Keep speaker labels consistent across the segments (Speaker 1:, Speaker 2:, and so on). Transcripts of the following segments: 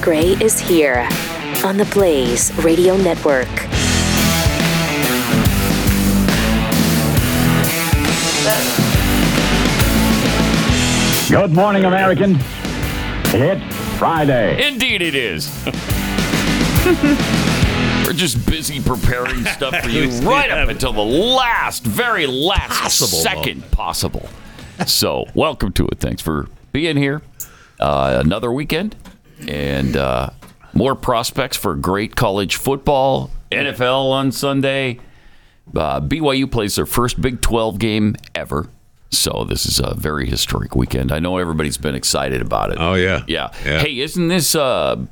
Speaker 1: Gray is here on the Blaze Radio Network.
Speaker 2: Good morning, American. It's Friday.
Speaker 3: Indeed, it is. We're just busy preparing stuff for you right up until the last, very last
Speaker 4: Possible
Speaker 3: second possible. So, welcome to it. Thanks for being here. Uh, another weekend and uh, more prospects for great college football, NFL on Sunday. Uh, BYU plays their first Big 12 game ever. So, this is a very historic weekend. I know everybody's been excited about it.
Speaker 4: Oh yeah.
Speaker 3: Yeah. Hey, isn't this uh,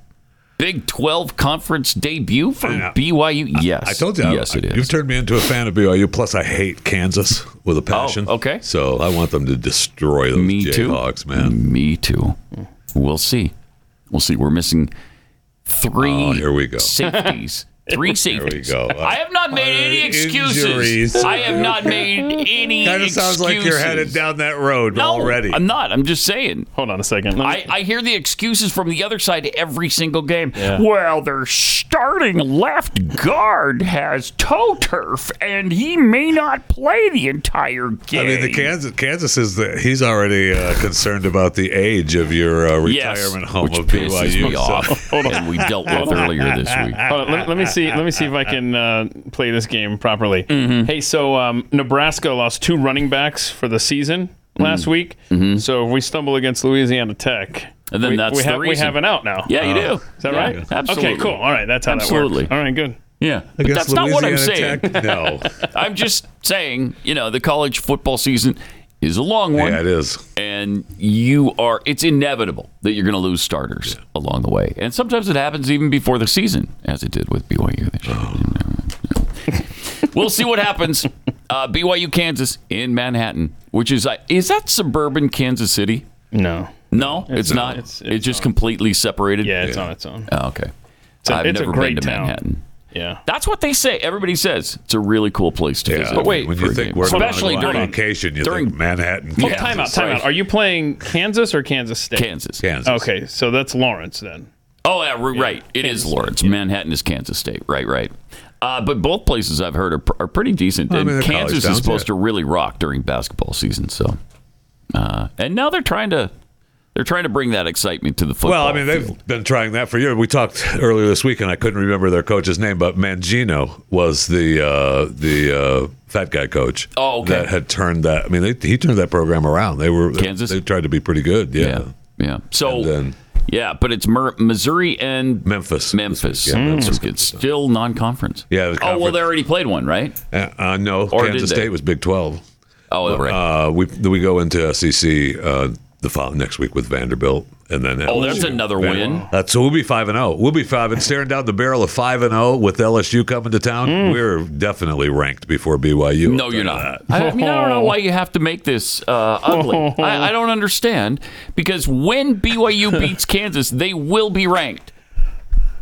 Speaker 3: Big 12 conference debut for
Speaker 4: Yeah.
Speaker 3: BYU? Yes.
Speaker 4: I told you. I-
Speaker 3: Yes, it is.
Speaker 4: You've turned me into a fan of BYU. Plus, I hate Kansas with a passion.
Speaker 3: Oh, okay.
Speaker 4: So I want them to destroy those
Speaker 3: Me too.
Speaker 4: Jayhawks, man.
Speaker 3: Me too. We'll see. We'll see. We're missing three
Speaker 4: Oh, here we go.
Speaker 3: safeties. Three safeties.
Speaker 4: go. uh,
Speaker 3: I have not made any excuses.
Speaker 4: Injuries.
Speaker 3: I have not made any
Speaker 4: Kind of
Speaker 3: excuses.
Speaker 4: sounds like you're headed down that road
Speaker 3: No,
Speaker 4: already.
Speaker 3: I'm not. I'm just saying.
Speaker 5: Hold on a second. Let me-
Speaker 3: I, I hear the excuses from the other side every single game. Well, their starting left guard has toe turf, and he may not play the entire game.
Speaker 4: I mean, the Kansas Kansas is the he's already uh, concerned about the age of your uh,
Speaker 3: Yes,
Speaker 4: retirement
Speaker 5: Oh,
Speaker 4: home
Speaker 3: which
Speaker 4: of
Speaker 3: pisses
Speaker 4: BYU.
Speaker 3: me
Speaker 4: so-
Speaker 3: off, and we dealt with earlier this week.
Speaker 5: Hold on, let, let me see. Let me see if I can uh, play this game properly.
Speaker 3: Mm-hmm.
Speaker 5: Hey, so um, Nebraska lost two running backs for the season
Speaker 3: Mm-hmm.
Speaker 5: last week. So if we stumble against Louisiana Tech,
Speaker 3: And then
Speaker 5: we,
Speaker 3: that's
Speaker 5: we
Speaker 3: the
Speaker 5: have we
Speaker 3: reason.
Speaker 5: have an out now. Uh,
Speaker 3: Yeah, you do.
Speaker 5: is that
Speaker 3: Yeah,
Speaker 5: right?
Speaker 3: Absolutely.
Speaker 5: Okay, cool. All right, that's how
Speaker 3: Absolutely.
Speaker 5: that works. All right, good.
Speaker 3: Yeah, but
Speaker 4: Against
Speaker 3: that's not what I'm
Speaker 4: Louisiana
Speaker 3: saying.
Speaker 4: Tech? No.
Speaker 3: I'm just saying, you know, the college football season is a long one.
Speaker 4: yeah, it is.
Speaker 3: and you are it's inevitable that you're going to lose starters along the way and sometimes it happens even before the season as it did with byu this year. uh, we'll see what happens uh, byu kansas in manhattan which is uh, is that suburban kansas city
Speaker 5: No.
Speaker 3: no it's, not it's,
Speaker 5: It's- it's
Speaker 3: just completely separated
Speaker 5: Yeah, it's on its own.
Speaker 3: Oh, okay
Speaker 5: a-
Speaker 3: i've
Speaker 5: it's a
Speaker 3: never
Speaker 5: great
Speaker 3: been to
Speaker 5: town.
Speaker 3: manhattan
Speaker 5: Yeah.
Speaker 3: that's what they say everybody says it's a really cool place to
Speaker 4: Yeah.
Speaker 3: visit
Speaker 4: But
Speaker 5: wait,
Speaker 4: when
Speaker 3: for
Speaker 4: you
Speaker 3: a
Speaker 4: think
Speaker 3: game.
Speaker 4: we're
Speaker 3: especially
Speaker 4: on
Speaker 3: during
Speaker 4: vacation, you
Speaker 3: during-
Speaker 4: think Manhattan.
Speaker 5: Oh,
Speaker 4: Kansas.
Speaker 5: time out. Time out. Are you playing Kansas or Kansas State?
Speaker 3: kansas
Speaker 4: Kansas.
Speaker 5: Okay, so that's Lawrence then.
Speaker 3: Oh, yeah, r- right. It
Speaker 5: Kansas
Speaker 3: is
Speaker 5: State,
Speaker 3: Lawrence. Manhattan is Kansas State. Right, right. Uh, but both places I've heard are, pr- are pretty decent.
Speaker 4: I mean,
Speaker 3: and
Speaker 4: they're college
Speaker 3: Kansas is
Speaker 4: towns,
Speaker 3: supposed
Speaker 4: yeah.
Speaker 3: to really rock during basketball season. So, uh, and now they're trying to they're trying to bring that excitement to the football.
Speaker 4: Well, I mean, they've
Speaker 3: field.
Speaker 4: been trying that for years. We talked earlier this week, and I couldn't remember their coach's name, but Mangino was the uh, the uh, fat guy coach.
Speaker 3: Oh, okay.
Speaker 4: That had turned that. I mean, they, he turned that program around. They were
Speaker 3: Kansas?
Speaker 4: They, tried to be pretty good. Yeah.
Speaker 3: yeah, yeah. So,
Speaker 4: And then-
Speaker 3: yeah, but it's Mur- Missouri and
Speaker 4: Memphis.
Speaker 3: Memphis.
Speaker 4: Yeah, Memphis.
Speaker 3: So It's still non-conference.
Speaker 4: Yeah, it was
Speaker 3: Oh well,
Speaker 4: conference.
Speaker 3: they already played one, right?
Speaker 4: Uh, uh, no,
Speaker 3: Or did
Speaker 4: Kansas
Speaker 3: they?
Speaker 4: State was Big Twelve.
Speaker 3: Oh, right.
Speaker 4: Uh, we we go into SEC uh, the following next week with Vanderbilt, and then
Speaker 3: Oh,
Speaker 4: LSU.
Speaker 3: that's another win.
Speaker 4: That's- so we'll be five and zero. We'll be five and staring down the barrel of five and zero with LSU coming to town. We're definitely ranked before BYU.
Speaker 3: Hmm. No, you're not. I, mean, I don't know why you have to make this uh, ugly. I, I don't understand because when BYU beats Kansas, they will be ranked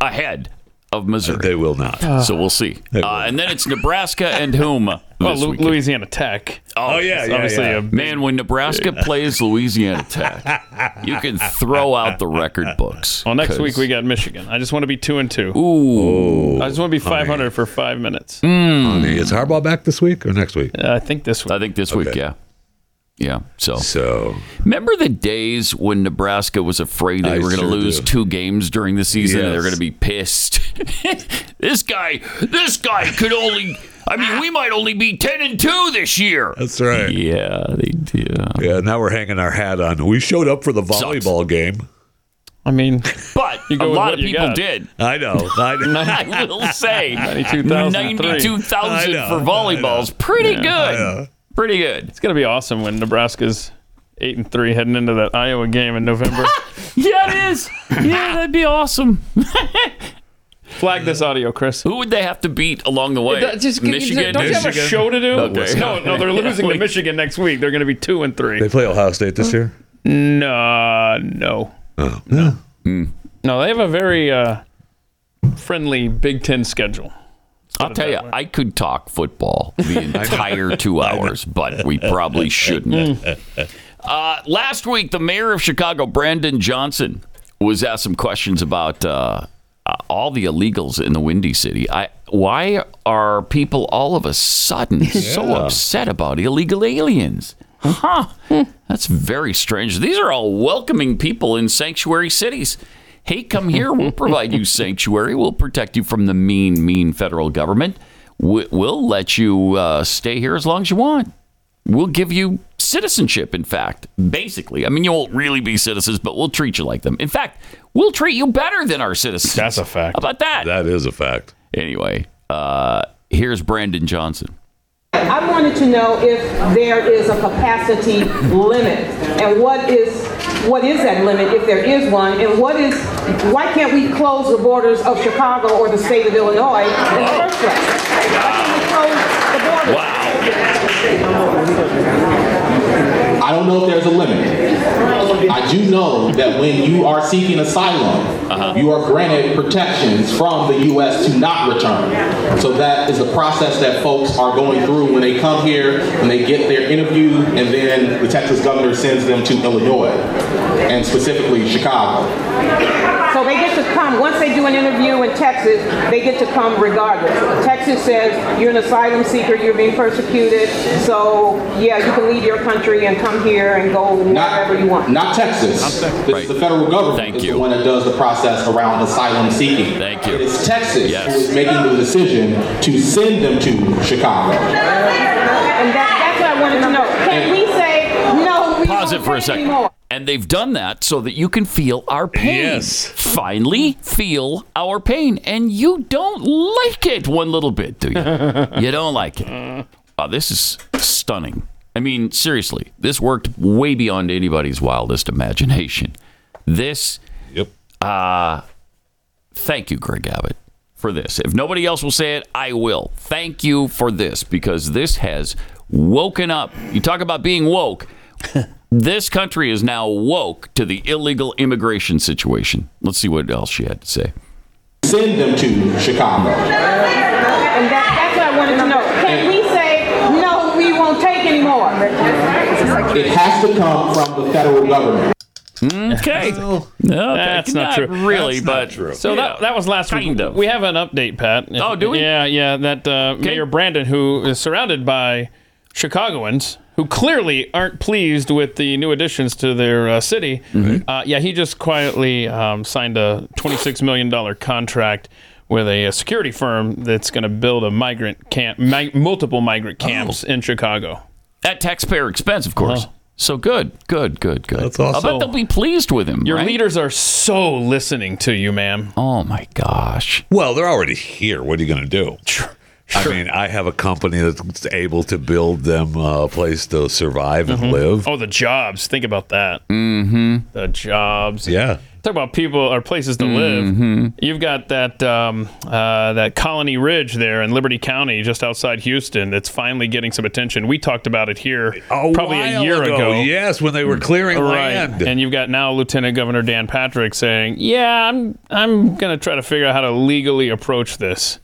Speaker 3: ahead of Missouri.
Speaker 4: They will not.
Speaker 3: so we'll see. Uh, and then it's Nebraska and whom uh, this
Speaker 5: Well, Lu-
Speaker 3: weekend?
Speaker 5: Louisiana Tech.
Speaker 4: oh yeah, yeah,
Speaker 5: obviously
Speaker 4: yeah.
Speaker 5: a
Speaker 3: Man, when Nebraska plays Louisiana Tech, you can throw out the record books.
Speaker 5: Well, next
Speaker 3: 'cause-
Speaker 5: week we got Michigan. I just want to be two and two.
Speaker 3: Ooh,
Speaker 5: I just want to be 500 for five minutes.
Speaker 3: Hmm.
Speaker 4: Honey, Is Harbaugh back this week or next week?
Speaker 5: Uh, I think this
Speaker 3: I
Speaker 5: week.
Speaker 3: think this week, yeah, yeah. So
Speaker 4: So
Speaker 3: Remember the days when Nebraska was afraid they
Speaker 4: I
Speaker 3: were going to
Speaker 4: sure
Speaker 3: lose
Speaker 4: do.
Speaker 3: two games during the season and they
Speaker 4: Yes.
Speaker 3: were going to be pissed. this guy, this guy could only. I mean, we might only be ten and two this year.
Speaker 4: that's right. Yeah.
Speaker 3: Yeah, they did.
Speaker 4: now we're hanging our hat on. We showed up for the volleyball game.
Speaker 5: I mean,
Speaker 3: But a
Speaker 5: go with
Speaker 3: lot
Speaker 5: what
Speaker 3: of
Speaker 5: you
Speaker 3: people
Speaker 5: got.
Speaker 3: did.
Speaker 4: I know. I know.
Speaker 3: I will say,
Speaker 5: 92,003.
Speaker 3: ninety-two thousand
Speaker 4: I know,
Speaker 3: for volleyball's pretty good. Pretty good.
Speaker 5: it's gonna be awesome when Nebraska's eight and three heading into that Iowa game in November.
Speaker 3: Yeah, it is. Yeah, that'd be awesome.
Speaker 5: Flag this audio, Chris.
Speaker 3: Who would they have to beat along the way? Michigan.
Speaker 5: Don't you have a
Speaker 4: Michigan.
Speaker 5: show to do?
Speaker 3: Okay.
Speaker 5: No, no, they're losing to Michigan next week. They're gonna be two and three.
Speaker 4: they play Ohio State this year.
Speaker 5: No, no,
Speaker 4: Oh, no.
Speaker 3: Mm,
Speaker 5: no. They have a very uh, friendly Big Ten schedule.
Speaker 3: I'll tell you, I could talk football the entire two hours, but we probably shouldn't. Uh, last week, the mayor of Chicago, Brandon Johnson, was asked some questions about uh, uh, all the illegals in the Windy City. I why are people all of a sudden so upset about illegal aliens? Huh? That's very strange. These are all welcoming people in sanctuary cities. Hey, come here. We'll provide you sanctuary. We'll protect you from the mean, mean federal government. We- We'll let you uh, stay here as long as you want. We'll give you citizenship, in fact, basically. I mean, you won't really be citizens, but we'll treat you like them. In fact, we'll treat you better than our citizens.
Speaker 5: That's a fact.
Speaker 3: How about that?
Speaker 4: That is a fact.
Speaker 3: Anyway, uh, here's Brandon Johnson.
Speaker 6: I wanted to know if there is a capacity limit, and what is, what is that limit, if there is one, and what is, why can't we close the borders of Chicago or the state of Illinois in the first place? Why can't we close the borders?
Speaker 7: I don't know if there's a limit. I do know that when you are seeking asylum,
Speaker 3: Uh-huh.
Speaker 7: you are granted protections from the U.S. to not return. So that is a process that folks are going through when they come here, when they get their interview, and then the Texas governor sends them to Illinois, and specifically Chicago.
Speaker 6: So they get to come, once they do an interview in Texas, they get to come regardless. Texas says, you're an asylum seeker, you're being persecuted, so yeah, you can leave your country and come here and go wherever you want.
Speaker 7: Not Texas. This is the federal government
Speaker 3: Thank
Speaker 7: is
Speaker 3: you.
Speaker 7: the one that does the process around asylum seeking.
Speaker 3: Thank you.
Speaker 7: It is Texas
Speaker 3: Yes.
Speaker 7: who is making the decision to send them to Chicago.
Speaker 6: And that, that's what I wanted to know. Can we say, no, we
Speaker 3: Pause
Speaker 6: don't
Speaker 3: it for a
Speaker 6: take
Speaker 3: second.
Speaker 6: anymore?
Speaker 3: And they've done that so that you can feel our pain.
Speaker 4: Yes.
Speaker 3: Finally, feel our pain. And you don't like it one little bit, do you? you don't like it. Oh, this is stunning. I mean, seriously, this worked way beyond anybody's wildest imagination. This, uh,
Speaker 4: Yep.
Speaker 3: thank you, Greg Abbott, for this. If nobody else will say it, I will. Thank you for this because this has woken up. You talk about being woke. This country is now woke to the illegal immigration situation. Let's see what else she had to say.
Speaker 7: Send them to Chicago.
Speaker 6: And that, that's what I wanted to know. Can we say, no, we won't take anymore?
Speaker 7: It has to come from the federal government.
Speaker 3: Okay. No,
Speaker 5: That's not true.
Speaker 3: Really,
Speaker 4: That's
Speaker 3: but
Speaker 4: not true.
Speaker 5: So that, that was last week.
Speaker 3: Kind of.
Speaker 5: We have an update, Pat. If-
Speaker 3: Oh, do we?
Speaker 5: Yeah, yeah. That uh, Mayor Brandon, who is surrounded by Chicagoans who clearly aren't pleased with the new additions to their uh, city,
Speaker 3: Mm-hmm.
Speaker 5: uh, yeah, he just quietly um, signed a $26 million contract with a, uh, security firm that's going to build a migrant camp, mi- multiple migrant camps
Speaker 3: Oh.
Speaker 5: in Chicago.
Speaker 3: at taxpayer expense, of course. So good, good, good, good.
Speaker 4: That's awesome.
Speaker 3: I bet they'll be pleased with him.
Speaker 5: Your
Speaker 3: right?
Speaker 5: leaders are so listening to you, ma'am.
Speaker 3: Oh my gosh.
Speaker 4: Well, they're already here. What are you going to do? I mean, I have a company that's able to build them a place to survive and
Speaker 3: Mm-hmm.
Speaker 4: live.
Speaker 5: Oh, the jobs. Think about that. Mm-hmm. The jobs.
Speaker 4: Yeah.
Speaker 5: Talk about people or places to
Speaker 3: Mm-hmm.
Speaker 5: live. You've got that um, uh, that Colony Ridge there in Liberty County, just outside Houston, that's finally getting some attention. We talked about it here
Speaker 4: A
Speaker 5: probably a
Speaker 4: while
Speaker 5: year ago.
Speaker 4: Yes, when they were clearing
Speaker 5: Right,
Speaker 4: land.
Speaker 5: and you've got now Lieutenant Governor Dan Patrick saying, "Yeah, I'm I'm gonna try to figure out how to legally approach this."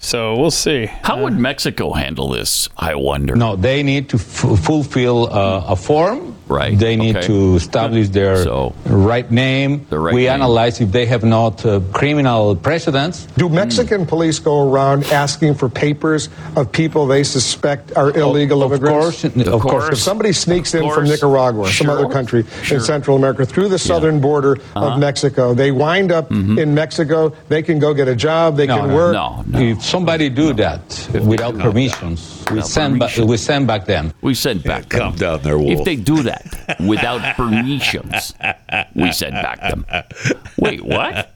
Speaker 5: So we'll see. Uh,
Speaker 3: How would Mexico handle this? I wonder.
Speaker 8: No, they need to f- fulfill uh, a form.
Speaker 3: Right,
Speaker 8: They need
Speaker 3: okay.
Speaker 8: to establish their
Speaker 3: So-
Speaker 8: right name.
Speaker 3: The right
Speaker 8: we
Speaker 3: name.
Speaker 8: analyze if they have not uh, criminal precedents.
Speaker 9: Do Mexican police go around asking for papers of people they suspect are illegal
Speaker 8: of
Speaker 9: immigrants?
Speaker 8: course, of Of course. course.
Speaker 9: If somebody sneaks in from
Speaker 3: course.
Speaker 9: Nicaragua, or some
Speaker 3: Sure.
Speaker 9: other country
Speaker 3: Sure.
Speaker 9: in Central America, through the southern border
Speaker 8: Uh-huh.
Speaker 9: of Mexico, they wind up in Mexico. They can go get a job. They
Speaker 8: Mm-hmm. No,
Speaker 9: can
Speaker 8: no,
Speaker 9: work.
Speaker 3: No, no.
Speaker 8: If somebody do that without permissions, we send ba- we send back them.
Speaker 3: We send back
Speaker 4: Come
Speaker 3: them.
Speaker 4: down there, Wolf.
Speaker 3: If they do that without permissions, we send back them. Wait, what?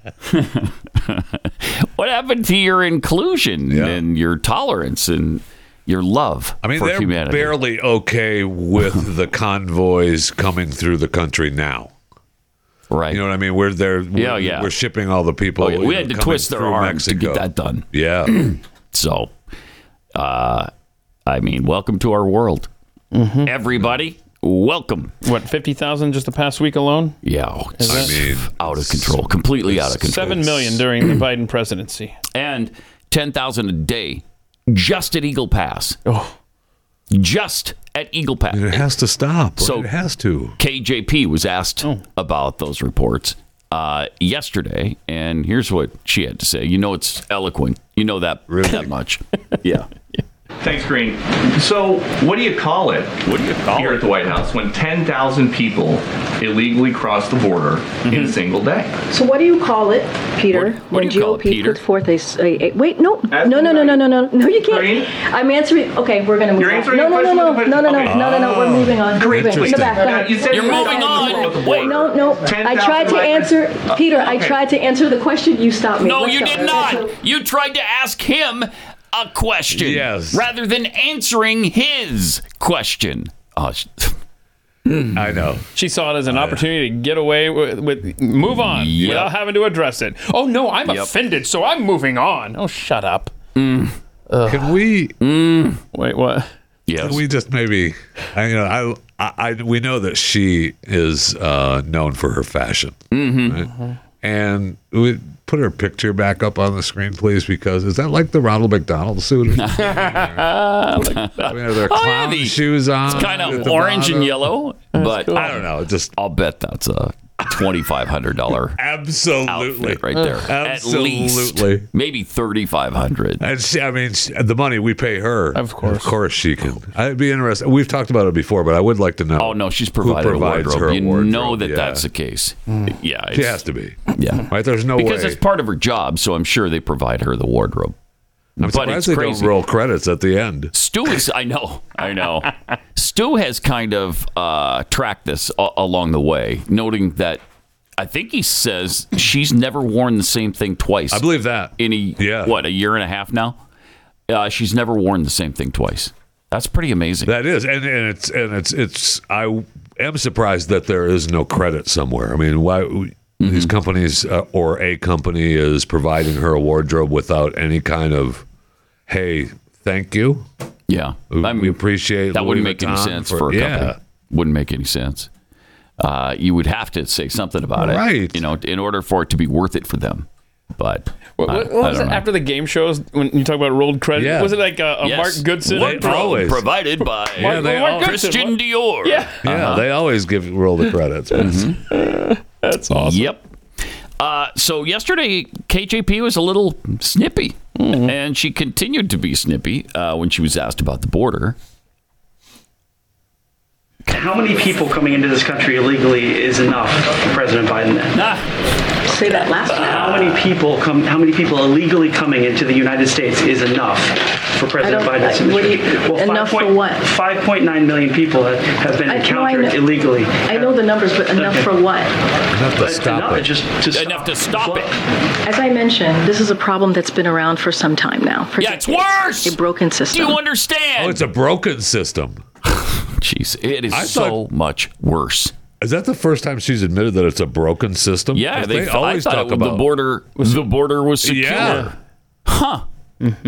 Speaker 3: what happened to your inclusion
Speaker 4: Yeah.
Speaker 3: and your tolerance and your love
Speaker 4: I mean,
Speaker 3: for
Speaker 4: they're
Speaker 3: humanity?
Speaker 4: barely okay with the convoys coming through the country now.
Speaker 3: right.
Speaker 4: You know what I mean? We're there.
Speaker 3: Yeah,
Speaker 4: we're,
Speaker 3: yeah.
Speaker 4: We're shipping all the people.
Speaker 3: Oh, yeah.
Speaker 4: you
Speaker 3: We
Speaker 4: know,
Speaker 3: had to
Speaker 4: coming
Speaker 3: twist their
Speaker 4: through
Speaker 3: arms to
Speaker 4: Mexico.
Speaker 3: get that done.
Speaker 4: Yeah.
Speaker 3: So, uh, I mean, welcome to our world, everybody. Welcome.
Speaker 5: Mm-hmm. What fifty thousand just the past week alone?
Speaker 3: Yeah, oh, it's
Speaker 4: I mean,
Speaker 3: out of control, completely out of control.
Speaker 5: Seven million during the Biden presidency.
Speaker 3: and 10,000 a day just at Eagle Pass.
Speaker 5: Oh.
Speaker 3: Just at Eagle Pass.
Speaker 4: it has to stop.
Speaker 3: So-
Speaker 4: So it has to. Oh.
Speaker 3: KJP was asked about those reports. uh, yesterday, and here's what she had to say. You know, it's eloquent. You know that really? that much. Yeah.
Speaker 10: Thanks, Green. So, what do you call it?
Speaker 3: What do you call
Speaker 10: here
Speaker 3: it?
Speaker 10: at the White House when 10,000 people illegally cross the border in a
Speaker 3: Mm-hmm.
Speaker 10: single day?
Speaker 11: So what do you call it, Peter?
Speaker 3: What- what
Speaker 11: when
Speaker 3: do you call it,
Speaker 11: GOP
Speaker 3: Peter?
Speaker 11: puts forth a, s- a- a- wait, no,
Speaker 10: Ask
Speaker 11: no, no, no, no, no, no, no, you can't.
Speaker 10: Green?
Speaker 11: I'm answering. Okay, we're gonna move
Speaker 10: You're
Speaker 11: on.
Speaker 10: answering
Speaker 11: no,
Speaker 10: the
Speaker 11: no,
Speaker 10: question
Speaker 11: no,
Speaker 10: with
Speaker 11: no,
Speaker 10: the
Speaker 11: no, no,
Speaker 10: question.
Speaker 11: no, no, no, we're moving on. We're
Speaker 10: Great.
Speaker 11: moving. Go back. Go
Speaker 10: Now,
Speaker 11: ahead.
Speaker 10: you said
Speaker 3: Oh. You're
Speaker 10: you're
Speaker 3: moving
Speaker 10: not
Speaker 3: on.
Speaker 10: with the
Speaker 3: Wait.
Speaker 10: border.
Speaker 11: No, no, I
Speaker 10: 10,000
Speaker 11: tried to
Speaker 10: migrants.
Speaker 11: answer,
Speaker 10: Uh,
Speaker 11: Peter. I
Speaker 10: okay.
Speaker 11: tried to answer the question. You stopped me.
Speaker 3: No,
Speaker 11: Let's
Speaker 3: you
Speaker 11: go.
Speaker 3: did not. You tried to ask him a question.
Speaker 4: Yes.
Speaker 3: Rather than answering his question. Oh, sh-
Speaker 4: I know.
Speaker 5: Hmm. She saw it as an opportunity to get away with, with move on
Speaker 3: Yep.
Speaker 5: without having to address it. Oh no, I'm
Speaker 3: Yep.
Speaker 5: offended, so I'm moving on. Oh, shut up.
Speaker 3: mm.
Speaker 4: Can we?
Speaker 5: Wait, what?
Speaker 3: yes.
Speaker 4: Can we just maybe? I you know I, I I we know that she is uh, known for her fashion,
Speaker 3: Mm.
Speaker 4: mm-hmm. and we put her picture back up on the screen, please, because is that like the Ronald McDonald suit? Or something? I mean, are there
Speaker 3: Oh,
Speaker 4: clown
Speaker 3: yeah, the-
Speaker 4: shoes on?
Speaker 3: It's kind
Speaker 4: at
Speaker 3: of
Speaker 4: the
Speaker 3: orange
Speaker 4: bottom?
Speaker 3: and yellow, but
Speaker 4: I don't know. Just
Speaker 3: I'll bet that's a twenty-five hundred dollar
Speaker 4: absolutely
Speaker 3: outfit right there. At
Speaker 4: Absolutely.
Speaker 3: least maybe thirty-five hundred.
Speaker 4: And she, I mean, she, the money we pay her.
Speaker 5: Of course.
Speaker 4: of course, she can. I'd be interested. We've talked about it before, but I would like to know.
Speaker 3: Oh no, she's
Speaker 4: who
Speaker 3: provided a
Speaker 4: provides
Speaker 3: wardrobe.
Speaker 4: her
Speaker 3: you
Speaker 4: wardrobe.
Speaker 3: know that
Speaker 4: Yeah.
Speaker 3: that's the case.
Speaker 5: Hmm.
Speaker 3: Yeah, it's,
Speaker 4: She has to be.
Speaker 3: Yeah.
Speaker 4: Right? There's no
Speaker 3: because
Speaker 4: way.
Speaker 3: it's part of her job. So I'm sure they provide her the wardrobe.
Speaker 4: I'm
Speaker 3: but
Speaker 4: surprised
Speaker 3: it's
Speaker 4: they
Speaker 3: crazy.
Speaker 4: don't roll credits at the end.
Speaker 3: Stu is. I know. I know. Stu has kind of uh, tracked this a- along the way, noting that I think he says she's never worn the same thing twice.
Speaker 4: I believe that.
Speaker 3: in a
Speaker 4: Yeah.
Speaker 3: what a year and a half now. Uh, she's never worn the same thing twice. That's pretty amazing.
Speaker 4: That is, and, and it's and it's it's. I am surprised that there is no credit somewhere. I mean, why
Speaker 3: Mm-hmm.
Speaker 4: these companies uh, or a company is providing her a wardrobe without any kind of, hey, thank you.
Speaker 3: yeah,
Speaker 4: We,
Speaker 3: I mean,
Speaker 4: we appreciate
Speaker 3: that
Speaker 4: Louis
Speaker 3: wouldn't make any
Speaker 4: Vuitton
Speaker 3: sense for, a company.
Speaker 4: yeah.
Speaker 3: Wouldn't make any sense. Uh, you would have to say something about
Speaker 4: Right.
Speaker 3: it, you know, in order for it to be worth it for them. But
Speaker 5: What,
Speaker 3: I-
Speaker 5: what, what
Speaker 3: I
Speaker 5: was
Speaker 3: don't
Speaker 5: it
Speaker 3: know.
Speaker 5: after the game shows when you talk about rolled credit?
Speaker 4: Yeah.
Speaker 5: Was it like a, a
Speaker 3: Yes.
Speaker 5: Mark Goodson?
Speaker 4: They
Speaker 5: Pro-
Speaker 4: always-
Speaker 3: provided by
Speaker 4: Yeah, they
Speaker 5: Mark
Speaker 4: all-
Speaker 5: Goodson,
Speaker 3: Christian
Speaker 5: what-
Speaker 3: Dior.
Speaker 5: Yeah.
Speaker 4: Yeah,
Speaker 3: uh-huh.
Speaker 4: they always give roll the credits.
Speaker 5: That's awesome.
Speaker 3: Mm-hmm. Yep. Uh, so yesterday, KJP was a little snippy, and she continued to be snippy uh, when she was asked about the border.
Speaker 12: How many people coming into this country illegally is enough, President Biden?
Speaker 11: Say that last one.
Speaker 12: How many people come? How many people illegally coming into the United States is enough for President
Speaker 11: don't-
Speaker 12: Biden's
Speaker 11: I- what do you-
Speaker 12: administration?
Speaker 11: enough
Speaker 12: five
Speaker 11: for what?
Speaker 12: Five point nine million people have, have been
Speaker 11: I- no, I
Speaker 12: encountered
Speaker 11: know-
Speaker 12: illegally.
Speaker 11: I know the numbers, but enough
Speaker 12: Okay.
Speaker 11: for what?
Speaker 4: Enough
Speaker 12: But
Speaker 4: to
Speaker 12: enough,
Speaker 4: stop it.
Speaker 12: Just to
Speaker 3: Enough to stop it.
Speaker 11: As I mentioned, this is a problem that's been around for some time now. For
Speaker 3: Yeah, it's
Speaker 11: decades.
Speaker 3: worse!
Speaker 11: A broken
Speaker 3: Do
Speaker 11: system.
Speaker 3: you understand?
Speaker 4: Oh, it's a broken system.
Speaker 3: Jeez, it is
Speaker 4: I
Speaker 3: so
Speaker 4: thought-
Speaker 3: much worse.
Speaker 4: Is that the first time she's admitted that it's a broken system?
Speaker 3: Yeah,
Speaker 4: Because
Speaker 3: they,
Speaker 4: they, always
Speaker 3: I thought
Speaker 4: talk
Speaker 3: it,
Speaker 4: about
Speaker 3: the border. The border was secure.
Speaker 4: Yeah.
Speaker 3: Huh.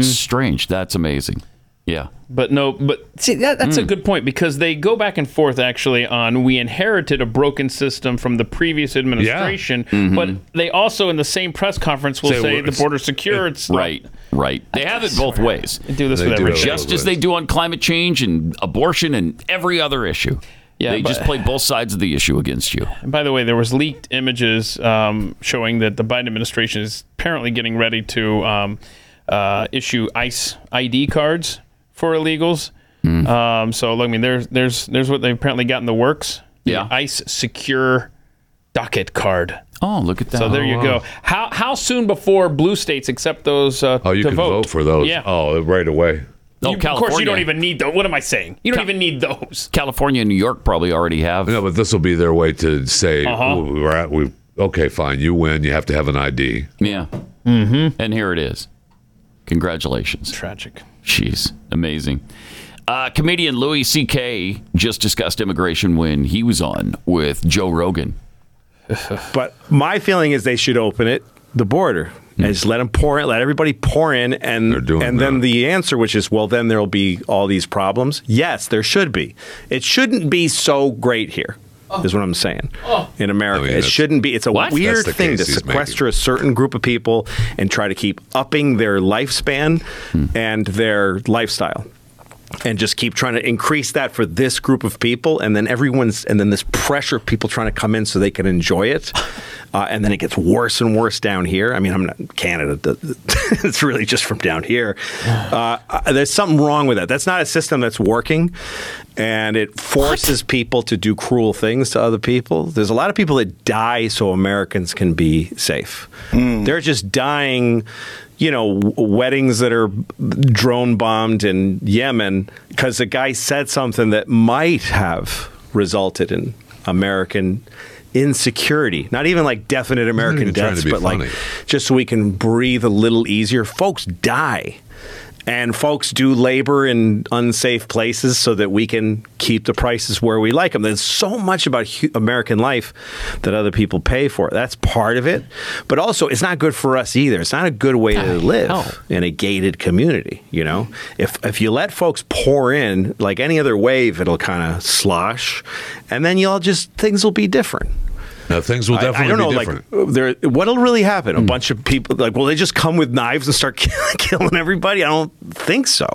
Speaker 3: Strange. That's amazing. Yeah.
Speaker 5: But no, but see, that, that's
Speaker 3: Hmm.
Speaker 5: a good point because they go back and forth actually on we inherited a broken system from the previous administration, but they also in the same press conference will
Speaker 4: Say
Speaker 5: say,
Speaker 4: we're-
Speaker 5: the
Speaker 3: uh,
Speaker 5: border's secure. It's not-
Speaker 3: Right. Right. They have it both ways.
Speaker 5: Do this
Speaker 4: They
Speaker 5: with
Speaker 4: do
Speaker 5: everything.
Speaker 4: it.
Speaker 3: Just as they do on climate change and abortion and every other issue.
Speaker 5: Yeah,
Speaker 3: they just
Speaker 5: but-
Speaker 3: play both sides of the issue against you.
Speaker 5: And by the way, there was leaked images um, showing that the Biden administration is apparently getting ready to um, uh, issue ICE ID cards for illegals.
Speaker 3: Mm.
Speaker 5: Um, so I mean, there's there's there's what they've apparently got in the works. The
Speaker 3: Yeah.
Speaker 5: ICE secure docket card.
Speaker 3: Oh, look at that.
Speaker 5: So there you go. How how soon before blue states accept those uh,
Speaker 4: Oh, you
Speaker 5: to
Speaker 4: can vote.
Speaker 5: vote?
Speaker 4: for those.
Speaker 5: Yeah.
Speaker 4: Oh, right away.
Speaker 3: Oh,
Speaker 5: You-
Speaker 3: California.
Speaker 5: Of course, you don't even need those. What am I saying? You don't
Speaker 3: Cal-
Speaker 5: even need those.
Speaker 3: California and New York probably already have.
Speaker 4: No, but this will be their way to say
Speaker 5: Uh-huh.
Speaker 4: "Ooh, we're at we. Okay, fine. You win. You have to have an ID.
Speaker 3: Yeah. Mm-hmm. And here it is. Congratulations.
Speaker 5: Tragic.
Speaker 3: Jeez, amazing. Uh, comedian Louis C.K. just discussed immigration when he was on with Joe Rogan.
Speaker 13: But my feeling is they should open it, the border, and just let them pour in, let everybody pour in, and
Speaker 4: They're doing
Speaker 13: and then
Speaker 4: that.
Speaker 13: the answer, which is, well, then there'll be all these problems. Yes, there should be. It shouldn't be so great here. Is what I'm saying. In America,
Speaker 4: I mean,
Speaker 13: it
Speaker 4: Oh, that's-
Speaker 13: shouldn't be. It's a
Speaker 3: What?
Speaker 13: weird
Speaker 4: That's the
Speaker 13: thing to
Speaker 4: case he's
Speaker 13: sequester a certain group of people and try to keep upping their lifespan
Speaker 4: Hmm.
Speaker 13: and their lifestyle and just keep trying to increase that for this group of people and then everyone's and then this pressure of people trying to come in so they can enjoy it uh, and then it gets worse and worse down here. I mean, I'm not Canada; th- it's really just from down here. Uh, uh, there's something wrong with that. That's not a system that's working, and it forces people to do cruel things to other people. There's a lot of people that die so Americans can be safe. They're just dying you know, w- weddings that are drone bombed in Yemen because the guy said something that might have resulted in American insecurity. Not even like definite American
Speaker 4: even trying
Speaker 13: deaths,
Speaker 4: to be
Speaker 13: but
Speaker 4: funny.
Speaker 13: like just so we can breathe a little easier. Folks die. And folks do labor in unsafe places so that we can keep the prices where we like them. There's so much about hu- American life that other people pay for. That's part of it. But also, it's not good for us either. It's not a good way to live in a gated community, you know? If, if you let folks pour in, like any other wave, it'll kind of slosh. And then you'll just, things will be different.
Speaker 4: Now, things will
Speaker 13: I-
Speaker 4: definitely
Speaker 13: I, don't know,
Speaker 4: be different.
Speaker 13: like there, what'll really happen? A
Speaker 5: Hmm.
Speaker 13: bunch of people, like, will they just come with knives and start killing everybody? I don't think so.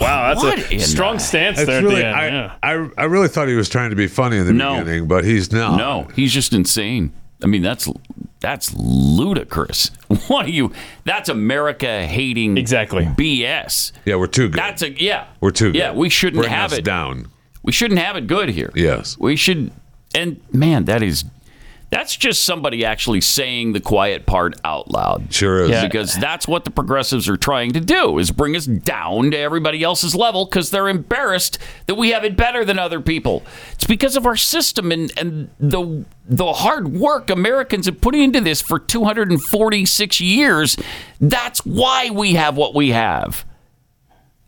Speaker 5: Wow, that's
Speaker 13: What in
Speaker 5: a strong
Speaker 13: the-
Speaker 5: stance
Speaker 13: It's
Speaker 5: there at
Speaker 13: really-
Speaker 5: the end.
Speaker 13: I-
Speaker 5: yeah.
Speaker 4: I, I really thought he was trying to be funny in the beginning, but he's not.
Speaker 3: No, he's just insane. I mean, that's that's ludicrous. What are you? That's America hating exactly BS.
Speaker 4: Yeah, we're too good.
Speaker 3: That's a yeah.
Speaker 4: We're too
Speaker 3: Yeah,
Speaker 4: good.
Speaker 3: we shouldn't
Speaker 4: Bring
Speaker 3: have
Speaker 4: us
Speaker 3: it
Speaker 4: down.
Speaker 3: We shouldn't have it good here.
Speaker 4: Yes.
Speaker 3: we should. And man, that is that's just somebody actually saying the quiet part out loud.
Speaker 4: Sure is.
Speaker 5: Yeah.
Speaker 3: Because that's what the progressives are trying to do is bring us down to everybody else's level because they're embarrassed that we have it better than other people. It's because of our system and, and the the hard work Americans have put into this for 246 years. That's why we have what we have.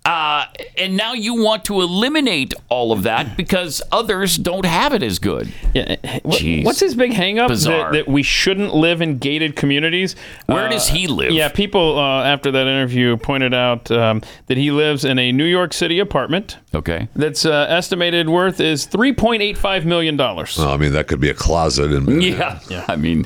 Speaker 3: Uh, and now you want to eliminate all of that because others don't have it as good.
Speaker 5: Yeah. eh, What's his big hang up? That,
Speaker 3: Bizarre.
Speaker 5: that we shouldn't live in gated communities. Uh,
Speaker 3: Where does he live?
Speaker 5: Yeah, people uh, after that interview pointed out um, that he lives in a New York City apartment
Speaker 3: Okay.
Speaker 5: that's uh, estimated worth is $3.85 million.
Speaker 4: Well, I mean, that could be a closet. And
Speaker 5: Yeah.
Speaker 3: yeah. I mean,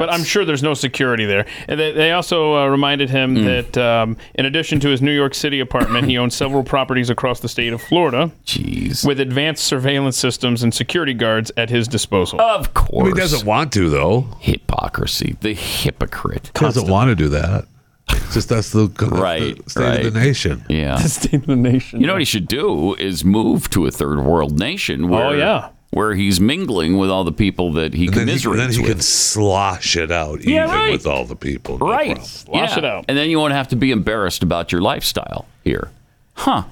Speaker 5: But I'm sure there's no security there. And they, they also uh, reminded him
Speaker 3: Hmm.
Speaker 5: that um, in addition to his New York City apartment, he owns several properties across the state of Florida.
Speaker 3: Jeez.
Speaker 5: With advanced surveillance systems and security guards at his disposal.
Speaker 3: Of course.
Speaker 4: he doesn't want to, though.
Speaker 3: Hypocrisy. The hypocrite.
Speaker 4: Oh. doesn't want to do that. It's just that's the, that's
Speaker 3: Right,
Speaker 4: the state of the
Speaker 3: right.
Speaker 4: nation.
Speaker 3: Yeah.
Speaker 5: state of the nation.
Speaker 3: You know what he should do is move to a third world nation where,
Speaker 5: Oh, yeah.
Speaker 3: where he's mingling with all the people that he
Speaker 4: then he-
Speaker 3: commiserates
Speaker 4: then he
Speaker 3: with.
Speaker 4: can slosh it out
Speaker 3: Yeah,
Speaker 4: even
Speaker 3: right.
Speaker 4: with all the people. no
Speaker 3: right.
Speaker 4: problem.
Speaker 5: Slosh it out.
Speaker 3: And then you won't have to be embarrassed about your lifestyle here. Huh.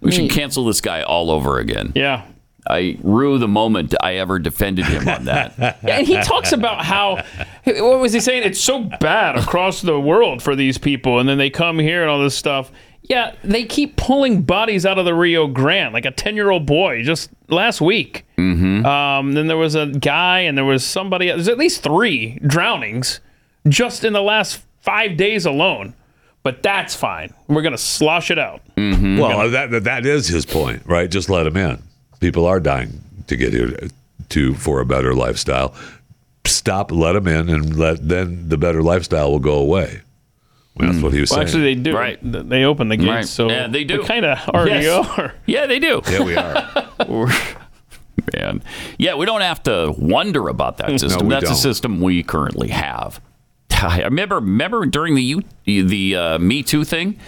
Speaker 3: We should cancel this guy all over again.
Speaker 5: Yeah.
Speaker 3: I rue the moment I ever defended him on that.
Speaker 5: and he talks about how what was he saying? It's so bad across the world for these people, and then they come here and all this stuff. Yeah, they keep pulling bodies out of the Rio Grande, like a ten-year-old boy just last week. Mm-hmm. Um, then there was a guy, and there was somebody. There's at least three drownings just in the last five days alone. But that's fine. We're gonna slosh it out.
Speaker 3: Mm-hmm.
Speaker 4: Well, uh, that, that that is his point, right? Just let him in. People are dying to get here to for a better lifestyle. Stop, let them in, and let then the better lifestyle will go away. Well,
Speaker 3: Mm.
Speaker 4: that's what he was
Speaker 5: Well,
Speaker 4: saying.
Speaker 5: actually, they do.
Speaker 3: Right.
Speaker 5: Th- They open the gates,
Speaker 3: Right.
Speaker 5: so
Speaker 3: Yeah, they do.
Speaker 5: kind of already
Speaker 3: Yes.
Speaker 5: are.
Speaker 3: yeah, they do.
Speaker 4: yeah, we are.
Speaker 3: Man. Yeah, we don't have to wonder about that system.
Speaker 4: we
Speaker 3: That's
Speaker 4: don't.
Speaker 3: a system we currently have. I remember remember during the U, the uh, Me Too thing,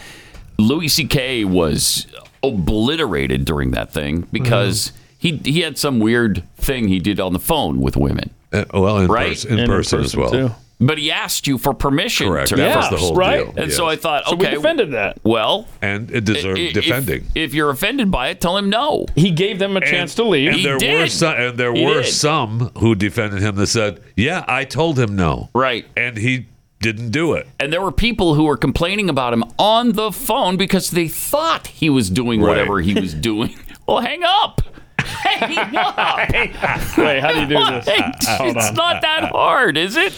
Speaker 3: Louis C.K. was obliterated during that thing because
Speaker 4: Mm-hmm.
Speaker 3: he he had some weird thing he did on the phone with women.
Speaker 4: Uh, well, in,
Speaker 3: Right.
Speaker 4: pers- in,
Speaker 5: And in
Speaker 4: person, as
Speaker 5: person,
Speaker 4: well.
Speaker 5: too.
Speaker 3: But he asked you for permission
Speaker 4: Correct.
Speaker 3: to
Speaker 4: That
Speaker 5: Yeah,
Speaker 4: was the whole
Speaker 5: right.
Speaker 4: deal.
Speaker 3: And so I
Speaker 4: yes.
Speaker 3: thought,
Speaker 5: So we
Speaker 3: okay,
Speaker 5: defended that.
Speaker 3: well,
Speaker 4: and it deserved
Speaker 3: if-
Speaker 4: defending.
Speaker 3: If, you're offended by it, tell him no.
Speaker 5: He gave them a chance to leave.
Speaker 4: And
Speaker 3: He
Speaker 4: there were
Speaker 3: did.
Speaker 4: some, and there
Speaker 3: He
Speaker 4: were
Speaker 3: did.
Speaker 4: some who defended him that said, "Yeah, I told him no,"
Speaker 3: Right.
Speaker 4: and he didn't do it.
Speaker 3: And there were people who were complaining about him on the phone because they thought he was doing
Speaker 4: Right.
Speaker 3: whatever he was doing. well, hang up. Hang up.
Speaker 5: Wait, how do you do this? Uh,
Speaker 3: it's
Speaker 5: Hold on. Uh,
Speaker 3: not that hard, is it?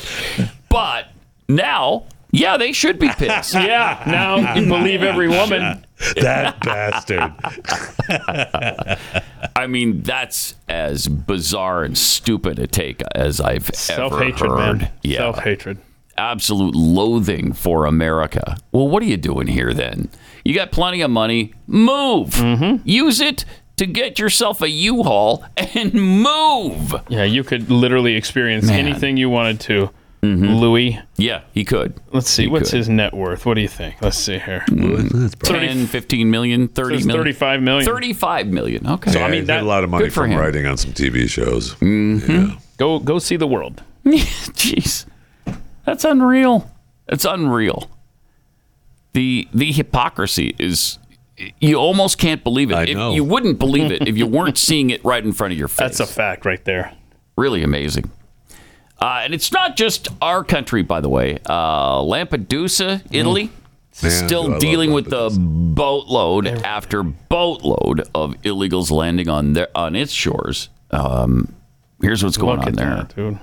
Speaker 3: But now, yeah, they should be pissed.
Speaker 5: Yeah, now you believe every woman.
Speaker 4: That bastard.
Speaker 3: I mean, that's as bizarre and stupid a take as I've
Speaker 5: Self
Speaker 3: ever
Speaker 5: hatred,
Speaker 3: heard.
Speaker 5: man.
Speaker 3: Yeah.
Speaker 5: Self hatred.
Speaker 3: absolute loathing for America.
Speaker 5: Mm-hmm.
Speaker 3: Well, what are you doing here then? You got plenty of money. Move. Use it to get yourself a U-Haul and move.
Speaker 5: Yeah, you could literally experience
Speaker 3: Man. Mm-hmm.
Speaker 5: anything you wanted to. Louis.
Speaker 3: Yeah, he could.
Speaker 5: Let's see.
Speaker 3: He
Speaker 5: what's
Speaker 3: could. Mm-hmm.
Speaker 5: his net worth? What do you think? Let's see here.
Speaker 4: That's
Speaker 3: 10, 15 million, 30
Speaker 5: Says
Speaker 3: million.
Speaker 5: 35 million.
Speaker 3: 35 million. Okay.
Speaker 4: Yeah, he made a lot of money
Speaker 3: good for
Speaker 4: from
Speaker 3: him.
Speaker 4: writing on some TV shows.
Speaker 3: Mm-hmm.
Speaker 5: Go go see the world.
Speaker 3: Jeez, that's unreal. That's unreal. The the hypocrisy is you almost can't believe it. If-
Speaker 5: know.
Speaker 3: you wouldn't believe it if you weren't seeing it right in front of your face. That's a
Speaker 5: fact right there.
Speaker 3: Really amazing. Uh, and it's not just our country, by the way. Uh, Lampedusa, Italy,
Speaker 4: Mm. Man, do I
Speaker 3: still
Speaker 4: love
Speaker 3: dealing with the boatload after boatload of illegals landing on their on its shores. Um, here's what's going
Speaker 5: Look
Speaker 3: on
Speaker 5: at
Speaker 3: there,
Speaker 5: that, dude.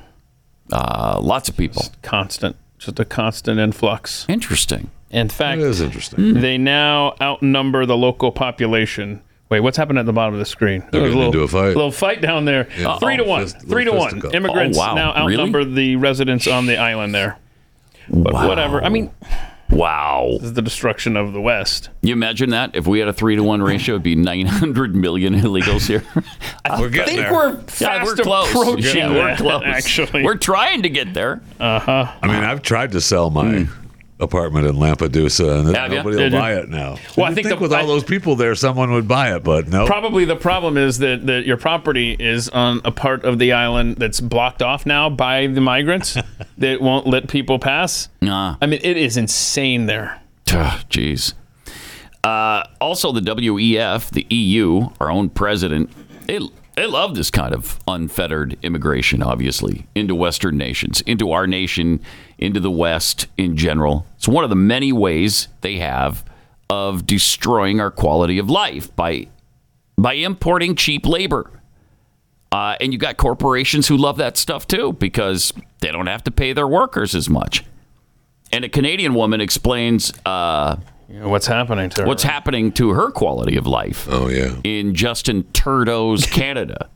Speaker 3: Uh, lots of people.
Speaker 5: Constant, just a constant influx.
Speaker 3: Interesting.
Speaker 5: In fact,
Speaker 4: That is interesting.
Speaker 5: They now outnumber the local population. Wait, what's happening at the bottom of the screen?
Speaker 4: They're
Speaker 5: There's
Speaker 4: getting into
Speaker 5: little,
Speaker 4: a fight.
Speaker 5: little fight down there. Uh,
Speaker 4: Yeah.
Speaker 5: Three to
Speaker 4: Uh-oh.
Speaker 5: one.
Speaker 4: Fist- little
Speaker 5: Three to one.
Speaker 4: fisticle.
Speaker 5: Immigrants
Speaker 4: Oh, wow.
Speaker 5: now
Speaker 4: Really?
Speaker 5: outnumber the residents on the island there. But whatever. I mean,
Speaker 3: wow.
Speaker 5: This is the destruction of the West.
Speaker 3: You imagine that if we had a three to one ratio, it'd be nine hundred million illegals here. I
Speaker 5: We're getting
Speaker 3: think
Speaker 5: there.
Speaker 3: we're yeah,
Speaker 5: Fast
Speaker 3: we're close.
Speaker 5: approaching
Speaker 3: yeah, we're
Speaker 5: that,
Speaker 3: close.
Speaker 5: actually.
Speaker 3: we're trying to get there.
Speaker 5: Uh huh.
Speaker 4: I mean, I've tried to sell my
Speaker 3: Mm.
Speaker 4: apartment in Lampedusa, and
Speaker 5: Have ya?
Speaker 4: nobody will
Speaker 5: Did ya?
Speaker 4: buy it now.
Speaker 5: Well, I
Speaker 4: You'd
Speaker 5: think the-
Speaker 4: with all those people there, someone would buy it, but no.
Speaker 5: Probably the problem is that, that your property is on a part of the island that's blocked off now by the migrants that won't let people pass.
Speaker 3: Nah.
Speaker 5: I mean, it is insane there.
Speaker 3: Ah, Jeez. Uh, also, the WEF, the EU, our own president, they, they love this kind of unfettered immigration, obviously, into Western nations, into our nation, into the West in general. It's one of the many ways they have of destroying our quality of life by by importing cheap labor. Uh, and you got corporations who love that stuff too because they don't have to pay their workers as much. And a Canadian woman explains uh,
Speaker 5: what's happening to her.
Speaker 3: what's happening to her quality of life.
Speaker 4: Oh yeah,
Speaker 3: in Justin Turdo's Canada.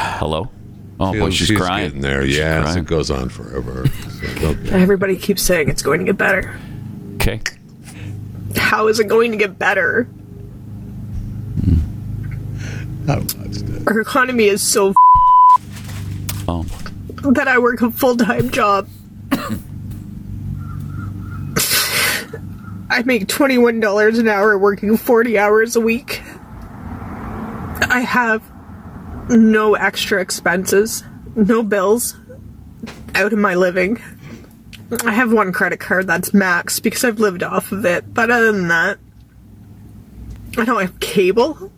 Speaker 3: Hello. Oh boy, she's, crying.
Speaker 4: getting there.
Speaker 3: She's
Speaker 4: yes,
Speaker 3: crying.
Speaker 4: it goes on forever.
Speaker 14: Everybody keeps saying it's going to get better.
Speaker 3: Okay.
Speaker 14: How is it going to get better? Our economy is so
Speaker 3: Oh.
Speaker 14: f- that I work a full time job. I make $21 an hour working 40 hours a week. I have no extra expenses, no bills out of my living. I have one credit card that's max because I've lived off of it, but other than that, I don't have cable.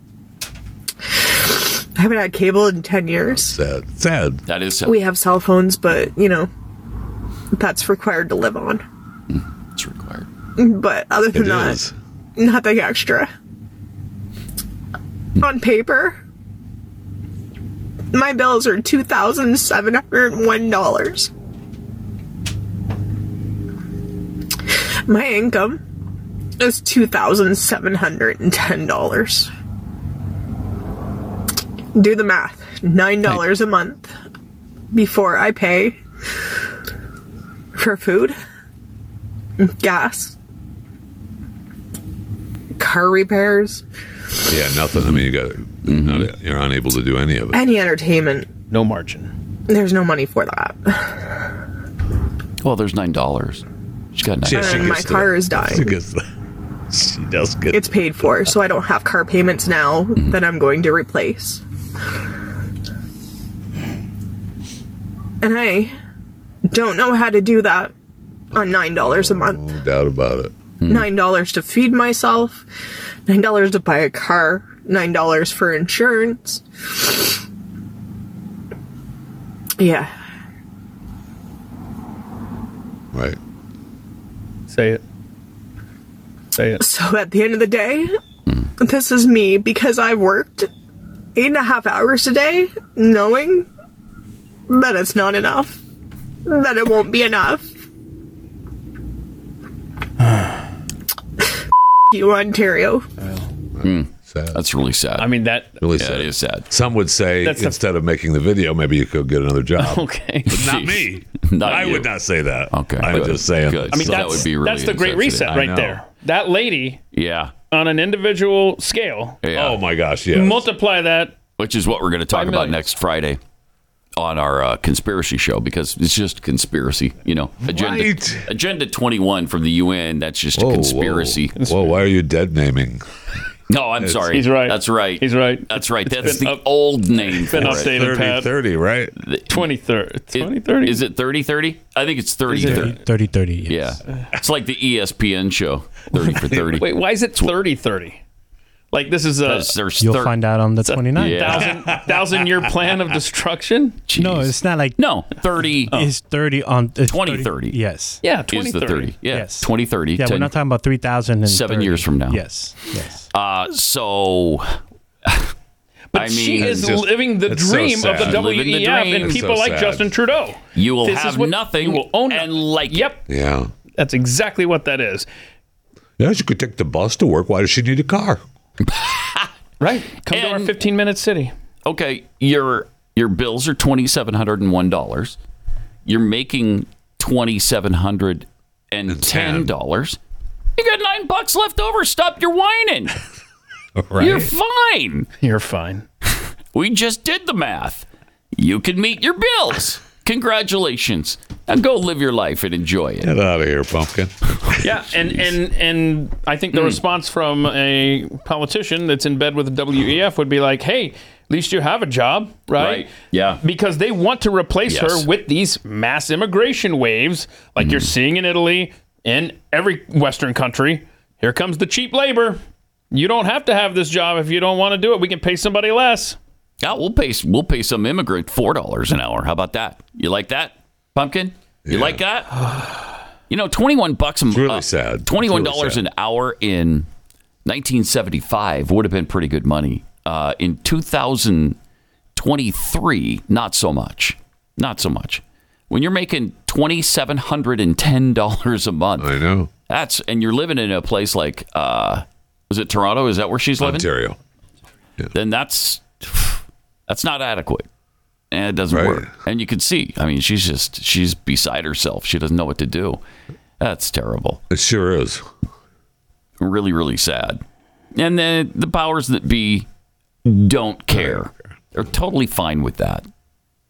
Speaker 14: I haven't had cable in 10 years.
Speaker 4: Sad. Sad.
Speaker 3: That is sad.
Speaker 14: We have cell phones, but you know, that's required to live on.
Speaker 3: Mm, It's required.
Speaker 14: But other than
Speaker 4: It
Speaker 14: that,
Speaker 4: is.
Speaker 14: nothing extra.
Speaker 3: Hmm.
Speaker 14: On paper, my bills are two thousand seven hundred and one dollars. My income is two thousand seven hundred and ten dollars. Do the math. Nine dollars a month before I pay for food, gas, car repairs,
Speaker 4: yeah, nothing. I mean, you got
Speaker 3: Mm-hmm.
Speaker 4: not- you're unable to do any of it.
Speaker 14: any entertainment.
Speaker 5: No margin.
Speaker 14: There's no money for that.
Speaker 3: Well, there's nine dollars. She's got nine.
Speaker 14: Yeah, she And my gets the- car is dying. she
Speaker 4: gets she does get.
Speaker 14: It's paid for, so I don't have car payments now that I'm going to replace. And I don't know how to do that on $9 a month.
Speaker 4: No doubt about it.
Speaker 14: nine dollars to feed myself, nine dollars to buy a car, nine dollars for insurance. Yeah,
Speaker 4: Right.
Speaker 5: Say it. Say it.
Speaker 14: so at the end of the day, this is me because I worked eight and a half hours a day, knowing that it's not enough, that it won't be enough. you, Ontario.
Speaker 3: Hmm. That's really sad. I
Speaker 5: mean that.
Speaker 4: Really
Speaker 3: yeah,
Speaker 4: sad.
Speaker 3: It is sad.
Speaker 4: Some would say
Speaker 3: That's the-
Speaker 4: instead of making the video, maybe you could get another job.
Speaker 5: Okay.
Speaker 4: But not me.
Speaker 3: Not
Speaker 4: I
Speaker 3: you.
Speaker 4: would not say that.
Speaker 3: Okay.
Speaker 4: I'm
Speaker 3: Good.
Speaker 4: just saying.
Speaker 3: Good. I mean, So that that's- would be really that's the great insensitive. reset
Speaker 4: I
Speaker 5: right
Speaker 4: know.
Speaker 5: there. that lady
Speaker 3: Yeah.
Speaker 5: on an individual scale.
Speaker 3: Oh
Speaker 4: my gosh,
Speaker 5: Multiply that.
Speaker 3: Which is what we're going to talk about next Friday on our uh, conspiracy show because it's just conspiracy, you know. Agenda Agenda 21 from the UN, that's just a conspiracy.
Speaker 4: Whoa, why are you dead naming?
Speaker 3: No, I'm
Speaker 4: It's-
Speaker 3: sorry.
Speaker 4: He's right.
Speaker 3: That's right. He's
Speaker 5: right.
Speaker 3: That's right. That's
Speaker 5: been
Speaker 3: the
Speaker 5: up-
Speaker 3: old name.
Speaker 5: it's been
Speaker 3: for
Speaker 5: updated, 30, Pat.
Speaker 4: 30, right?
Speaker 5: 23rd.
Speaker 3: 2030. Is it 3030? I think it's 3030.
Speaker 15: 30 30.
Speaker 3: Yeah. It's like the E ESPN show, 30 for 30.
Speaker 5: Wait, why is it 30 30? Like, this is uh, a.
Speaker 15: You'll find out on the 29th.
Speaker 5: Thousand, thousand year plan of destruction? Oh.
Speaker 15: No, it's not like
Speaker 3: no thirty.
Speaker 15: It's thirty on it's
Speaker 3: 2030.
Speaker 15: Yes.
Speaker 5: Yeah,
Speaker 3: Is the 30. Yeah.
Speaker 15: Yes.
Speaker 3: 2030.
Speaker 15: Yeah, we're
Speaker 3: 10
Speaker 15: not talking about three thousand and
Speaker 3: Seven years from now.
Speaker 15: Yes. Yes.
Speaker 3: Uh, so.
Speaker 5: But
Speaker 3: I mean,
Speaker 5: she is living the dream of the E
Speaker 3: Living the
Speaker 5: WEF and
Speaker 3: dream.
Speaker 5: people like Justin Trudeau.
Speaker 3: You will
Speaker 5: This is
Speaker 3: have
Speaker 5: what-
Speaker 3: nothing.
Speaker 5: You will own and
Speaker 3: like
Speaker 5: Yep.
Speaker 4: Yeah.
Speaker 5: That's exactly what that is.
Speaker 4: Yeah, she could take the bus to work. Why does she need a car?
Speaker 5: Right. Come to our 15 minute city.
Speaker 3: Okay, your your bills are twenty seven hundred and one dollars. You're making twenty seven hundred and ten dollars. You got nine bucks left over. Stop your whining. You're fine.
Speaker 5: You're fine.
Speaker 3: we just did the math. You can meet your bills. Congratulations. Now go live your life and enjoy it.
Speaker 4: Get out of here, pumpkin.
Speaker 5: Yeah, and and and I think the response from a politician that's in bed with the WEF would be like, "Hey, at least you have a job, right?"
Speaker 3: Right, yeah.
Speaker 5: Because they want to replace
Speaker 3: Yes.
Speaker 5: her with these mass immigration waves, like you're seeing in Italy and every Western country. Here comes the cheap labor. You don't have to have this job if you don't want to do it. We can pay somebody less.
Speaker 3: Yeah, we'll pay we'll pay some immigrant four dollars an hour. How about that? You like that, pumpkin? You like that? You know, twenty one bucks a month. Really sad. Twenty one dollars an hour in nineteen seventy five would have been pretty good money. Uh, in two thousand twenty three, not so much. Not so much. When you're making twenty seven hundred and ten dollars a month, I
Speaker 4: know
Speaker 3: that's and you're living in a place like uh, was it Toronto? Is that where she's living?
Speaker 4: Ontario.
Speaker 3: Then that's that's not adequate and it doesn't work and you can see i mean she's just she's beside herself she doesn't know what to do that's terrible
Speaker 4: it sure is
Speaker 3: really really sad and the the powers that be don't care they're totally fine with that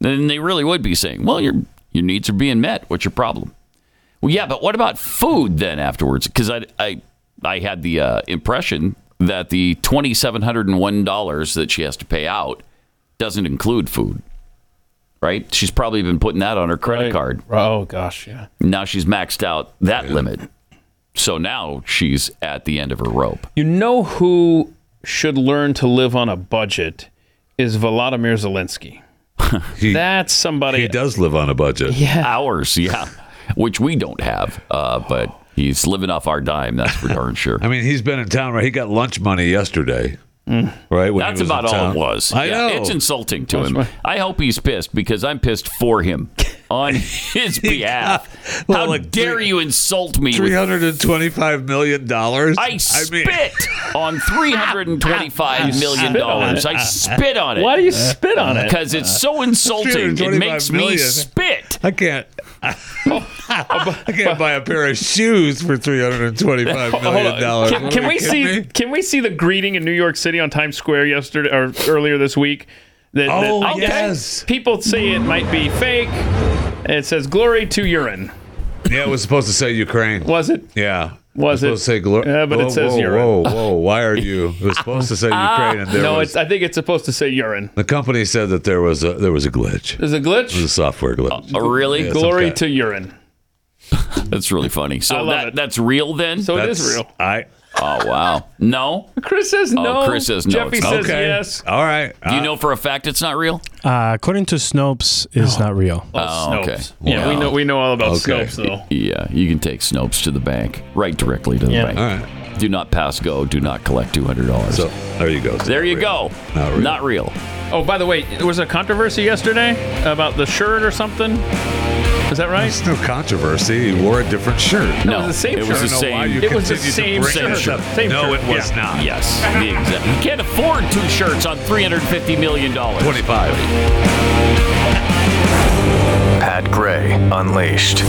Speaker 3: then they really would be saying well your your needs are being met what's your problem well yeah but what about food then afterwards because i i i had the uh, impression that the $2701 that she has to pay out doesn't include food right? She's probably been putting that on her credit card.
Speaker 5: Oh gosh, yeah.
Speaker 3: Now she's maxed out that limit. So now she's at the end of her rope.
Speaker 5: You know who should learn to live on a budget is Volodymyr Zelensky. That's somebody.
Speaker 4: He does live on a budget.
Speaker 5: Yeah.
Speaker 3: Ours, yeah. Which we don't have, uh, but he's living off our dime, that's for darn sure.
Speaker 4: I mean, he's been in town, right? He got lunch money yesterday, right? when he
Speaker 3: Mm. that's
Speaker 4: was
Speaker 3: about
Speaker 4: in
Speaker 3: all
Speaker 4: town.
Speaker 3: it was.
Speaker 4: I
Speaker 3: Yeah,
Speaker 4: know.
Speaker 3: It's insulting to
Speaker 4: That's
Speaker 3: him.
Speaker 4: right.
Speaker 3: I hope he's pissed because I'm pissed for him on his behalf. How dare you insult me
Speaker 4: Three
Speaker 3: with
Speaker 4: hundred and twenty-five million dollars.
Speaker 3: I spit on three hundred and twenty-five
Speaker 4: You
Speaker 3: million
Speaker 4: spit on
Speaker 3: dollars.
Speaker 4: it.
Speaker 3: I spit on it.
Speaker 4: Why do you spit on it?
Speaker 3: Because it's so insulting. It
Speaker 4: 325
Speaker 3: makes me
Speaker 4: million.
Speaker 3: spit.
Speaker 4: I can't. I can't buy a pair of shoes for three hundred and twenty-five million dollars.
Speaker 5: Oh, Can, can we see? Can we see the greeting in New York City on Times Square yesterday or earlier this week? That, that-
Speaker 4: Oh,
Speaker 5: okay,
Speaker 4: yes.
Speaker 5: People say it might be fake. It says "Glory to urine."
Speaker 4: Yeah, it was supposed to say Ukraine.
Speaker 5: Was it?
Speaker 4: Yeah.
Speaker 5: Was
Speaker 4: it? was Supposed to say glory.
Speaker 5: Yeah, but it
Speaker 4: whoa,
Speaker 5: says
Speaker 4: whoa,
Speaker 5: urine.
Speaker 4: Whoa, whoa! Why are you? It was supposed to say
Speaker 3: Ah,
Speaker 4: Ukraine, and there
Speaker 5: no,
Speaker 4: was,
Speaker 5: it's, I think it's supposed to say urine.
Speaker 4: the company said that there was a there was a glitch.
Speaker 5: There's a glitch.
Speaker 4: was
Speaker 5: It
Speaker 4: a software glitch.
Speaker 3: Oh, really?
Speaker 4: Yeah, some
Speaker 5: Glory
Speaker 4: kind-
Speaker 5: to urine. Oh,
Speaker 3: That's really funny.
Speaker 5: I
Speaker 3: So
Speaker 5: love
Speaker 3: that, that's real then.
Speaker 5: So it is That's- real.
Speaker 4: I.
Speaker 3: Oh wow. No.
Speaker 5: Chris says
Speaker 3: Oh,
Speaker 5: no.
Speaker 3: Chris says no.
Speaker 5: Jeffy
Speaker 3: it's not.
Speaker 5: says yes.
Speaker 4: All right. Uh,
Speaker 3: Do you know for a fact it's not real?
Speaker 15: Uh, according to Snopes, it's not real.
Speaker 3: Oh, okay.
Speaker 5: Yeah, we know- we know all about Snopes, though.
Speaker 3: Yeah, you can take Snopes to the bank, right directly to the
Speaker 5: Yeah.
Speaker 3: bank. Do not pass go. Do not collect two hundred dollars. So
Speaker 4: there you go.
Speaker 3: There you go. Not real. Not real.
Speaker 5: Oh, by the way, there was a controversy yesterday about the shirt or something. Is that right?
Speaker 4: There's no controversy. He wore a different shirt.
Speaker 5: No, it was the same
Speaker 4: I don't
Speaker 5: shirt.
Speaker 4: know why you
Speaker 5: It was the
Speaker 4: continue to
Speaker 5: same
Speaker 4: bring
Speaker 5: shirt.
Speaker 4: this up.
Speaker 5: Same
Speaker 4: no,
Speaker 5: shirt.
Speaker 4: it was
Speaker 5: Yeah.
Speaker 4: not.
Speaker 3: Yes, the exact. You can't afford two shirts on three hundred fifty million dollars.
Speaker 4: Twenty-five.
Speaker 16: Pat Gray Unleashed.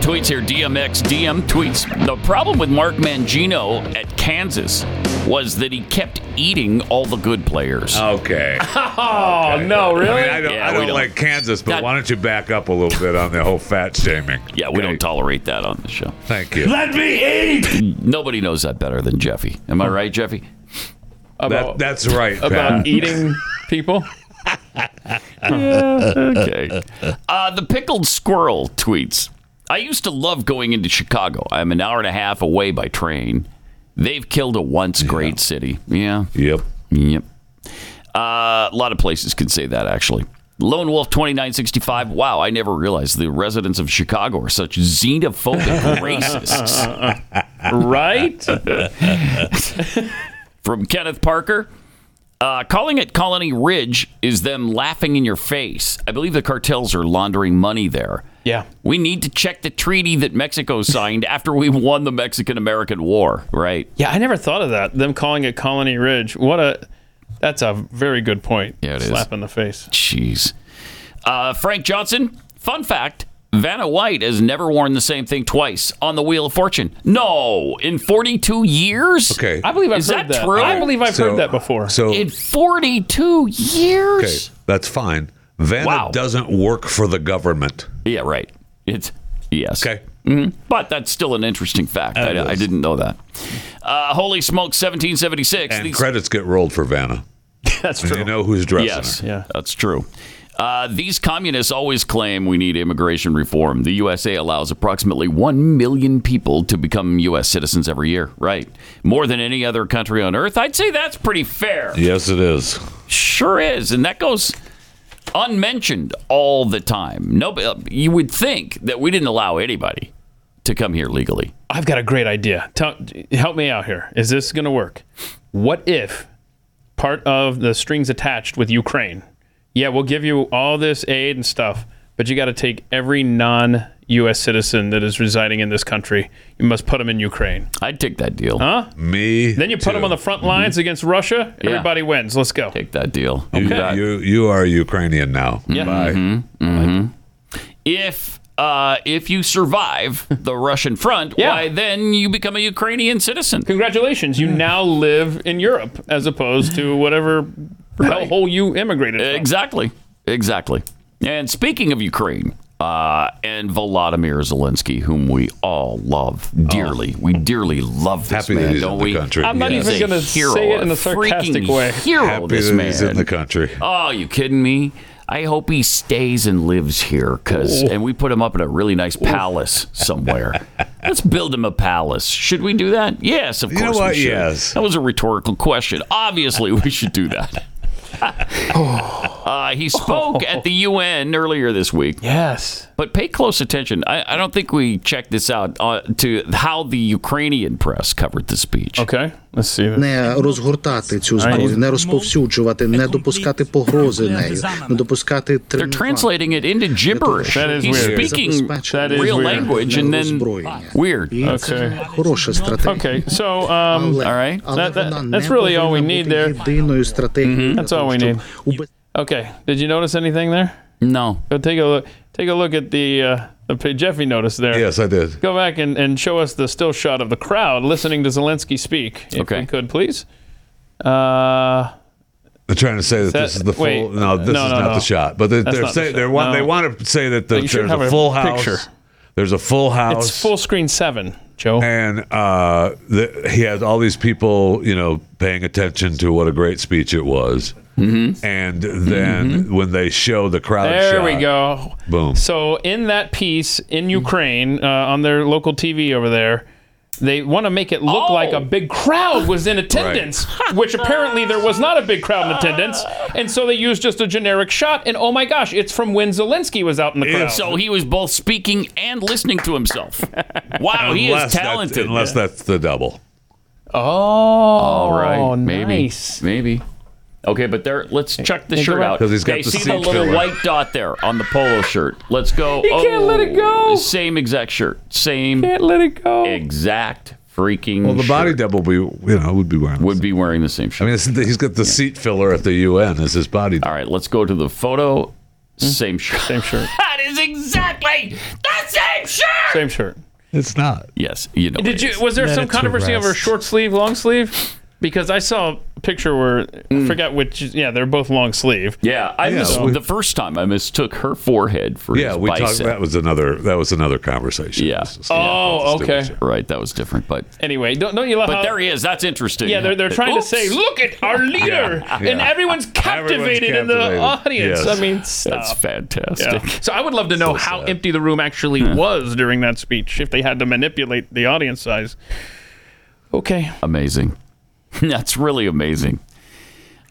Speaker 3: tweets here. DMX DM tweets. The problem with Mark Mangino at Kansas was that he kept eating all the good players.
Speaker 4: Okay.
Speaker 5: Oh no, really?
Speaker 4: I, mean, I don't,
Speaker 3: Yeah,
Speaker 4: I
Speaker 3: we
Speaker 4: don't
Speaker 3: don't.
Speaker 4: like Kansas, but why don't you back up a little bit on the whole fat shaming?
Speaker 3: Yeah, we don't tolerate that on the show.
Speaker 4: Thank you.
Speaker 3: Let me eat. Nobody knows that better than Jeffy. Am I right, Jeffy?
Speaker 4: That- that's right.
Speaker 5: about
Speaker 4: Pat.
Speaker 5: eating people.
Speaker 3: yeah, okay. Uh, the pickled squirrel tweets. I used to love going into Chicago. I'm an hour and a half away by train. They've killed a once great city. Yeah.
Speaker 4: Yep.
Speaker 3: Yep. Uh, a lot of places can say that actually. Lone Wolf 2965. Wow, I never realized the residents of Chicago are such xenophobic racists. right? From Kenneth Parker. Uh, calling it Colony Ridge is them laughing in your face. I believe the cartels are laundering money there.
Speaker 5: Yeah.
Speaker 3: We need to check the treaty that Mexico signed after we won the Mexican American War, right?
Speaker 5: Yeah, I never thought of that. Them calling it Colony Ridge. What a that's a very good point. Yeah,
Speaker 3: it is.
Speaker 5: Slap in the face.
Speaker 3: Jeez. Uh, Frank Johnson, fun fact Vanna White has never worn the same thing twice on the Wheel of Fortune. No, in 42 years?
Speaker 4: Okay.
Speaker 5: I believe I've
Speaker 3: Is
Speaker 5: heard
Speaker 3: that
Speaker 5: that.
Speaker 3: true?
Speaker 5: I believe I've
Speaker 4: So-
Speaker 5: heard that before.
Speaker 4: So
Speaker 3: in 42 years?
Speaker 4: okay, that's fine. Vanna doesn't work for the government.
Speaker 3: Yeah, right. It's yes.
Speaker 4: Okay.
Speaker 5: Mm-hmm.
Speaker 3: hmm But that's still an interesting fact.
Speaker 4: It
Speaker 3: I, I
Speaker 4: is.
Speaker 3: didn't know that. Uh, holy smoke, 1776.
Speaker 4: And
Speaker 3: These-
Speaker 4: credits get rolled for Vanna.
Speaker 5: that's
Speaker 4: true. you know who's dressing
Speaker 3: yes,
Speaker 4: her.
Speaker 5: yeah.
Speaker 3: that's true. Uh, these communists always claim we need immigration reform. The USA allows approximately 1 million people to become U.S. citizens every year, right? More than any other country on earth. I'd say that's pretty fair.
Speaker 4: Yes, it is.
Speaker 3: Sure is, and that goes unmentioned all the time. No, you would think that we didn't allow anybody to come here legally.
Speaker 5: I've got a great idea. Tell, help me out here. Is this going to work? What if part of the strings attached with Ukraine? Yeah, we'll give you all this aid and stuff, but you got to take every non U.S. citizen that is residing in this country. You must put them in Ukraine.
Speaker 3: I'd take that deal. Mm-hmm.
Speaker 5: Huh?
Speaker 4: Me.
Speaker 5: Then you put them on the front lines against Russia.
Speaker 4: Yeah.
Speaker 5: Everybody wins. Let's go.
Speaker 3: Take that deal.
Speaker 4: You, you you are Ukrainian now.
Speaker 5: Yeah. Mm-hmm.
Speaker 4: Bye.
Speaker 3: If uh, if you survive the Russian front, why then you become a Ukrainian citizen. Hmm.
Speaker 5: Congratulations. You now live in Europe as opposed to whatever hellhole you immigrated from.
Speaker 3: Exactly. Exactly. And speaking of Ukraine uh, and Volodymyr Zelensky, whom we all love
Speaker 5: Oh.
Speaker 3: dearly, we dearly love this
Speaker 4: Happy that
Speaker 3: man,
Speaker 4: he's in
Speaker 3: don't
Speaker 4: the
Speaker 3: we?
Speaker 4: country. I'm not
Speaker 3: He's
Speaker 5: even
Speaker 3: a
Speaker 5: gonna
Speaker 3: hero,
Speaker 5: say it in a
Speaker 3: freaking
Speaker 5: sarcastic way.
Speaker 3: Hero,
Speaker 4: Happy
Speaker 3: this
Speaker 4: that
Speaker 3: man.
Speaker 4: he's in the country.
Speaker 3: Oh, you kidding me? I hope he stays and lives here, cause and we put him up in a really nice palace somewhere. Let's build him a palace. Should we do that? Yes, of
Speaker 4: You know
Speaker 3: course.
Speaker 4: what?
Speaker 3: We should.
Speaker 4: Yes.
Speaker 3: That was a rhetorical question. Obviously, we should do that. Uh, he spoke at the UN earlier this week.
Speaker 5: Yes.
Speaker 3: But pay close attention. I, I don't think we checked this out uh, to how the Ukrainian press covered the speech.
Speaker 5: Okay. Let's see.
Speaker 17: не розгортати цю зброю, не розповсюджувати, не допускати погрози нею, не допускати
Speaker 3: They're translating it into gibberish.
Speaker 17: That is
Speaker 3: He's
Speaker 17: weird.
Speaker 3: speaking
Speaker 17: That is
Speaker 3: real
Speaker 17: weird.
Speaker 3: language and then weird.
Speaker 5: Okay.
Speaker 17: хороша стратегія.
Speaker 5: Okay, so um,
Speaker 17: Але-
Speaker 5: all right,
Speaker 17: але
Speaker 5: that, that-
Speaker 17: вона не
Speaker 5: that's really all we
Speaker 17: повинна
Speaker 5: need
Speaker 17: бути
Speaker 5: there.
Speaker 17: Єдиною стратегією для
Speaker 5: That's all
Speaker 17: того,
Speaker 5: we
Speaker 17: щоб
Speaker 5: need. Okay, did you notice anything there?
Speaker 3: No.
Speaker 5: Go take a look. Take a look at the uh, the pa- Jeffy noticed there.
Speaker 4: Yes, I did.
Speaker 5: Go back and, and show us the still shot of the crowd listening to Zelensky speak, if
Speaker 4: Okay.
Speaker 5: you could, please. Uh,
Speaker 4: They're trying to say that,
Speaker 5: That-
Speaker 4: this is the full.
Speaker 5: wait.
Speaker 4: no, this
Speaker 5: No,
Speaker 4: is
Speaker 5: no,
Speaker 4: not
Speaker 5: no.
Speaker 4: the shot. But they're,
Speaker 5: That's
Speaker 4: they're
Speaker 5: not the
Speaker 4: saying
Speaker 5: shot.
Speaker 4: they want they
Speaker 5: No.
Speaker 4: want to say that the,
Speaker 5: But you should
Speaker 4: there's
Speaker 5: have
Speaker 4: a
Speaker 5: a
Speaker 4: full house.
Speaker 5: picture.
Speaker 4: There's a full house.
Speaker 5: it's full screen seven, Joe.
Speaker 4: and uh, the, he has all these people, you know, paying attention to what a great speech it was. Mm-hmm. And then when they show the crowd,
Speaker 5: Mm-hmm. There we
Speaker 4: shot,
Speaker 5: go.
Speaker 4: Boom.
Speaker 5: So in that piece in Ukraine uh, on their local TV over there, they want to make it look like a big crowd was in attendance, which apparently there was not a big crowd in attendance, and so they used just a generic shot. And oh my gosh, it's from when Zelensky was out in the crowd.
Speaker 3: So he was both speaking and listening to himself. Wow, he is
Speaker 4: Unless that's-
Speaker 3: talented.
Speaker 4: unless that's the double.
Speaker 5: oh,
Speaker 3: All right, maybe,
Speaker 5: nice.
Speaker 3: maybe. Okay, but there. Let's check the
Speaker 5: Hey, go
Speaker 3: shirt
Speaker 5: back.
Speaker 3: out
Speaker 5: 'Cause he's got
Speaker 3: okay,
Speaker 5: the
Speaker 3: see
Speaker 5: seat
Speaker 3: the little
Speaker 5: filler.
Speaker 3: white dot there on the polo shirt. Let's go. Oh,
Speaker 5: He can't let it go.
Speaker 3: Same exact shirt. Same.
Speaker 5: Can't let it go.
Speaker 3: Exact freaking.
Speaker 4: Well, the body double be you know would be wearing would
Speaker 3: be wearing the same shirt.
Speaker 4: I mean, it's, he's got the seat filler at the UN as his body. All
Speaker 3: right, let's go to the photo Same shirt. Same shirt.
Speaker 18: That is exactly the same shirt.
Speaker 5: Same shirt.
Speaker 4: It's not.
Speaker 3: Yes, you know.
Speaker 5: Did
Speaker 3: it is.
Speaker 5: you? Was there some controversy over short sleeve, long sleeve? Because I saw a picture where I forgot which. Yeah, they're both long sleeve.
Speaker 3: Yeah, I mis- the first time I mistook her forehead for
Speaker 4: yeah,
Speaker 3: his
Speaker 4: we
Speaker 3: bicep.
Speaker 4: talked. That was another. That was another conversation.
Speaker 3: Yeah.
Speaker 5: Oh, okay.
Speaker 3: Right, that was different, but
Speaker 5: Anyway, don't don't you love
Speaker 3: but
Speaker 5: how?
Speaker 3: there he is. That's interesting.
Speaker 5: yeah, they're, they're trying
Speaker 3: Oops.
Speaker 5: to say, look at our leader,
Speaker 3: Yeah,
Speaker 5: and
Speaker 3: yeah.
Speaker 5: everyone's captivated, in the
Speaker 3: captivated.
Speaker 5: audience.
Speaker 3: Yes.
Speaker 5: I mean, stop.
Speaker 3: That's fantastic.
Speaker 5: Yeah. So I would love to know how empty the room actually was during that speech if they had to manipulate the audience size. Okay.
Speaker 3: Amazing. That's really amazing.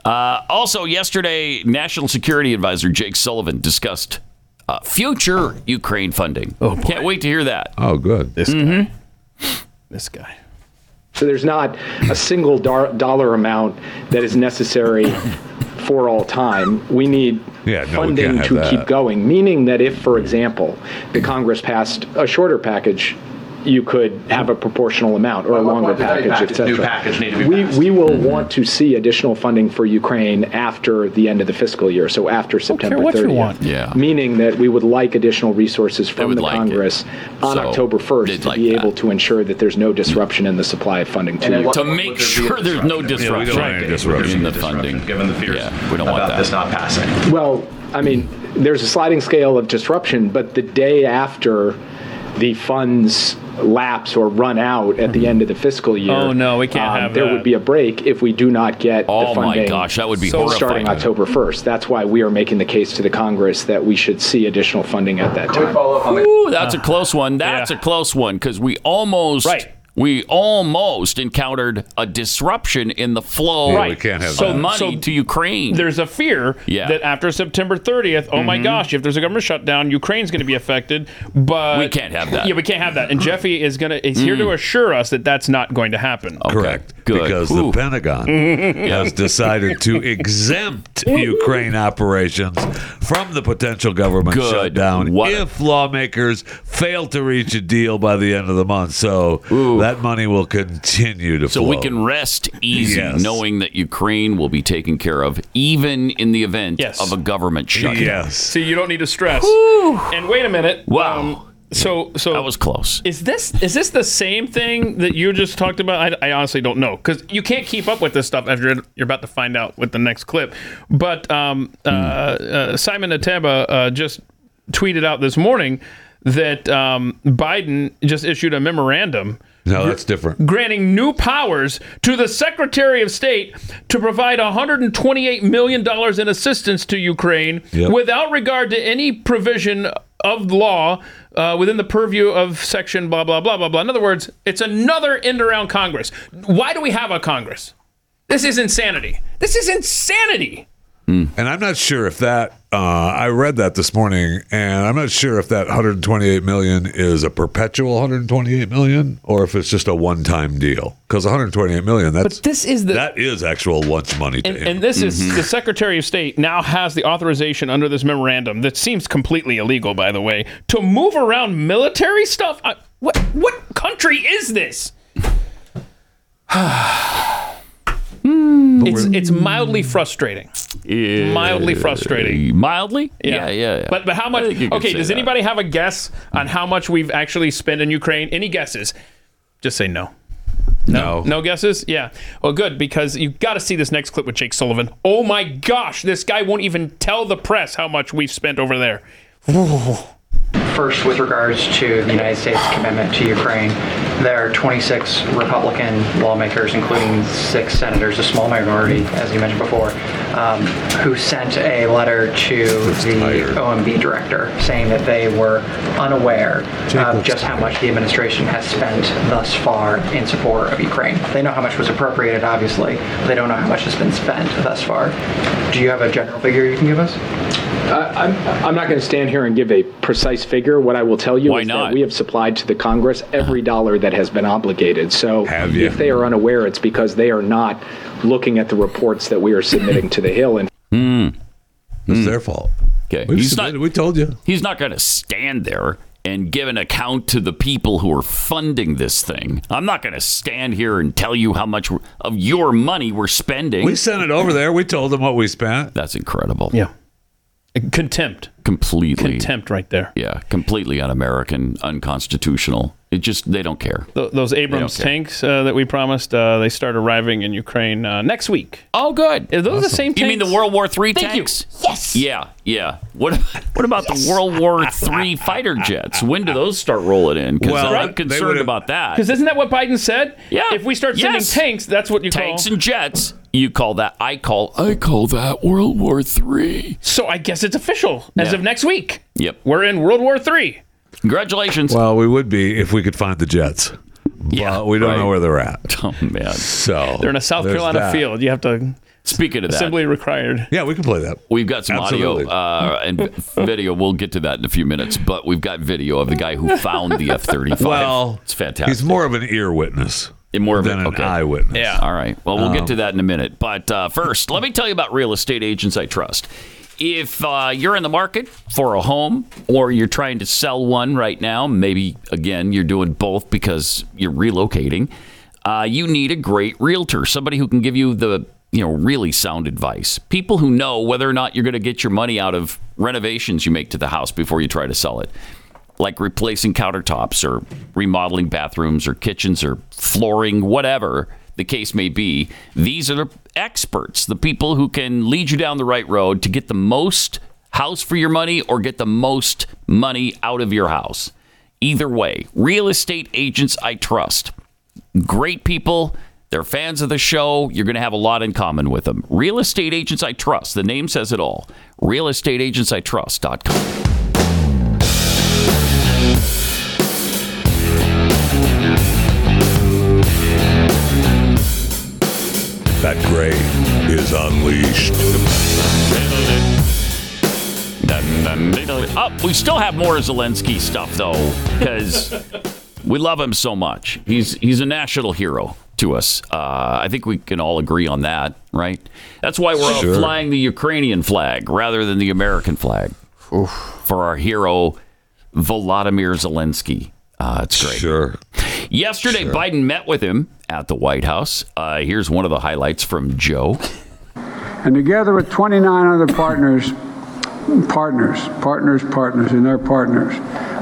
Speaker 3: Uh, also, yesterday, National Security Advisor Jake Sullivan discussed uh, future Ukraine funding. Oh, Can't wait to hear that.
Speaker 4: Oh, good.
Speaker 3: This
Speaker 19: Mhm.
Speaker 5: This guy.
Speaker 19: So there's not a single dar- dollar amount that is necessary for all time. We need
Speaker 4: Yeah, no, we
Speaker 19: funding
Speaker 4: can't have
Speaker 19: to
Speaker 4: that.
Speaker 19: keep going, meaning that if, for example, the Congress passed a shorter package, you could have a proportional amount or a longer
Speaker 10: point did they
Speaker 19: package,
Speaker 10: package-
Speaker 19: etc.
Speaker 10: new package need to be
Speaker 19: we, we will want to see additional funding for Ukraine after the end of the fiscal year, so after September
Speaker 5: what you
Speaker 19: 30th.
Speaker 5: want.
Speaker 3: Yeah.
Speaker 19: Meaning that we would like additional resources from the Congress on
Speaker 3: So,
Speaker 19: October 1st to be able to ensure that there's no disruption in the supply of funding to Ukraine.
Speaker 3: to make sure there's no disruption, in the funding. Given the fears yeah, we don't want that.
Speaker 10: That's not passing.
Speaker 19: Well, I mean, there's a sliding scale of disruption, but the day after the funds lapse or run out at the end of the fiscal year,
Speaker 5: Mm-hmm. Oh, no, we can't have
Speaker 19: there
Speaker 5: that.
Speaker 19: would be a break if we do not get
Speaker 3: Oh,
Speaker 19: the
Speaker 3: my
Speaker 19: funding.
Speaker 3: gosh, that would be
Speaker 19: starting
Speaker 3: horrifying.
Speaker 19: October 1st. That's why we are making the case to the Congress that we should see additional funding at that time.
Speaker 3: Ooh,
Speaker 5: Uh,
Speaker 3: that's a close one. That's a close one because we almost we almost encountered a disruption in the flow
Speaker 5: Right.
Speaker 3: of money to Ukraine.
Speaker 5: There's a fear
Speaker 3: Yeah.
Speaker 5: that after September 30th, oh my gosh, if there's a government shutdown, Ukraine's going to be affected. But
Speaker 3: We can't have that.
Speaker 5: Yeah, we can't have that. Mm. And Jeffy is going to is here
Speaker 3: Mm.
Speaker 5: to assure us that that's not going to happen.
Speaker 4: Correct. Because the Pentagon
Speaker 5: Mhm.
Speaker 4: has decided to exempt Ukraine operations from the potential government
Speaker 3: Good.
Speaker 4: shutdown
Speaker 3: What a-
Speaker 4: if lawmakers fail to reach a deal by the end of the month. So that money will continue to
Speaker 3: so
Speaker 4: flow.
Speaker 3: we can rest easy
Speaker 4: Yes.
Speaker 3: knowing that Ukraine will be taken care of, even in the event of a government shutdown.
Speaker 5: So you don't need to stress. And wait a minute. Wow. so so that was
Speaker 3: close.
Speaker 5: Is this is this the same thing that you just talked about? I, I honestly don't know because you can't keep up with this stuff after you're about to find out with the next clip. But um, uh, uh, Simon Ateba uh, just tweeted out this morning that um, Biden just issued a memorandum
Speaker 4: No, that's different.
Speaker 5: granting new powers to the Secretary of State to provide $128 million in assistance to Ukraine
Speaker 4: Yep.
Speaker 5: without regard to any provision of law uh, within the purview of section blah, blah, blah, blah, blah. In other words, it's another end around Congress. Why do we have a Congress? This is insanity. This is insanity.
Speaker 3: Mm.
Speaker 4: And I'm not sure if that. Uh, I read that this morning, and I'm not sure if that 128 million is a perpetual 128 million or if it's just a one-time deal. Because 128 million, that's
Speaker 5: this is the
Speaker 4: that is actual lunch money. To
Speaker 5: And,
Speaker 4: him.
Speaker 5: and this is the Secretary of State now has the authorization under this memorandum that seems completely illegal, by the way, to move around military stuff. I, what what country is this? it's it's mildly frustrating. Mildly frustrating.
Speaker 3: Mildly? Yeah, yeah, yeah.
Speaker 5: But but how much?
Speaker 3: I think you could
Speaker 5: Okay,
Speaker 3: say
Speaker 5: does
Speaker 3: that.
Speaker 5: anybody have a guess on how much we've actually spent in Ukraine? Any guesses? Just say no.
Speaker 4: No.
Speaker 5: No guesses? Yeah. Well, good, because you got to see this next clip with Jake Sullivan. Oh my gosh, this guy won't even tell the press how much we've spent over there.
Speaker 20: First, with regards to the United States' commitment to Ukraine, there are 26 Republican lawmakers, including six senators, a small minority, as you mentioned before, um, who sent a letter to the OMB director saying that they were unaware of just how much the administration has spent thus far in support of Ukraine. They know how much was appropriated, obviously. but They don't know how much has been spent thus far. Do you have a general figure you can give us?
Speaker 19: Uh, I'm, I'm not going to stand here and give a precise figure. What I will tell you
Speaker 20: Why
Speaker 19: is
Speaker 20: not?
Speaker 19: that we have supplied to the Congress every dollar that has been obligated. So
Speaker 4: you?
Speaker 19: if they are unaware, it's because they are not looking at the reports that we are submitting to the Hill. And
Speaker 4: It's their fault.
Speaker 3: Hmm. Okay.
Speaker 4: We've
Speaker 3: He's not-
Speaker 4: submitted- we told you.
Speaker 3: He's not going to stand there and give an account to the people who are funding this thing. I'm not going to stand here and tell you how much of your money we're spending.
Speaker 4: We sent it over there. We told them what we spent.
Speaker 3: That's incredible.
Speaker 5: Yeah. Contempt.
Speaker 3: Completely.
Speaker 5: Contempt right there.
Speaker 3: Yeah, completely un-American, unconstitutional. It just they don't care.
Speaker 5: Th- those Abrams
Speaker 3: They don't care.
Speaker 5: tanks uh, that we promised, uh, they start arriving in Ukraine uh, next week.
Speaker 3: Oh, good.
Speaker 5: Are those the same tanks?
Speaker 3: You mean the World War III
Speaker 5: Thank you.
Speaker 3: tanks? Yes. Yeah, yeah. What What about the World War III fighter jets? When do those start rolling in? 'Cause
Speaker 5: Well,
Speaker 3: I'm
Speaker 5: they
Speaker 3: concerned
Speaker 5: would've-
Speaker 3: about that.
Speaker 5: Because isn't that what Biden said?
Speaker 3: Yeah.
Speaker 5: If we start sending
Speaker 3: Yes.
Speaker 5: tanks, that's what you
Speaker 3: tanks
Speaker 5: call.
Speaker 3: and jets. You call that? I call. I call that World War III.
Speaker 5: so I guess it's official as
Speaker 3: Yeah.
Speaker 5: of next week.
Speaker 3: Yep.
Speaker 5: We're in World War Three.
Speaker 3: Congratulations.
Speaker 4: Well, we would be if we could find the Jets. Yeah, but we don't know where they're at.
Speaker 3: Oh man,
Speaker 4: so
Speaker 5: They're in a South
Speaker 4: there's
Speaker 5: Carolina
Speaker 4: that.
Speaker 5: field. You have to.
Speaker 3: Speaking of that,
Speaker 5: assembly required.
Speaker 4: Yeah, we can play that.
Speaker 3: We've got some
Speaker 4: Absolutely.
Speaker 3: audio uh, and video. We'll get to that in a few minutes, but we've got video of the guy who found the F thirty five.
Speaker 4: Well,
Speaker 3: it's fantastic.
Speaker 4: He's more of an ear witness
Speaker 3: more
Speaker 4: than an eye witness.
Speaker 3: Yeah. All right. Well, we'll get
Speaker 4: Um,
Speaker 3: to that in a minute. But uh, first, let me tell you about real estate agents I trust. If uh, you're in the market for a home or you're trying to sell one right now, maybe again, you're doing both because you're relocating, uh, you need a great realtor, somebody who can give you the you know really sound advice people who know whether or not you're going to get your money out of renovations you make to the house before you try to sell it like replacing countertops or remodeling bathrooms or kitchens or flooring, whatever the case may be. These are the experts, the people who can lead you down the right road to get the most house for your money or get the most money out of your house. Either way, real estate agents I trust. Great people. They're fans of the show. You're going to have a lot in common with them. Real Estate Agents I Trust. The name says it all. RealEstateAgentsITrust.com.
Speaker 4: That gray is unleashed.
Speaker 3: Up, Oh, we still have more Zelensky stuff though, because we love him so much. He's he's a national hero to us. Uh, I think we can all agree on that, right? That's why we're all
Speaker 4: Sure.
Speaker 3: flying the Ukrainian flag rather than the American flag for our hero Volodymyr Zelensky. Uh, it's great.
Speaker 4: Sure.
Speaker 3: Yesterday, Biden met with him at the White House. Uh, here's one of the highlights from Joe.
Speaker 21: And together with 29 other partners, partners, partners, partners, and their partners,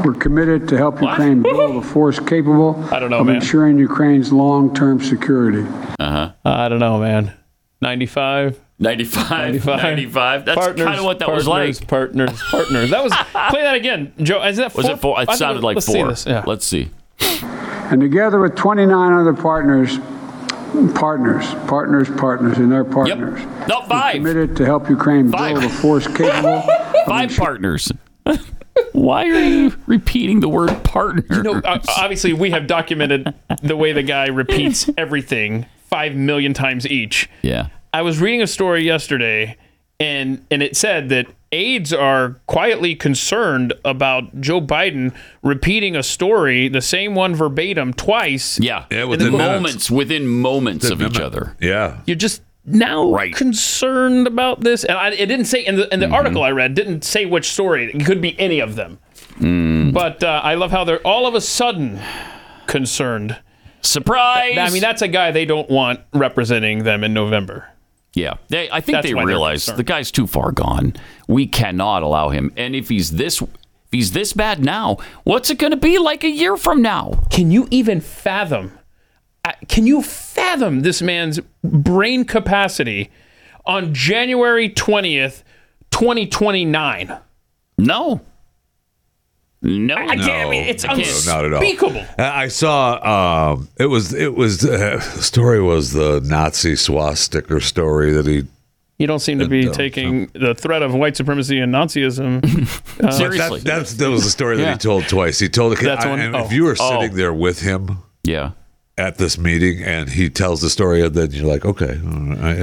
Speaker 21: we're committed to help Ukraine build a force capable of
Speaker 5: man.
Speaker 21: ensuring Ukraine's long term security.
Speaker 3: Uh-huh.
Speaker 5: I don't know, man. 95.
Speaker 3: 95.
Speaker 5: 95.
Speaker 3: 95. That's kinda what that was
Speaker 5: partners,
Speaker 3: like.
Speaker 5: Partners, partners. That was. play that again, Joe. Is that four?
Speaker 3: Was it four?
Speaker 5: I
Speaker 3: It
Speaker 5: thought
Speaker 3: sounded like
Speaker 5: let's see
Speaker 3: four.
Speaker 5: this. Yeah.
Speaker 3: Let's see.
Speaker 21: And together with 29 other partners, partners, partners, partners, and their partners,
Speaker 3: no, five.
Speaker 21: we're committed to help Ukraine build a force capable
Speaker 3: Five partners. Why are you repeating the word partner?
Speaker 5: You know, uh, obviously, we have documented the way the guy repeats everything five million times each.
Speaker 3: Yeah.
Speaker 5: I was reading a story yesterday, and and it said that aides are quietly concerned about Joe Biden repeating a story, the same one verbatim, twice.
Speaker 3: Yeah,
Speaker 5: in the
Speaker 3: within
Speaker 5: course-
Speaker 3: moments, within moments of each other.
Speaker 4: Yeah,
Speaker 5: You're just now concerned about this, and I, it didn't say in the in the
Speaker 3: Mm-hmm.
Speaker 5: article I read didn't say which story. It could be any of them.
Speaker 3: Hmm. Mm,
Speaker 5: But uh, I love how they're all of a sudden concerned.
Speaker 3: Surprise!
Speaker 5: I mean, that's a guy they don't want representing them in November.
Speaker 3: Yeah, they, I think
Speaker 5: That's
Speaker 3: they
Speaker 5: why they're
Speaker 3: realize
Speaker 5: concerned.
Speaker 3: the guy's too far gone. We cannot allow him. And if he's this, if he's this bad now, what's it going to be like a year from now?
Speaker 5: Can you even fathom? I- Can you fathom this man's brain capacity on January 20th, 2029?
Speaker 3: No. No, I,
Speaker 5: I can't. I mean, it's unspeakable.
Speaker 4: I I saw um, it was it was uh, the story was the Nazi swastika story that he
Speaker 5: You don't seem to be taking the threat of white supremacy and Nazism uh,
Speaker 4: But that, that's, that was the story that he told twice. He told the
Speaker 5: That's
Speaker 4: I-
Speaker 5: one-
Speaker 4: and
Speaker 5: oh.
Speaker 4: if you were
Speaker 5: Oh.
Speaker 4: sitting there with him,
Speaker 3: yeah,
Speaker 4: at this meeting, and he tells the story, and then you're like, okay.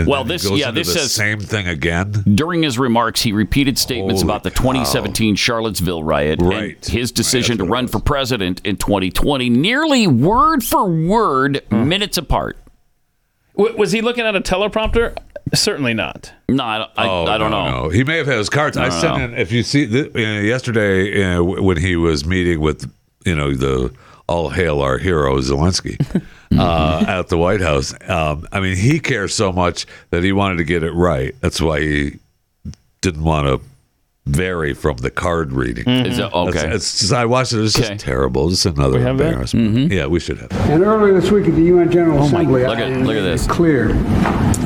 Speaker 3: Well, this- yeah, this
Speaker 4: is
Speaker 3: says-
Speaker 4: same thing again.
Speaker 3: During his remarks, he repeated statements
Speaker 4: Holy
Speaker 3: about the 2017 Charlottesville riot
Speaker 4: Right.
Speaker 3: and his decision to run for president in 2020, nearly word for word, minutes apart.
Speaker 5: Hmm. W- was he looking at a teleprompter? Certainly not.
Speaker 3: No, I, don't- I, I don't
Speaker 4: Oh, no,
Speaker 3: know.
Speaker 4: no. He may have had his cards.
Speaker 3: I
Speaker 4: I
Speaker 3: don't
Speaker 4: sent
Speaker 3: know.
Speaker 4: in. If you see th- uh, yesterday uh, w- when he was meeting with you know the all hail our hero Zelensky uh, at the White House. Um, I mean, he cares so much that he wanted to get it right. That's why he didn't want to vary from the card reading.
Speaker 3: Mhm. Is that- okay.
Speaker 4: It's- it's just- I watched it. It's just terrible. It's another
Speaker 3: We have that?
Speaker 4: embarrassment. Yeah, we should have.
Speaker 21: And earlier this week at the UN General Assembly,
Speaker 4: look at- look at
Speaker 21: I-
Speaker 4: this.
Speaker 21: it's clear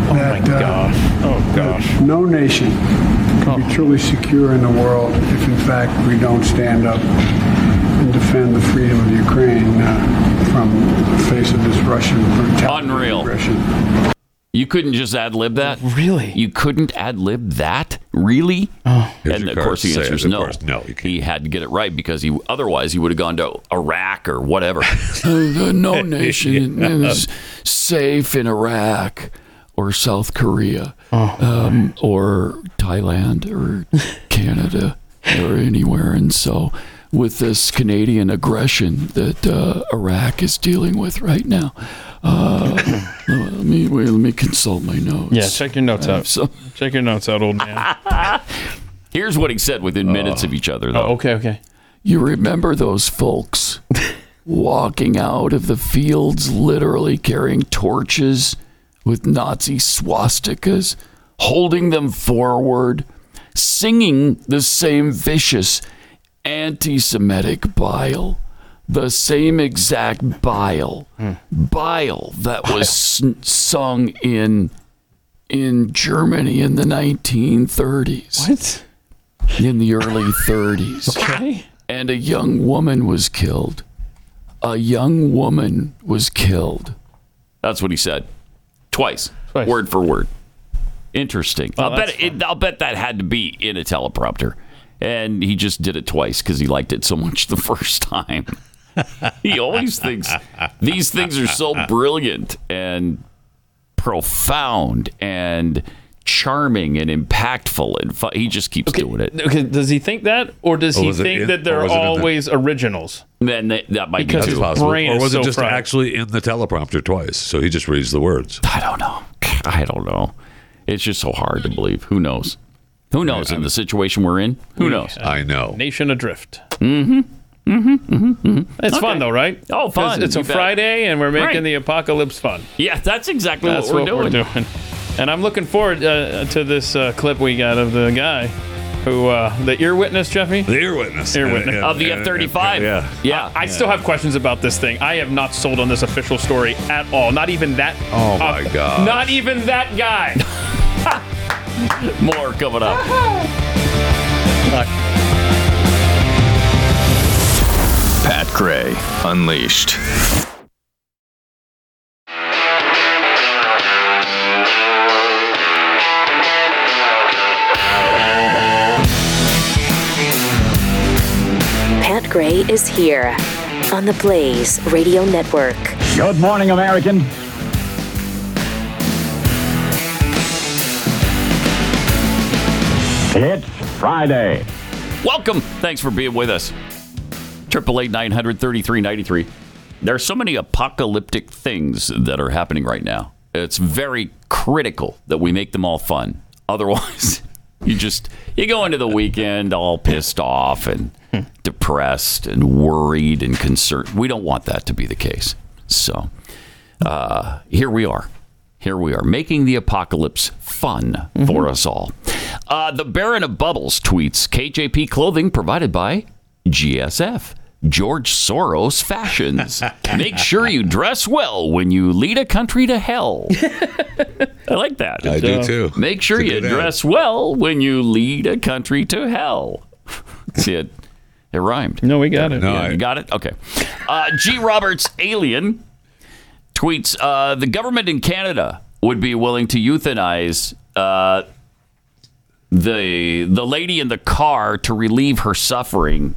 Speaker 21: that uh, that no nation can be truly secure in the world if, in fact, we don't stand up and defend the freedom of Ukraine uh, from the face of this Russian brutality.
Speaker 3: Unreal. You couldn't just ad lib that?
Speaker 5: Really? Oh.
Speaker 3: You couldn't ad lib that? Really?
Speaker 4: Here's
Speaker 3: and
Speaker 4: your
Speaker 3: of course
Speaker 4: card
Speaker 3: the answer
Speaker 4: says,
Speaker 3: is
Speaker 4: of
Speaker 3: no.
Speaker 4: course, no,
Speaker 3: he had to get it right because he otherwise he would have gone to Iraq or whatever. Uh, no nation is safe in Iraq or South Korea
Speaker 5: Oh.
Speaker 3: um, or Thailand or Canada or anywhere. And so, with this Canadian aggression that uh, Iraq is dealing with right now, uh, let me wait, let me consult my notes.
Speaker 5: Yeah, check your notes
Speaker 3: I have
Speaker 5: out.
Speaker 3: some-
Speaker 5: Check your notes out, old man.
Speaker 3: Here's what he said within minutes of each other, though.
Speaker 5: Oh, okay, okay.
Speaker 3: You remember those folks walking out of the fields, literally carrying torches with Nazi swastikas, holding them forward, singing the same vicious anti Semitic bile, the same exact bile,
Speaker 5: Hmm.
Speaker 3: bile that was sn- sung in. In Germany in the 1930s. What? in the early 30s. Okay. And a young woman was killed. A young woman was killed. That's what he said. Twice. Word for word. Interesting. I'll bet it, I'll bet that had to be in a teleprompter. And he just did it twice because he liked it so much the first time. he always thinks these things are so brilliant and profound and charming and impactful and fu- he just keeps doing it.
Speaker 5: Okay, does he think that, or does
Speaker 3: Or
Speaker 5: he
Speaker 3: Oh, was it
Speaker 5: think
Speaker 3: in-
Speaker 5: that
Speaker 3: or
Speaker 5: they're
Speaker 3: was it in the-
Speaker 5: always originals?
Speaker 3: Then that, that might
Speaker 5: Because
Speaker 3: be
Speaker 5: his
Speaker 3: too.
Speaker 5: possible. brain
Speaker 4: or
Speaker 5: is
Speaker 4: was
Speaker 5: so
Speaker 4: it just
Speaker 5: fried.
Speaker 4: actually in the teleprompter twice? So he just reads the words.
Speaker 3: I don't know. I don't know. It's just so hard to believe. Who knows? Who knows in the situation we're in?
Speaker 5: Hmm.
Speaker 3: Who knows?
Speaker 4: I know.
Speaker 5: Nation adrift.
Speaker 3: Mm-hmm.
Speaker 5: It's fun though, right?
Speaker 3: Oh,
Speaker 5: 'Cause
Speaker 3: fun.
Speaker 5: It's
Speaker 3: You
Speaker 5: a
Speaker 3: bet.
Speaker 5: Friday, and we're making
Speaker 3: Right.
Speaker 5: the apocalypse fun.
Speaker 3: Yeah, that's exactly
Speaker 5: That's
Speaker 3: what, we're, doing.
Speaker 5: And I'm looking forward uh, to this uh, clip we got of the guy who, uh, the ear witness, Jeffy? The
Speaker 4: ear witness.
Speaker 5: Ear witness.
Speaker 3: Of the F-35. Yeah. Yeah.
Speaker 5: I still have questions about this thing. I am not sold on this official story at all. Not even that.
Speaker 4: Oh, my God.
Speaker 5: Not even that guy.
Speaker 3: More coming up.
Speaker 16: Pat Gray Unleashed.
Speaker 1: Pat Gray is here on the Blaze Radio Network.
Speaker 2: Good morning, American. It's Friday.
Speaker 3: Welcome. Thanks for being with us. Triple eight nine hundred thirty three ninety three. There are so many apocalyptic things that are happening right now. It's very critical that we make them all fun. Otherwise, you just you go into the weekend all pissed off and
Speaker 2: Hmm.
Speaker 3: depressed and worried and concerned. We don't want that to be the case. So uh, here we are. Here we are making the apocalypse fun
Speaker 5: Mm-hmm.
Speaker 3: for us all. Uh, the Baron of Bubbles tweets KJP clothing provided by GSF, George Soros Fashions. Make sure you dress well when you lead a country to hell. I like that. Uh,
Speaker 4: I do, too.
Speaker 3: Make sure
Speaker 4: It's a
Speaker 3: you
Speaker 4: good ad.
Speaker 3: dress well when you lead a country to hell. See it? It rhymed.
Speaker 5: No, we got it.
Speaker 3: Yeah, you got it? Okay. Uh, G. Roberts Alien tweets uh, The government in Canada would be willing to euthanize uh, the, the lady in the car to relieve her suffering,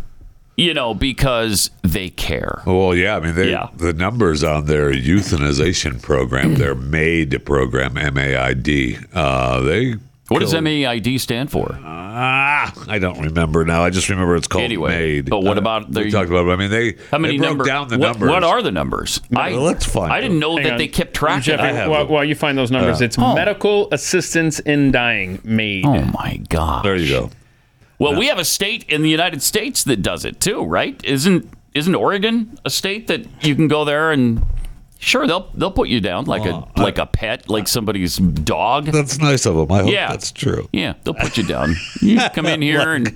Speaker 3: you know, because they care.
Speaker 4: Well, yeah, I mean, they, the numbers on their euthanization program, their MAID program, M A I D, uh, they.
Speaker 3: What does
Speaker 4: killed-
Speaker 3: MAID stand for?
Speaker 4: Ah, I don't remember now. I just remember it's called
Speaker 3: Anyway,
Speaker 4: MAID.
Speaker 3: but what
Speaker 4: Uh,
Speaker 3: about
Speaker 4: we
Speaker 3: the-
Speaker 4: talked about? it. I mean, they
Speaker 3: How many
Speaker 4: they broke
Speaker 3: number-
Speaker 4: down the
Speaker 3: what-
Speaker 4: numbers.
Speaker 3: what are the numbers? I-
Speaker 4: well, let's find.
Speaker 3: I didn't know
Speaker 5: Hang
Speaker 3: that
Speaker 5: on.
Speaker 3: they kept track of
Speaker 5: Jeffy,
Speaker 3: it. I have
Speaker 5: while,
Speaker 3: them.
Speaker 5: while you find those numbers,
Speaker 3: Yeah.
Speaker 5: it's
Speaker 3: Oh.
Speaker 5: medical assistance in dying made.
Speaker 3: Oh my god!
Speaker 4: There you go.
Speaker 3: Well, we have a state in the United States that does it too, right? Isn't isn't Oregon a state that you can go there and Sure, they'll they'll put you down like a like a pet, like somebody's dog.
Speaker 4: That's nice of them. I hope
Speaker 3: yeah,
Speaker 4: that's true.
Speaker 3: Yeah, they'll put you down. You come in here and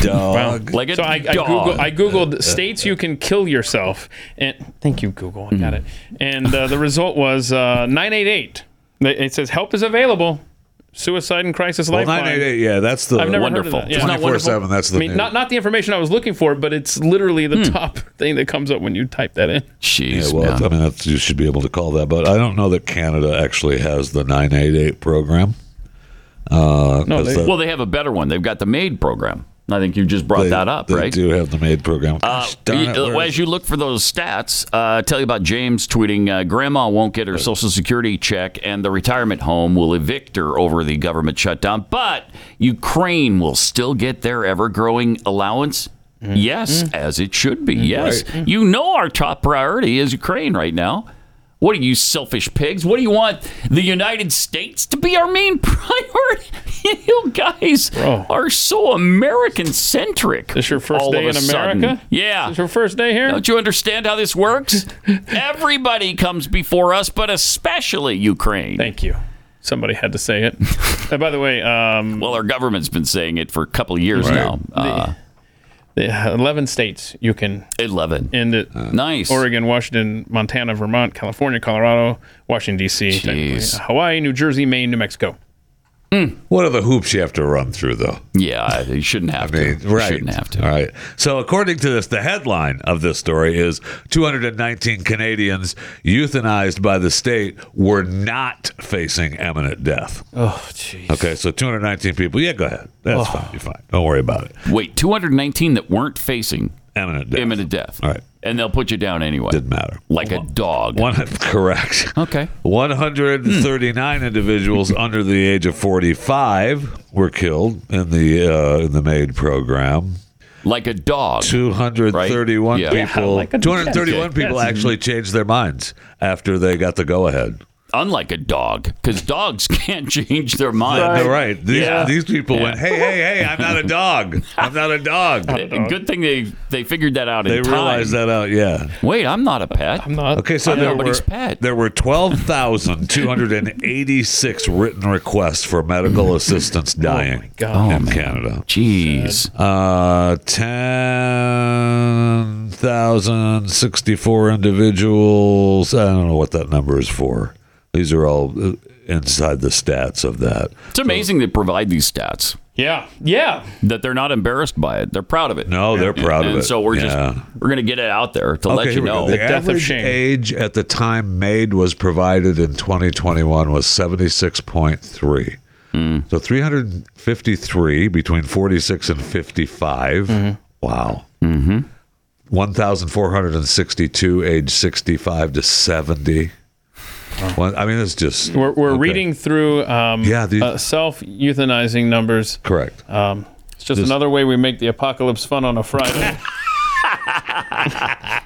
Speaker 3: dog, like a
Speaker 5: so I, I,
Speaker 3: dog.
Speaker 5: Googled, I googled states you can kill yourself, and thank you Google, I got it. And uh, the result was uh, nine eight eight. It says help is available. Suicide and crisis
Speaker 4: Well,
Speaker 5: lifeline.
Speaker 4: 988, yeah, that's the
Speaker 5: I've never
Speaker 4: wonderful.
Speaker 5: Heard of that. Yeah.
Speaker 4: 24/7, that's the
Speaker 5: I mean,
Speaker 4: new.
Speaker 5: not not the information I was looking for, but it's literally the
Speaker 3: Hmm.
Speaker 5: top thing that comes up when you type that in.
Speaker 3: Jeez,
Speaker 4: yeah, well, I mean, that's, you should be able to call that, but I don't know that Canada actually has the 988 program. Uh,
Speaker 3: No,
Speaker 4: 'cause
Speaker 3: they-
Speaker 4: that-
Speaker 3: well, they have a better one. They've got the MAID program. I think you just brought
Speaker 4: they-
Speaker 3: that up,
Speaker 4: they
Speaker 3: right?
Speaker 4: do have the MAID program. Gosh, darn
Speaker 3: You-
Speaker 4: it,
Speaker 3: uh,
Speaker 4: where-
Speaker 3: as you look for those stats, uh, tell you about James tweeting: uh, Grandma won't get her Social Security check, and the retirement home will evict her over the government shutdown. But Ukraine will still get their ever-growing allowance.
Speaker 4: Mm-hmm.
Speaker 3: Yes, as it should be. Yes,
Speaker 16: Right.
Speaker 3: you know our top priority is Ukraine right now. What are you selfish pigs? What do you want the United States to be our main priority? you guys
Speaker 4: Oh.
Speaker 3: are so American centric. This
Speaker 5: your first day in America?
Speaker 3: Yeah.
Speaker 5: It's your first day here.
Speaker 3: Don't you understand how this works? Everybody comes before us, but especially Ukraine.
Speaker 5: Thank you. Somebody had to say it. and by the way, um,
Speaker 3: well, our government's been saying it for a couple of years
Speaker 5: Right.
Speaker 3: now. Uh,
Speaker 5: the 11 states you can
Speaker 3: 11
Speaker 5: end it
Speaker 3: Uh, nice
Speaker 5: oregon washington montana vermont california colorado washington d.c technically, hawaii new jersey maine new mexico
Speaker 4: What are the hoops you have to run through, though?
Speaker 3: hmm. Yeah, you shouldn't have
Speaker 4: I mean,
Speaker 3: to. You
Speaker 4: Right.
Speaker 3: shouldn't have
Speaker 4: to. All right. So, according to this, the headline of this story is 219 Canadians euthanized by the state were not facing imminent death.
Speaker 5: Oh, jeez.
Speaker 4: Okay, so 219 people. Yeah, go ahead. That's
Speaker 3: Oh.
Speaker 4: fine. You're fine. Don't worry about it.
Speaker 3: Wait, 219 that weren't facing
Speaker 4: imminent death.
Speaker 3: Imminent death.
Speaker 4: All right.
Speaker 3: And they'll put you down anyway.
Speaker 4: Didn't matter.
Speaker 3: Like a dog.
Speaker 4: One, correct.
Speaker 3: Okay. Hmm.
Speaker 4: 139 individuals under the age of 45 were killed in the uh, in the MAID program.
Speaker 3: Like a dog.
Speaker 4: 231
Speaker 3: right? Yeah.
Speaker 4: people.
Speaker 3: Yeah, like a dog.
Speaker 4: 231 people
Speaker 3: Yes.
Speaker 4: actually changed their minds after they got the go ahead.
Speaker 3: Unlike a dog, because dogs can't change their mind.
Speaker 4: Right. Right. These- these people
Speaker 3: Yeah.
Speaker 4: went, "Hey, hey, hey! I'm not a dog. I'm not a dog."
Speaker 3: Good thing they they figured that out.
Speaker 4: They
Speaker 3: in time.
Speaker 4: realized that out. Yeah.
Speaker 3: Wait, I'm not a pet. I'm
Speaker 5: not.
Speaker 4: Okay, so
Speaker 3: I'm
Speaker 4: there were
Speaker 3: nobody's pet.
Speaker 4: there were twelve thousand two hundred and eighty six written requests for
Speaker 3: Mm-hmm.
Speaker 4: medical assistance dying
Speaker 3: Oh God.
Speaker 4: in Canada.
Speaker 3: Jeez,
Speaker 4: uh, ten thousand sixty four individuals. I don't know what that number is for. These are all uh, inside the stats of that.
Speaker 3: It's amazing they provide these stats.
Speaker 5: Yeah, yeah.
Speaker 3: That they're not embarrassed by it. They're proud of it. No,
Speaker 4: they're proud of
Speaker 3: and
Speaker 4: it.
Speaker 3: So we're
Speaker 4: Yeah.
Speaker 3: just we're gonna get it out there to
Speaker 4: Okay,
Speaker 3: let you
Speaker 4: here we go.
Speaker 3: know
Speaker 4: The, average age at the time MAID was provided in 2021 was 76.3.
Speaker 3: Hmm.
Speaker 4: So 353 between 46 and 55. Wow. Mm-hmm. 1,462 age 65 to 70. Well, I mean, it's just.
Speaker 5: we're, we're reading through um,
Speaker 4: Yeah, these-
Speaker 5: uh, self-euthanizing numbers
Speaker 4: correct
Speaker 5: um, it's just
Speaker 4: This-
Speaker 5: another way we make the apocalypse fun on a friday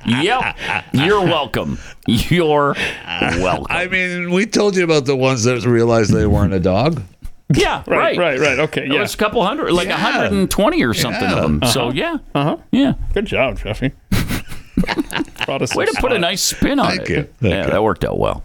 Speaker 3: yep you're welcome you're welcome
Speaker 4: I mean, we told you about the ones that realized they weren't a dog.
Speaker 3: Yeah,
Speaker 5: right, right, right. Okay,
Speaker 3: It
Speaker 5: yeah.
Speaker 3: was a couple hundred, like
Speaker 5: Yeah.
Speaker 3: 120 or something of them. So yeah,
Speaker 5: uh huh,
Speaker 3: yeah.
Speaker 5: Good job, Jeffy. Brought us
Speaker 3: way to
Speaker 5: some
Speaker 3: put a
Speaker 5: slack.
Speaker 3: nice spin on
Speaker 5: Thank
Speaker 3: it.
Speaker 5: you. Thank
Speaker 3: yeah,
Speaker 5: you.
Speaker 3: that worked out well.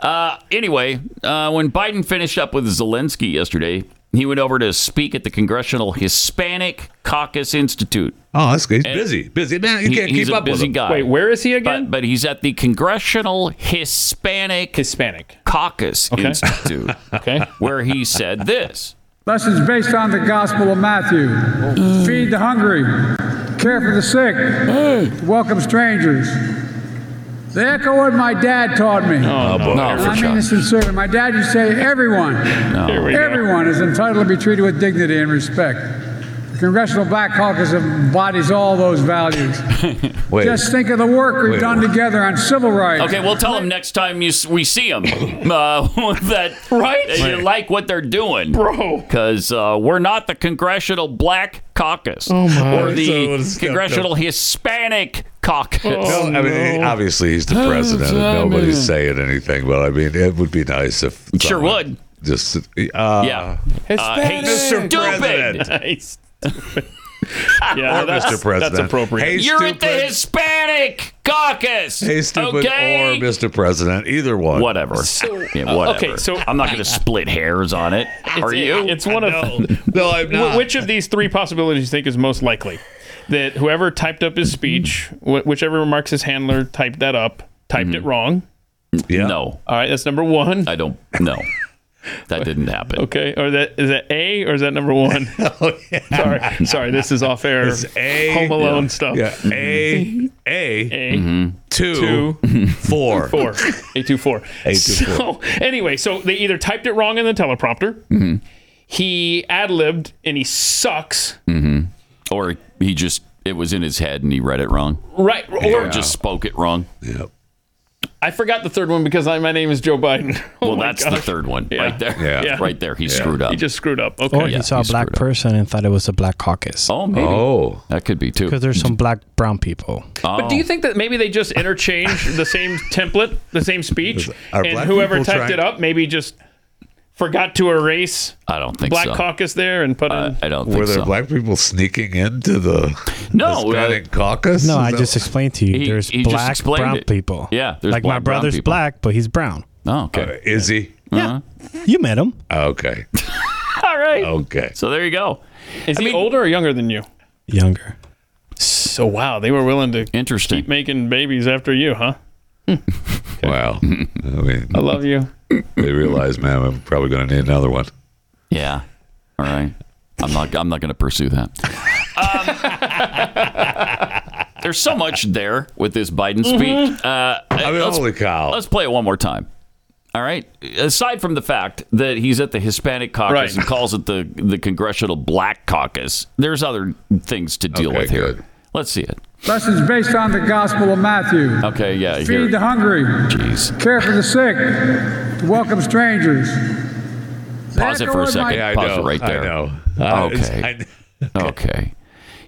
Speaker 3: Uh, anyway, uh, when Biden finished up with Zelensky yesterday, he went over to speak at the Congressional Hispanic Caucus Institute.
Speaker 4: Oh, that's good. He's
Speaker 3: And-
Speaker 4: busy, busy man. You
Speaker 3: He-
Speaker 4: can't
Speaker 3: he's
Speaker 4: keep
Speaker 3: a
Speaker 4: up with
Speaker 3: busy
Speaker 4: him.
Speaker 3: guy.
Speaker 4: Wait,
Speaker 5: where is he again?
Speaker 3: But, but he's at the Congressional Hispanic
Speaker 5: Hispanic
Speaker 3: Caucus Institute,
Speaker 5: okay,
Speaker 3: where he said this.
Speaker 6: Lessons based on the Gospel of Matthew.
Speaker 3: Mm.
Speaker 6: Feed the hungry, care for the sick,
Speaker 3: Mm.
Speaker 6: welcome strangers. They echo what my dad taught me.
Speaker 3: Oh, boy. No,
Speaker 6: And
Speaker 3: for
Speaker 6: I
Speaker 3: sure.
Speaker 6: mean this sincerely. My dad used to say, everyone,
Speaker 3: No. Here we go.
Speaker 6: everyone is entitled to be treated with dignity and respect. The Congressional Black Caucus embodies all those values.
Speaker 4: Wait.
Speaker 6: Just think of the work we've
Speaker 3: Wait.
Speaker 6: done together on civil rights.
Speaker 3: Okay, we'll tell him next time you s- we see him uh, that
Speaker 5: Right?
Speaker 3: that you like what they're doing,
Speaker 5: bro.
Speaker 3: Because uh, we're not the Congressional Black Caucus
Speaker 4: Oh, my.
Speaker 3: or
Speaker 4: So
Speaker 3: the
Speaker 4: it's-
Speaker 3: Congressional Hispanic Caucus.
Speaker 4: Oh,
Speaker 5: Oh,
Speaker 4: no, I mean, he- obviously he's the president, and
Speaker 3: Oh,
Speaker 4: nobody's
Speaker 3: man.
Speaker 4: saying anything. But I mean, it would be nice if
Speaker 3: It sure
Speaker 4: someone
Speaker 3: would.
Speaker 4: Just uh,
Speaker 3: Uh, Yeah. Uh, hey, Hispanic. stupid.
Speaker 5: Nice. yeah,
Speaker 4: Or
Speaker 5: that's,
Speaker 4: Mr. President.
Speaker 5: That's appropriate.
Speaker 4: Hey,
Speaker 3: You're at the Hispanic caucus.
Speaker 4: Hey, stupid
Speaker 3: okay?
Speaker 4: or Mr. President, either one.
Speaker 3: Whatever. Yeah, whatever.
Speaker 5: okay, so-
Speaker 3: I'm not going to split hairs on it. Are you?
Speaker 5: It's one of
Speaker 4: no, I'm
Speaker 3: not.
Speaker 5: Which of these three possibilities do you think is most likely? That whoever typed up his speech, wh- whichever remarks his handler typed that up, typed it wrong.
Speaker 3: No,
Speaker 5: All right, that's number one.
Speaker 3: Mm-hmm. I don't. No, that didn't happen.
Speaker 5: Okay, or that is that A or is that number one? oh yeah. Sorry, sorry. This is off air.
Speaker 4: It's A-
Speaker 5: Home Alone
Speaker 4: yeah.
Speaker 5: stuff.
Speaker 4: Yeah,
Speaker 3: Mm-hmm.
Speaker 4: A- A, two, four.
Speaker 5: four, A two four.
Speaker 4: A two
Speaker 5: So
Speaker 4: four.
Speaker 5: anyway, so they either typed it wrong in the teleprompter.
Speaker 3: Mm-hmm.
Speaker 5: He ad libbed and he sucks.
Speaker 3: hmm Or he just it was in his head and he read it wrong,
Speaker 5: Right. Or
Speaker 3: or just spoke it wrong. Yep.
Speaker 5: I forgot the third one because I, my name is Joe Biden. Oh
Speaker 3: well,
Speaker 5: my
Speaker 3: that's the
Speaker 5: gosh.
Speaker 3: third one
Speaker 5: Yeah.
Speaker 3: right there.
Speaker 5: Yeah.
Speaker 3: Right there, he
Speaker 5: Yeah.
Speaker 3: screwed up.
Speaker 5: He just screwed up. Okay.
Speaker 15: Or Oh, he saw a black person and thought it was a black caucus.
Speaker 3: Oh, maybe. Oh, that could be too.
Speaker 15: Because there's some black brown people.
Speaker 5: But
Speaker 3: Oh.
Speaker 5: do you think that maybe they just interchange the same template, the same speech,
Speaker 15: Are
Speaker 5: and
Speaker 15: black
Speaker 5: whoever
Speaker 15: people
Speaker 5: typed
Speaker 15: trying-
Speaker 5: it up maybe just forgot to erase
Speaker 3: I don't think
Speaker 5: Black
Speaker 3: so.
Speaker 5: Caucus there and put in?
Speaker 3: uh, I don't
Speaker 4: Were
Speaker 3: think
Speaker 4: there
Speaker 3: so.
Speaker 4: black people sneaking into the
Speaker 3: No,
Speaker 4: Hispanic caucus?
Speaker 15: No,
Speaker 4: Is
Speaker 15: I
Speaker 4: that-
Speaker 15: just explained to you.
Speaker 4: He-
Speaker 15: there's
Speaker 4: he just
Speaker 15: black
Speaker 4: explained
Speaker 15: brown
Speaker 4: it.
Speaker 15: people.
Speaker 4: Yeah, there's
Speaker 15: like my
Speaker 4: black brown
Speaker 15: brother's
Speaker 4: people.
Speaker 15: black, but he's brown.
Speaker 3: Oh, okay.
Speaker 4: Uh,
Speaker 3: Uh-huh.
Speaker 4: is he?
Speaker 3: Yeah.
Speaker 15: You met him.
Speaker 4: Okay.
Speaker 5: All right.
Speaker 4: Okay.
Speaker 3: So there you go.
Speaker 5: Is he older or younger than you?
Speaker 15: Younger.
Speaker 5: So wow, they were willing to
Speaker 3: Interesting.
Speaker 5: keep making babies after you, huh?
Speaker 4: Wow. I mean,
Speaker 5: I love you.
Speaker 4: They realize, man, I'm probably going to need another one.
Speaker 3: Yeah. All right. I'm not. I'm not going to pursue that. There's so much there with this Biden
Speaker 5: Mm-hmm.
Speaker 3: speech. Uh, let's-
Speaker 4: holy cow!
Speaker 3: Let's play it one more time. All right. Aside from the fact that he's at the Hispanic caucus
Speaker 5: Right.
Speaker 3: and calls it the the Congressional Black Caucus, there's other things to deal with here. Let's see it.
Speaker 6: Lessons based on the Gospel of Matthew.
Speaker 3: Okay. Yeah. here.
Speaker 6: Feed the hungry.
Speaker 3: Jeez.
Speaker 6: Care for the sick. Welcome strangers.
Speaker 3: Pause it for a second.
Speaker 4: Yeah, I
Speaker 3: Pause
Speaker 4: know.
Speaker 3: it right
Speaker 4: I
Speaker 3: there.
Speaker 4: know. Uh, it's-
Speaker 3: okay. okay.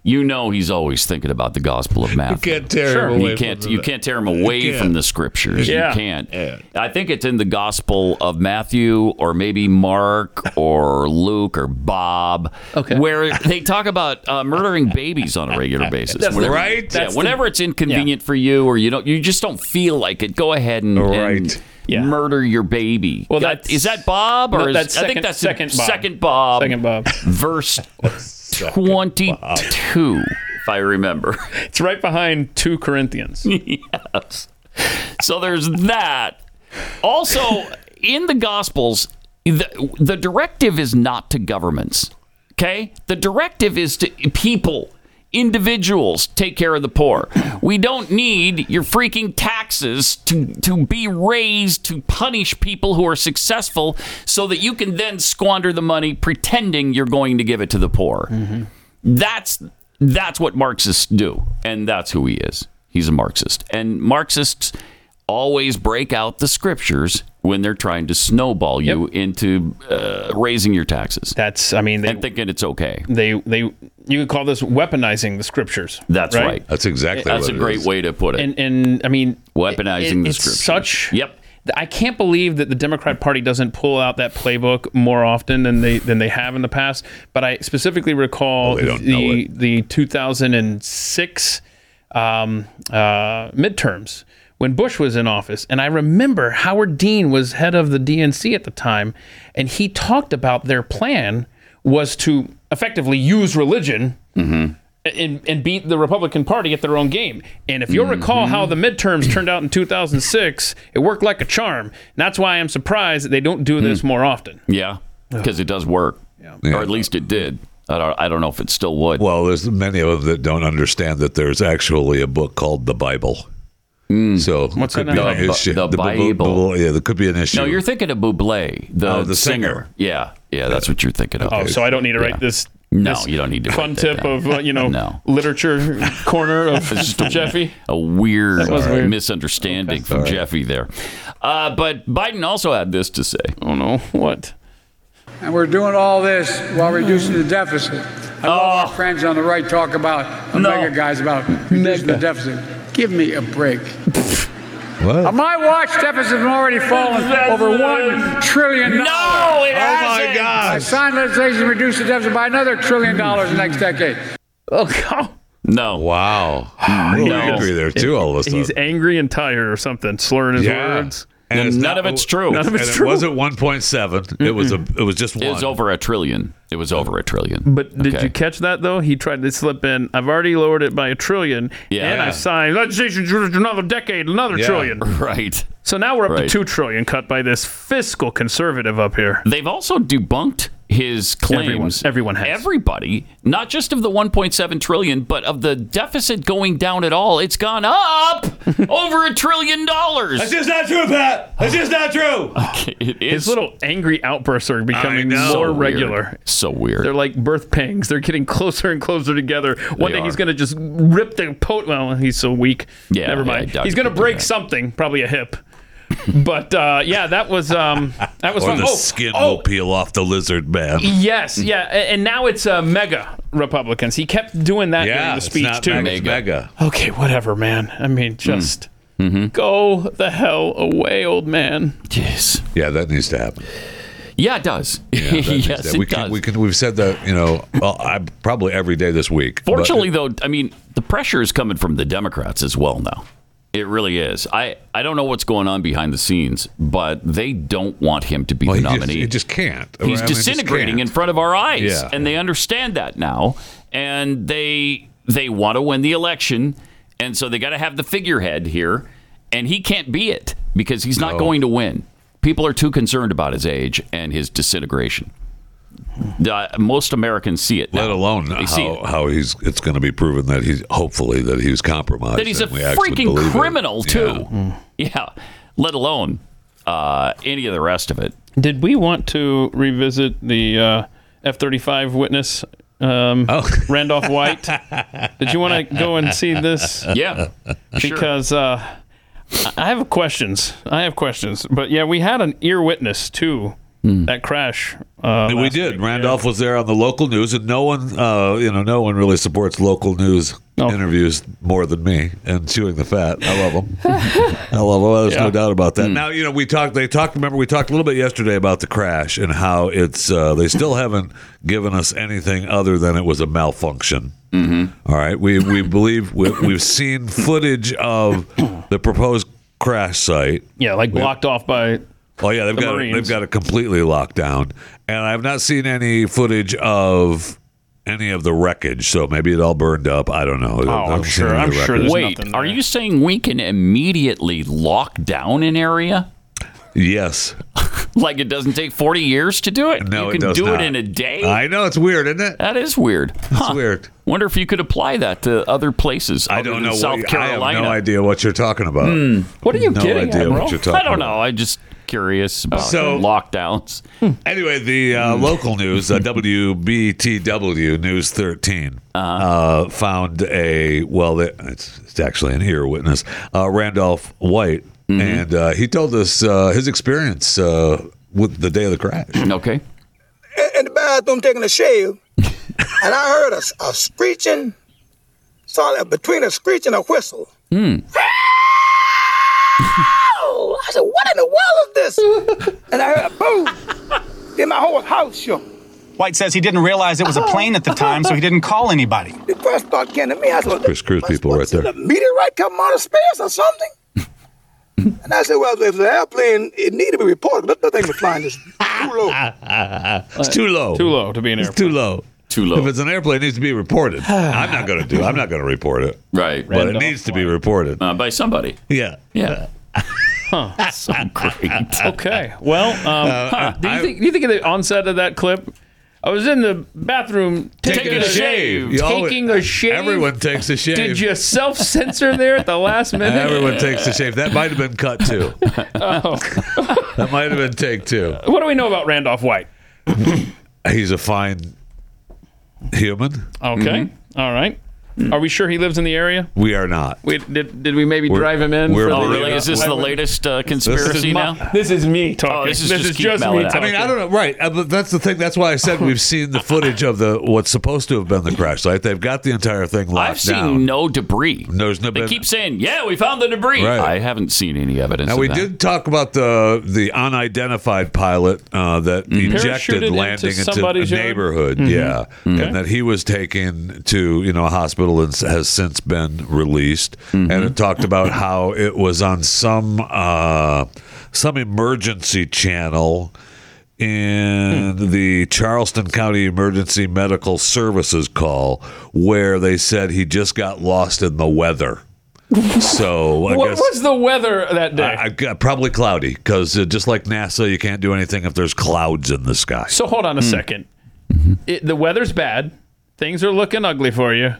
Speaker 3: You know he's always thinking about the Gospel of Matthew.
Speaker 4: can't tear Sure. him away
Speaker 3: You can't.
Speaker 4: from
Speaker 3: you
Speaker 4: the-
Speaker 3: can't tear him away
Speaker 4: can't.
Speaker 3: from the Scriptures.
Speaker 4: Yeah.
Speaker 3: You can't. I think it's in the Gospel of Matthew, or maybe Mark, or Luke, or Bob. Okay. Where they talk about uh, murdering babies on a regular basis.
Speaker 4: That's the-
Speaker 3: whenever,
Speaker 4: Right?
Speaker 3: Yeah,
Speaker 4: That's the-
Speaker 3: whenever it's inconvenient for you, or you don't, you just don't feel like it. Go ahead and, and murder your baby. Well, that is that Bob or
Speaker 5: No,
Speaker 3: is,
Speaker 5: that's
Speaker 3: I
Speaker 5: second-
Speaker 3: think that's
Speaker 5: second Bob.
Speaker 3: second Bob.
Speaker 5: Second Bob.
Speaker 3: Verse 22, if I remember.
Speaker 5: It's right behind 2 Corinthians.
Speaker 3: yes. So there's that. Also, in the Gospels, the, the directive is not to governments, okay? The directive is to people, individuals, take care of the poor. We don't need your freaking taxes to, to be raised to punish people who are successful so that you can then squander the money pretending you're going to give it to the poor.
Speaker 5: Mm-hmm.
Speaker 3: That's that's what Marxists do, and that's who he is. He's a Marxist, and Marxists always break out the scriptures when they're trying to snowball you into uh, raising your taxes.
Speaker 5: That's I mean, they,
Speaker 3: and thinking it's okay.
Speaker 5: They they you could call this weaponizing the scriptures.
Speaker 3: That's right.
Speaker 4: That's exactly
Speaker 3: That's
Speaker 4: what
Speaker 3: a
Speaker 4: it
Speaker 3: great
Speaker 4: is.
Speaker 3: way to put it.
Speaker 5: And and I mean
Speaker 3: Weaponizing the
Speaker 5: it's
Speaker 3: scriptures.
Speaker 5: Such
Speaker 3: Yep.
Speaker 5: I can't believe that the Democrat Party doesn't pull out that playbook more often than they than they have in the past. But I specifically recall the the 2006 um, uh, midterms when Bush was in office, and I remember Howard Dean was head of the DNC at the time, and he talked about their plan was to effectively use religion
Speaker 4: Mm-hmm.
Speaker 3: Mm-hmm.
Speaker 5: and, and beat the Republican Party at their own game. And if you'll recall
Speaker 3: Mm-hmm.
Speaker 5: how the midterms turned out in 2006, it worked like a charm. And that's why I'm surprised that they don't do
Speaker 3: Hmm.
Speaker 5: this more often.
Speaker 3: yeah, because it does work, or at least it did. I don't, I don't know if it still would.
Speaker 4: Well, there's many of them that don't understand that there's actually a book called the Bible. So it
Speaker 3: What's
Speaker 4: could
Speaker 3: that
Speaker 4: be
Speaker 3: now?
Speaker 4: an
Speaker 3: The Bi-
Speaker 4: issue.
Speaker 3: Hmm.
Speaker 4: bu-
Speaker 3: the
Speaker 4: bu-
Speaker 3: Bible.
Speaker 4: bu- yeah, there could be an issue.
Speaker 3: No, you're thinking of Buble, the,
Speaker 4: Oh, the
Speaker 3: singer.
Speaker 4: singer.
Speaker 3: Yeah, yeah, that's what you're thinking of.
Speaker 5: Oh, so I don't need to write
Speaker 3: Yeah.
Speaker 5: this.
Speaker 3: No,
Speaker 5: this
Speaker 3: you don't need to write
Speaker 5: Fun
Speaker 3: that
Speaker 5: tip
Speaker 3: down.
Speaker 5: of uh, you know
Speaker 3: No.
Speaker 5: literature corner of Jeffy.
Speaker 3: a weird,
Speaker 5: That was weird.
Speaker 3: misunderstanding from Jeffy there. Uh, but Biden also had this to say.
Speaker 5: Oh no, what?
Speaker 6: And we're doing all this while reducing the deficit. I
Speaker 3: Oh.
Speaker 6: love our friends on the right talk about the mega guys about reducing the deficit. Give me a break.
Speaker 4: What?
Speaker 6: On my watch, deficits have already fallen over one trillion dollars.
Speaker 3: No, it
Speaker 6: oh
Speaker 3: hasn't.
Speaker 6: my gosh! I signed legislation to reduce the deficit by another trillion dollars next decade.
Speaker 5: Oh God.
Speaker 3: No.
Speaker 4: Wow. Really angry there too. All of a sudden.
Speaker 5: He's angry and tired or something, slurring his words.
Speaker 4: And it's not-
Speaker 5: None of it's
Speaker 4: and
Speaker 5: true.
Speaker 4: It wasn't one point seven. It was a. It was just one.
Speaker 3: It was over a trillion. It was over a trillion.
Speaker 5: But did
Speaker 3: Okay.
Speaker 5: you catch that though? He tried to slip in. I've already lowered it by a trillion,
Speaker 3: Yeah.
Speaker 5: and
Speaker 3: Yeah.
Speaker 5: I signed legislation for another decade, another
Speaker 3: Yeah.
Speaker 5: trillion.
Speaker 3: Right.
Speaker 5: So now we're up to
Speaker 3: Right.
Speaker 5: two trillion cut by this fiscal conservative up here.
Speaker 3: They've also debunked his claims. Everyone, has. Everybody, not just of the 1.7 trillion, but of the deficit going down at all. It's gone up over a trillion dollars.
Speaker 5: That's just not true, Pat. That's just not true.
Speaker 3: It
Speaker 5: His
Speaker 3: is
Speaker 5: little angry outbursts are becoming more
Speaker 3: So weird.
Speaker 5: regular.
Speaker 3: So weird.
Speaker 5: They're like birth pangs. They're getting closer and closer together. One
Speaker 3: They
Speaker 5: day he's
Speaker 3: are.
Speaker 5: going to just rip the pot. Well, he's so weak.
Speaker 3: Yeah,
Speaker 5: never
Speaker 3: yeah, I
Speaker 5: mind.
Speaker 3: doubt
Speaker 5: he's
Speaker 3: he
Speaker 5: going to
Speaker 3: could do
Speaker 5: break
Speaker 3: that.
Speaker 5: something, probably a hip. but uh, yeah, that was um, that was
Speaker 4: or
Speaker 5: fun.
Speaker 4: the
Speaker 5: oh,
Speaker 4: skin
Speaker 5: oh,
Speaker 4: will peel off the lizard man.
Speaker 5: yes, yeah, a- and now it's uh, mega Republicans. He kept doing that during
Speaker 4: Yeah,
Speaker 5: the
Speaker 4: it's
Speaker 5: speech
Speaker 4: not
Speaker 5: too.
Speaker 4: mega. It's mega. Hmm.
Speaker 5: Okay, whatever, man. I mean, just
Speaker 3: Mm-hmm.
Speaker 5: go the hell away, old man.
Speaker 3: Yes.
Speaker 4: Yeah, that needs to happen.
Speaker 3: Yeah, it does.
Speaker 4: Yeah, that needs to
Speaker 3: Yes,
Speaker 4: happen. we
Speaker 3: it
Speaker 4: can,
Speaker 3: does.
Speaker 4: We can. We've said that. You know, well, I probably every day this week. but-
Speaker 3: Fortunately, though, I mean, the pressure is coming from the Democrats as well now. It really is. I, I don't know what's going on behind the scenes, but they don't want him to be
Speaker 4: Well,
Speaker 3: the
Speaker 4: he just-
Speaker 3: nominee.
Speaker 4: he just can't. I mean,
Speaker 3: He's
Speaker 4: he just
Speaker 3: disintegrating in
Speaker 4: can't.
Speaker 3: front of our eyes,
Speaker 4: Yeah.
Speaker 3: and they understand that now, and they they want to win the election, and so they got to have the figurehead here, and he can't be it because he's not going to win. People are too concerned about his age and his disintegration. Uh, most Americans see it.
Speaker 4: let alone
Speaker 3: They see
Speaker 4: how, how he's it's going to be proven that he's hopefully that he's compromised.
Speaker 3: that he's a
Speaker 4: and we actually believe
Speaker 3: freaking
Speaker 4: it.
Speaker 3: criminal
Speaker 4: Yeah.
Speaker 3: too.
Speaker 5: Mm.
Speaker 3: Yeah. let alone uh, any of the rest of it.
Speaker 5: Did we want to revisit the uh, F thirty five witness, um,
Speaker 4: Oh.
Speaker 5: Randolph White? Did you want to go and see this?
Speaker 3: Yeah, sure.
Speaker 5: because uh, I- I have questions. I have questions, but yeah, we had an ear witness to
Speaker 3: Hmm.
Speaker 5: that crash. Uh,
Speaker 4: And we
Speaker 5: last-
Speaker 4: did. Randolph was there on the local news, and no one, uh, you know, no one really supports local news interviews more than me. And chewing the fat, I love them. I love them. There's no doubt about
Speaker 3: Hmm.
Speaker 5: Hmm.
Speaker 4: that. Now, you know, we talked. They talked. Remember, we talked a little bit yesterday about the crash and how it's. Uh, they still haven't given us anything other than it was a malfunction.
Speaker 8: Mm-hmm.
Speaker 4: All right, we we believe we, we've seen footage of the proposed crash site.
Speaker 5: yeah, like
Speaker 4: We-
Speaker 5: blocked off by.
Speaker 4: Oh yeah, they've
Speaker 5: The
Speaker 4: got it,
Speaker 5: Marines.
Speaker 4: they've got it completely locked down, and I've not seen any footage of any of the wreckage. So maybe it all burned up. I don't know. Oh,
Speaker 5: I'm sure- I'm sure there's
Speaker 3: Wait, are you saying we can immediately lock down an area?
Speaker 4: Yes.
Speaker 3: like it doesn't take 40 years to do it?
Speaker 4: No,
Speaker 3: you
Speaker 4: it
Speaker 3: can
Speaker 4: does
Speaker 3: do
Speaker 4: not.
Speaker 3: it in a day?
Speaker 4: I know it's weird, isn't it?
Speaker 3: That is weird. It's
Speaker 4: weird.
Speaker 3: Wonder if you could apply that to other places.
Speaker 4: I don't know. what-
Speaker 3: South Carolina. Hmm.
Speaker 4: I have no idea what you're talking about.
Speaker 5: What are you
Speaker 4: no
Speaker 5: getting at,
Speaker 4: idea
Speaker 5: bro?
Speaker 4: what you're talking
Speaker 3: I don't
Speaker 4: about.
Speaker 3: know. I'm just curious about
Speaker 4: So-
Speaker 3: lockdowns. Hmm.
Speaker 4: Anyway, the uh, local news, uh, WBTW News 13, uh
Speaker 3: Uh-huh.
Speaker 4: found a, well, it- it's, it's actually an ear witness, uh, Randolph White.
Speaker 3: Mm-hmm.
Speaker 4: And uh, he told us uh, his experience uh, with the day of the crash.
Speaker 3: Okay.
Speaker 7: in the bathroom taking a shave, and I heard a, a screeching, sort of between a screech and a whistle.
Speaker 18: Hmm.
Speaker 7: Ow! I said, "What in the world is this?" And I heard a boom. then my whole house shook.
Speaker 22: White says he didn't realize it was a plane at the time, so he didn't call anybody.
Speaker 7: The press started getting me. I said,
Speaker 4: Chris Cruz people right there.
Speaker 7: "Meteorite coming out of space or something?" and I said, "Well, if the airplane, it needed to be reported. But that thing was flying just too low."
Speaker 3: Uh,
Speaker 4: It's too low.
Speaker 5: Too low to be an
Speaker 4: It's too low.
Speaker 3: Too low.
Speaker 4: If it's an airplane, it needs to be reported. I'm not going to do. I'm not going to report it.
Speaker 3: Right.
Speaker 4: But it needs to be reported.
Speaker 3: Uh, by somebody.
Speaker 4: Yeah.
Speaker 3: Yeah.
Speaker 5: Huh.
Speaker 3: So great.
Speaker 5: Okay. Well, um,
Speaker 4: Uh,
Speaker 5: huh.
Speaker 4: I-
Speaker 5: do you
Speaker 4: I-
Speaker 5: think? Do you think at the onset of that clip? I was in the bathroom taking, a shave.
Speaker 4: You always-
Speaker 5: Taking a shave.
Speaker 4: Everyone takes a shave.
Speaker 5: Did you self censor there at the last minute?
Speaker 4: Everyone takes a shave. That might have been cut too.
Speaker 5: Oh.
Speaker 4: That might have been take two.
Speaker 5: What do we know about Randolph White?
Speaker 4: He's a fine human.
Speaker 3: Mm-hmm.
Speaker 4: Mm-hmm.
Speaker 5: Okay. All right.
Speaker 4: Mm.
Speaker 5: Are we sure he lives in the area?
Speaker 4: We are not.
Speaker 5: We, did, did we maybe
Speaker 4: We're-
Speaker 5: drive him in?
Speaker 4: we're
Speaker 5: for
Speaker 4: Oh,
Speaker 5: the-
Speaker 4: really? Is this the
Speaker 5: I would-
Speaker 4: latest, uh, conspiracy
Speaker 5: my-
Speaker 4: now? Oh,
Speaker 5: This is me talking.
Speaker 3: Oh, this is just Keith
Speaker 5: me
Speaker 3: Mellon.
Speaker 5: talking.
Speaker 4: I mean, I don't know. Right, Uh, but that's the thing. That's why I said we've seen the footage of the what's supposed to have been the crash site. They've got the entire thing locked
Speaker 3: I've seen
Speaker 4: down.
Speaker 3: no debris.
Speaker 4: There's no.
Speaker 3: They
Speaker 4: been-
Speaker 3: keep saying, "Yeah, we found the debris."
Speaker 4: Right.
Speaker 3: I haven't seen any evidence.
Speaker 4: Now
Speaker 3: of
Speaker 4: we
Speaker 3: that.
Speaker 4: did talk about the the unidentified pilot uh, that
Speaker 3: Mm-hmm.
Speaker 4: ejected
Speaker 3: Parachuted into
Speaker 4: landing into,
Speaker 3: somebody's
Speaker 4: a
Speaker 3: yard?
Speaker 4: neighborhood,
Speaker 3: Mhm.
Speaker 4: yeah,
Speaker 3: Okay.
Speaker 4: and that he was taken to you know a hospital and s- has since been released.
Speaker 5: Mm-hmm.
Speaker 4: And it talked about how it was on some uh, some emergency channel in
Speaker 5: Hmm.
Speaker 4: the Charleston County Emergency Medical Services call where they said he just got lost in the weather. So I
Speaker 5: What
Speaker 4: guess
Speaker 5: was the weather that day?
Speaker 4: I, I got- probably cloudy because uh, just like NASA, you can't do anything if there's clouds in the sky. Hmm.
Speaker 5: So hold
Speaker 3: Hmm.
Speaker 5: on a second. It, the weather's bad. Things are looking ugly for you.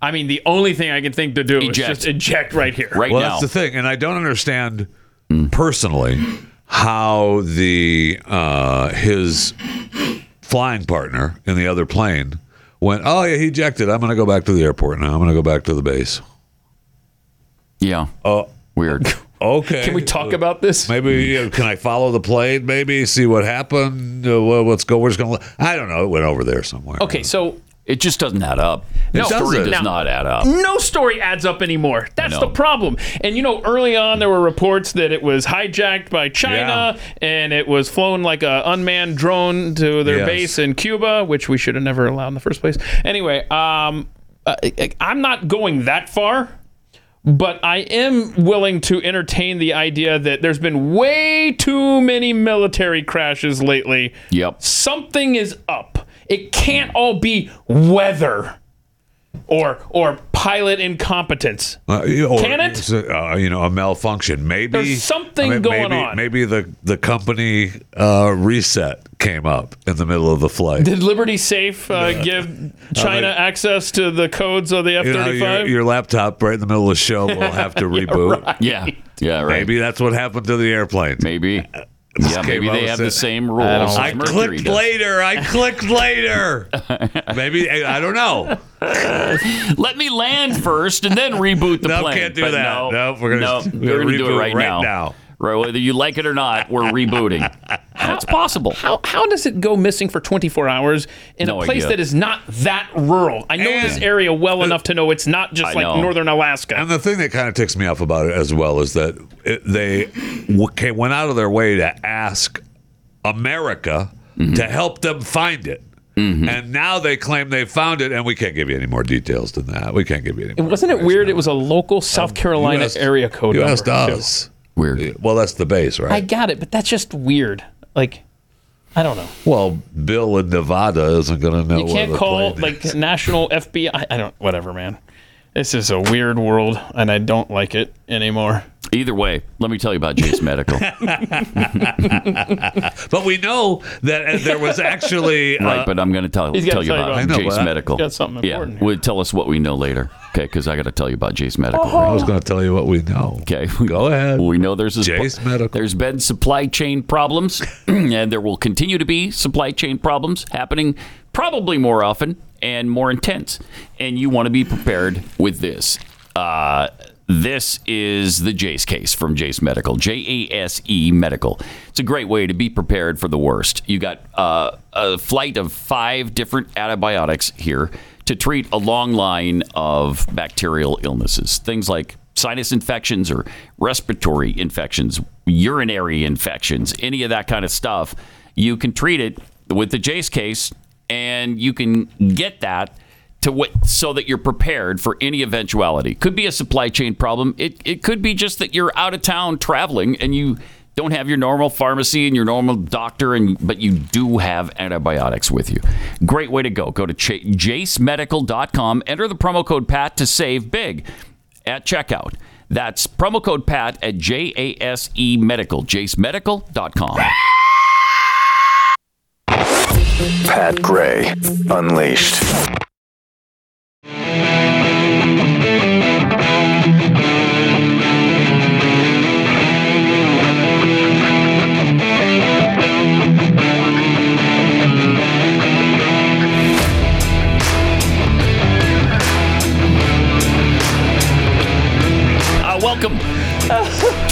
Speaker 5: I mean, the only thing I can think to do
Speaker 4: Eject.
Speaker 5: is just eject right here.
Speaker 4: well, that's the thing, and I don't understand personally how the uh, his flying partner in the other plane went. Oh yeah, he ejected. I'm going to go back to the airport now. I'm going to go back to the base.
Speaker 3: Yeah.
Speaker 4: Oh,
Speaker 3: weird.
Speaker 4: Okay.
Speaker 5: Can we talk about this?
Speaker 4: Maybe you know, can I follow the plane? Maybe see what happened. Uh, well, let's go. We're just going. to I don't know. It went over there somewhere.
Speaker 5: Okay, so
Speaker 3: It just doesn't add up. The
Speaker 5: No.
Speaker 3: story
Speaker 5: doesn't.
Speaker 3: does
Speaker 5: Now-
Speaker 3: not add up.
Speaker 5: no story adds up anymore. That's
Speaker 3: No.
Speaker 5: the problem. And you know, early on there were reports that it was hijacked by China and it was flown like a unmanned drone to their
Speaker 8: Yes.
Speaker 5: base in Cuba, which we should have never allowed in the first place. Anyway, um, uh, I- I- I'm not going that far. But I am willing to entertain the idea that there's been way too many military crashes lately.
Speaker 3: Yep.
Speaker 5: Something is up. It can't all be weather or or pilot incompetence.
Speaker 4: Uh, you- or
Speaker 5: Can it?
Speaker 4: it's a, uh, you know, a malfunction. Maybe
Speaker 5: There's something going
Speaker 4: maybe,
Speaker 5: on.
Speaker 4: Maybe the the company uh, reset came up in the middle of the flight.
Speaker 5: Did Liberty Safe uh, give China access to the codes of the F
Speaker 4: you know,
Speaker 5: thirty
Speaker 4: your,
Speaker 5: five?
Speaker 4: your laptop right in the middle of the show will have to reboot.
Speaker 3: Yeah, yeah, right.
Speaker 4: Maybe that's what happened to the airplane.
Speaker 3: Maybe.
Speaker 4: This
Speaker 3: Yeah,
Speaker 4: came
Speaker 3: maybe
Speaker 4: out
Speaker 3: they
Speaker 4: and
Speaker 3: have
Speaker 4: said-
Speaker 3: the same rules. as
Speaker 4: I
Speaker 3: Mercury
Speaker 4: clicked
Speaker 3: does.
Speaker 4: later. I clicked later. maybe I don't know.
Speaker 3: Let me land first and then reboot the
Speaker 4: No,
Speaker 3: plane.
Speaker 4: can't do
Speaker 3: But
Speaker 4: that.
Speaker 3: No,
Speaker 4: No, we're gonna-
Speaker 3: no,
Speaker 4: we're gonna
Speaker 3: we're gonna do it
Speaker 4: reboot
Speaker 3: right,
Speaker 4: right
Speaker 3: now.
Speaker 4: now.
Speaker 3: Right, whether you like it or not, we're rebooting. That's possible.
Speaker 5: How how does it go missing for twenty four hours in
Speaker 3: No
Speaker 5: a place
Speaker 3: idea. Uh,
Speaker 5: that is not that rural? I know this area well enough to know it's not just
Speaker 4: I
Speaker 5: like
Speaker 4: know.
Speaker 5: northern Alaska.
Speaker 4: And the thing that kind of ticks me off about it as well is that it, they w- came, went out of their way to ask America
Speaker 3: Mm-hmm.
Speaker 4: to help them find it. And now they claim they found it, and we can't give you any more details than that. We can't give you any
Speaker 5: And
Speaker 4: more.
Speaker 5: wasn't it weird? It was a
Speaker 3: Um,
Speaker 5: local South Carolina
Speaker 4: asked-
Speaker 5: area code.
Speaker 4: you
Speaker 5: number,
Speaker 4: asked
Speaker 5: too.
Speaker 4: us.
Speaker 3: Weird.
Speaker 4: Well, that's the base,
Speaker 5: I
Speaker 4: right?
Speaker 5: got it, but that's just weird. Like, I don't know.
Speaker 4: well, Bill in Nevada isn't going to know.
Speaker 5: You can't
Speaker 4: where the
Speaker 5: call
Speaker 4: plane
Speaker 5: like national FBI. I don't. Whatever, man. This is a weird world, and I don't like it anymore.
Speaker 3: Either way, let me tell you about Jace Medical.
Speaker 4: is. But we know that uh, there was actually uh,
Speaker 3: right, but I'm going to tell,
Speaker 4: He's gotta
Speaker 3: tell you
Speaker 4: tell you
Speaker 3: about,
Speaker 4: about- I know,
Speaker 3: Jace
Speaker 4: but I-
Speaker 3: Medical.
Speaker 4: got something important
Speaker 3: Yeah, well, tell us what we know later, okay? Because I got to tell you about Jace Medical.
Speaker 4: I was going to tell you what we know.
Speaker 3: Okay, go
Speaker 4: ahead.
Speaker 3: We know there's a
Speaker 4: Jace Medical.
Speaker 3: There's been supply chain problems, and there will continue to be supply chain problems happening, probably more often and more intense. And you want to be prepared with this. Uh, this is the Jace case from Jace Medical, J A S E Medical. It's a great way to be prepared for the worst. You got uh, a flight of five different antibiotics here to treat a long line of bacterial illnesses, things like sinus infections or respiratory infections, urinary infections, any of that kind of stuff, you can treat it with the Jace case and you can get that to what so that you're prepared for any eventuality. Could be a supply chain problem. It it could be just that you're out of town traveling and you don't have your normal pharmacy and your normal doctor and but you do have antibiotics with you. Great way to go. Go to cha- jacemedical.com, enter the promo code pat to save big at checkout. That's promo code PAT at J A S E Medical, jacemedical.com.
Speaker 16: Pat Gray Unleashed.
Speaker 3: Uh,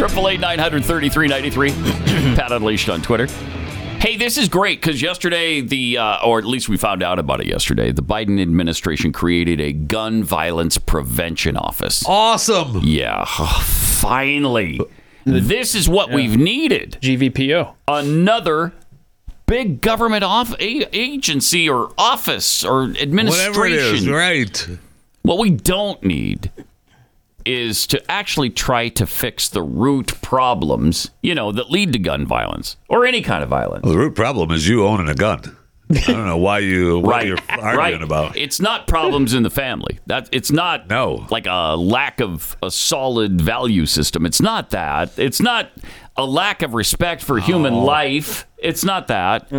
Speaker 3: 933.93. Pat Unleashed on Twitter. Hey, this is great because yesterday, the uh, or at least we found out about it yesterday, the Biden administration created a gun violence prevention office.
Speaker 4: Awesome.
Speaker 3: Yeah, finally. This is what we've needed.
Speaker 5: GVPO.
Speaker 3: Another big government off- a- agency or office or administration.
Speaker 4: Whatever it is, right.
Speaker 3: What we don't need is to actually try to fix the root problems, you know, that lead to gun violence or any kind of violence.
Speaker 4: Well, the root problem is you owning a gun. I don't know why you what
Speaker 3: Right.
Speaker 4: you're arguing
Speaker 3: Right.
Speaker 4: about.
Speaker 3: It's not problems in the family. That it's not no like a lack of a solid value system. It's not that. It's not a lack of respect for human
Speaker 4: Oh.
Speaker 3: life. It's not that.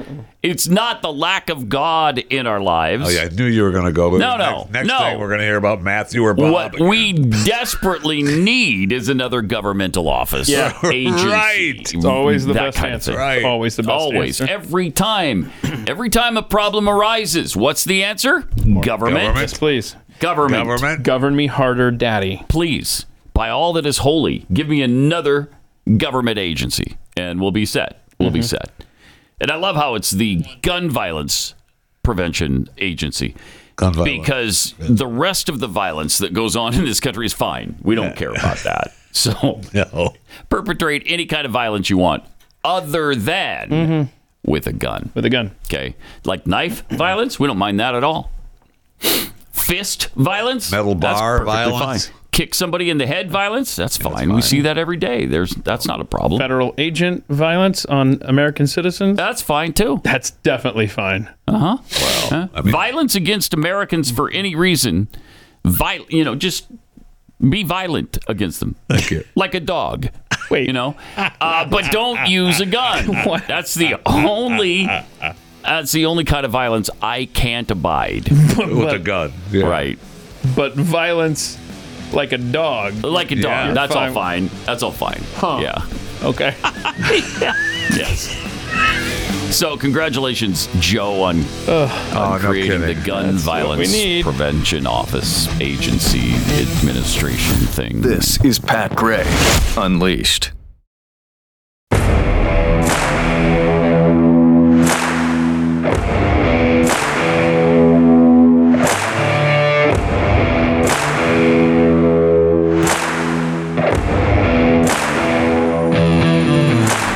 Speaker 3: It's not the lack of God in our lives.
Speaker 4: Oh yeah, I knew you were going to go. But
Speaker 3: No, no,
Speaker 4: next, next
Speaker 3: no.
Speaker 4: thing we're going to hear about Matthew or Bob.
Speaker 3: What we desperately need is another governmental office.
Speaker 4: Yeah.
Speaker 3: agency,
Speaker 4: Right. It's always the
Speaker 3: that
Speaker 4: best
Speaker 3: kind
Speaker 4: answer.
Speaker 3: Of thing.
Speaker 4: Right. Always the best
Speaker 3: Always.
Speaker 4: answer.
Speaker 3: Every time. Every time a problem arises, what's the answer? Government.
Speaker 5: Yes, please.
Speaker 3: Government.
Speaker 4: Government.
Speaker 5: Govern me harder, daddy.
Speaker 3: Please, by all that is holy, give me another government agency and we'll be set. We'll be set. And I love how it's the gun violence prevention agency.
Speaker 4: Gun violence.
Speaker 3: Because the rest of the violence that goes on in this country is fine. We don't care about that. So perpetrate any kind of violence you want other than with a gun.
Speaker 5: Mm-hmm. With a gun.
Speaker 3: Okay. Like knife violence, we don't mind that at all. Fist violence, metal
Speaker 4: bar violence.
Speaker 3: Kick somebody in the head violence, that's fine. We see that every day. There's that's not a problem.
Speaker 5: Federal agent violence on American citizens.
Speaker 3: That's fine too.
Speaker 5: That's definitely fine.
Speaker 3: Uh-huh. Huh? violence against Americans for any reason, viol- you know, just be violent against them. Thank you. Like a dog. Wait. You know, uh, but don't use a gun. That's the only. That's the only kind of violence I can't abide.
Speaker 4: With a gun, yeah.
Speaker 3: right?
Speaker 5: But violence, like a dog.
Speaker 3: Like a dog.
Speaker 5: You're
Speaker 3: That's all fine. That's all fine.
Speaker 5: Huh.
Speaker 3: Yeah.
Speaker 5: Okay.
Speaker 3: yes. So, congratulations, Joe, on,
Speaker 16: Oh,
Speaker 3: on
Speaker 4: no
Speaker 3: creating
Speaker 4: kidding.
Speaker 3: the Gun
Speaker 5: we
Speaker 3: Violence
Speaker 5: need.
Speaker 3: Prevention Office Agency Administration thing.
Speaker 16: This is Pat Gray Unleashed.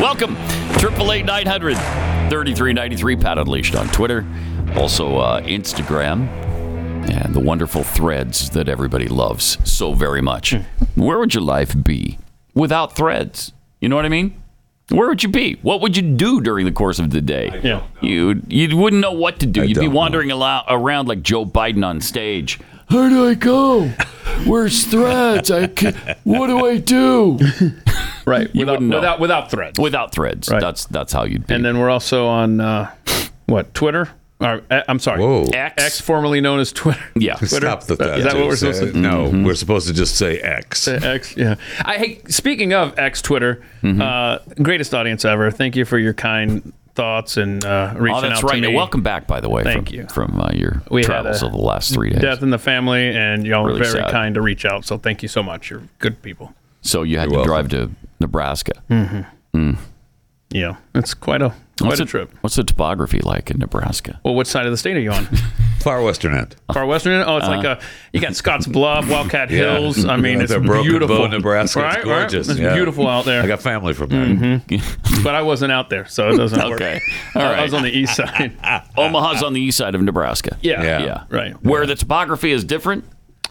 Speaker 3: Welcome, triple eight nine hundred thirty three ninety three. Pat Unleashed on Twitter, also uh, Instagram, and the wonderful threads that everybody loves so very much. Where would your life be without threads? You know what I mean? Where would you be? What would you do during the course of the day?
Speaker 5: Yeah.
Speaker 3: You you wouldn't know what to do. You'd be
Speaker 4: don't know.
Speaker 3: wandering alo- around like Joe Biden on stage. How do I
Speaker 5: Oh,
Speaker 3: go? Where's threads? I can- what do I do?
Speaker 5: Right.
Speaker 3: You
Speaker 5: without,
Speaker 3: wouldn't know.
Speaker 5: without without threats.
Speaker 3: Without threads,
Speaker 5: Right.
Speaker 3: that's that's how you'd be.
Speaker 5: And then we're also on uh, what Twitter? Or, uh, I'm sorry,
Speaker 3: X.
Speaker 5: X, formerly known as Twitter.
Speaker 3: yeah.
Speaker 4: Stop the
Speaker 5: Is that what we're supposed to?
Speaker 4: No,
Speaker 3: Mm-hmm.
Speaker 4: we're supposed to just say X.
Speaker 5: Uh, X, yeah. I hey, speaking of X Twitter,
Speaker 3: Mm-hmm.
Speaker 5: uh, greatest audience ever. Thank you for your kind thoughts and uh, reaching
Speaker 3: Oh,
Speaker 5: out
Speaker 3: that's right.
Speaker 5: to me.
Speaker 3: And welcome back, by the way.
Speaker 5: Thank
Speaker 3: from,
Speaker 5: you.
Speaker 3: from uh, your
Speaker 5: We had
Speaker 3: travels
Speaker 5: a
Speaker 3: of the last three days.
Speaker 5: Death in the family, and y'all
Speaker 3: Really
Speaker 5: were very
Speaker 3: sad.
Speaker 5: kind to reach out. So thank you so much. You're good people.
Speaker 3: So you had to drive to Nebraska. Mm.
Speaker 5: Yeah, it's Mm-hmm. quite a quite
Speaker 3: What's
Speaker 5: a
Speaker 3: it-
Speaker 5: trip.
Speaker 3: What's the topography like in Nebraska?
Speaker 5: Well, what side of the state are you on?
Speaker 4: Far Western End.
Speaker 5: Far Western? Oh, it's like a you got Scotts Bluff, Wildcat
Speaker 4: Yeah.
Speaker 5: Hills. I mean,
Speaker 4: Yeah,
Speaker 5: it's
Speaker 4: the Broken
Speaker 5: beautiful,
Speaker 4: Bow, Nebraska. It's
Speaker 5: Right,
Speaker 4: gorgeous.
Speaker 5: Right? It's
Speaker 4: Yeah.
Speaker 5: beautiful out there.
Speaker 4: I got family from there.
Speaker 5: but I Mm-hmm. wasn't out there, so it doesn't work.
Speaker 3: Okay.
Speaker 5: I-
Speaker 3: All
Speaker 5: I was
Speaker 3: right.
Speaker 5: on the east side.
Speaker 3: Omaha's on the east side of Nebraska.
Speaker 5: Yeah.
Speaker 4: Yeah.
Speaker 3: Yeah.
Speaker 5: Right.
Speaker 3: Where the topography is different.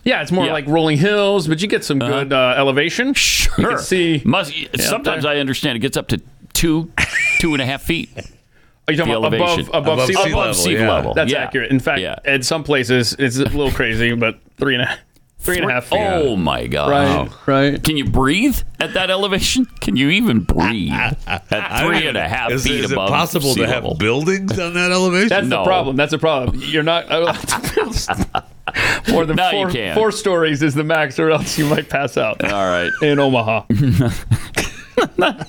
Speaker 5: Yeah, it's more
Speaker 3: Yeah.
Speaker 5: like rolling hills, but you get some good uh, elevation. Sure. You can see.
Speaker 3: Must,
Speaker 5: Yeah,
Speaker 3: sometimes
Speaker 5: there.
Speaker 3: I understand it gets up to two, two and a half feet.
Speaker 5: Are you talking
Speaker 3: the
Speaker 5: about above,
Speaker 3: elevation.
Speaker 5: above, sea
Speaker 4: Above
Speaker 5: level?
Speaker 3: Above
Speaker 4: level,
Speaker 3: sea
Speaker 4: yeah.
Speaker 3: level.
Speaker 5: That's
Speaker 3: Yeah.
Speaker 5: accurate. In fact,
Speaker 3: Yeah.
Speaker 5: at some places, it's a little crazy, but three and a three and a half feet.
Speaker 3: Oh my God!
Speaker 5: Right, right.
Speaker 3: Can you breathe at that elevation? Can you even breathe at three and a half
Speaker 4: Is,
Speaker 3: feet
Speaker 4: is it
Speaker 3: above
Speaker 4: possible
Speaker 3: sea
Speaker 4: to have
Speaker 3: level?
Speaker 4: buildings on that elevation?
Speaker 5: That's
Speaker 3: No.
Speaker 5: the problem. That's the problem. You're not allowed to build more than
Speaker 3: No, you
Speaker 5: four,
Speaker 3: can't.
Speaker 5: four stories is the max, or else you might pass out
Speaker 3: All right.
Speaker 5: in Omaha.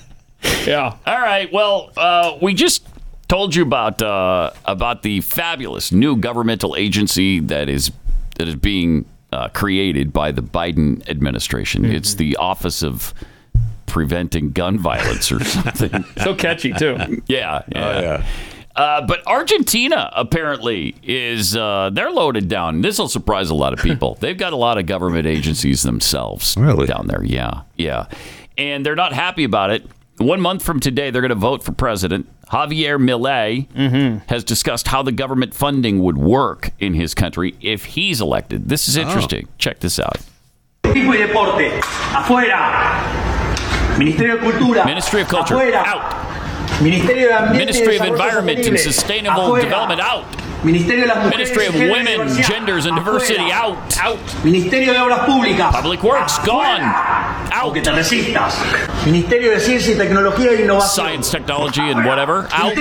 Speaker 5: yeah.
Speaker 3: All right. Well, uh, we just told you about uh, about the fabulous new governmental agency that is that is
Speaker 5: Mm-hmm.
Speaker 3: being uh, created by the Biden administration. It's the Office of preventing gun violence or something.
Speaker 5: So catchy, too.
Speaker 3: Yeah. yeah. Uh, but Argentina apparently is uh, they're loaded down. This will surprise a lot of people. They've got a lot of government agencies themselves down there. Yeah, yeah, and they're not happy about it. One month from today, they're going to vote for president. Javier Milei has discussed how the government funding would work in his country if he's elected. This is interesting. Check this out.
Speaker 8: Turismo y Deporte, afuera. Ministerio de Cultura,
Speaker 3: Ministry of Culture,
Speaker 8: afuera. Ministerio de Ambiente y
Speaker 3: Ministry of
Speaker 8: Desarrollo
Speaker 3: Environment and
Speaker 8: Sostenible,
Speaker 3: Sustainable
Speaker 8: afuera.
Speaker 3: Development, out.
Speaker 8: Ministerio de las Mujeres,
Speaker 3: Ministry of
Speaker 8: Género y
Speaker 3: Women,
Speaker 8: Diversidad,
Speaker 3: Genders and Diversity,
Speaker 8: afuera.
Speaker 3: out, out.
Speaker 8: Ministerio de Obras Públicas,
Speaker 3: Public Works, gone,
Speaker 8: aunque te resistas. Ministerio de Ciencia y Tecnología e Innovación,
Speaker 3: Science, Technology, and whatever, out.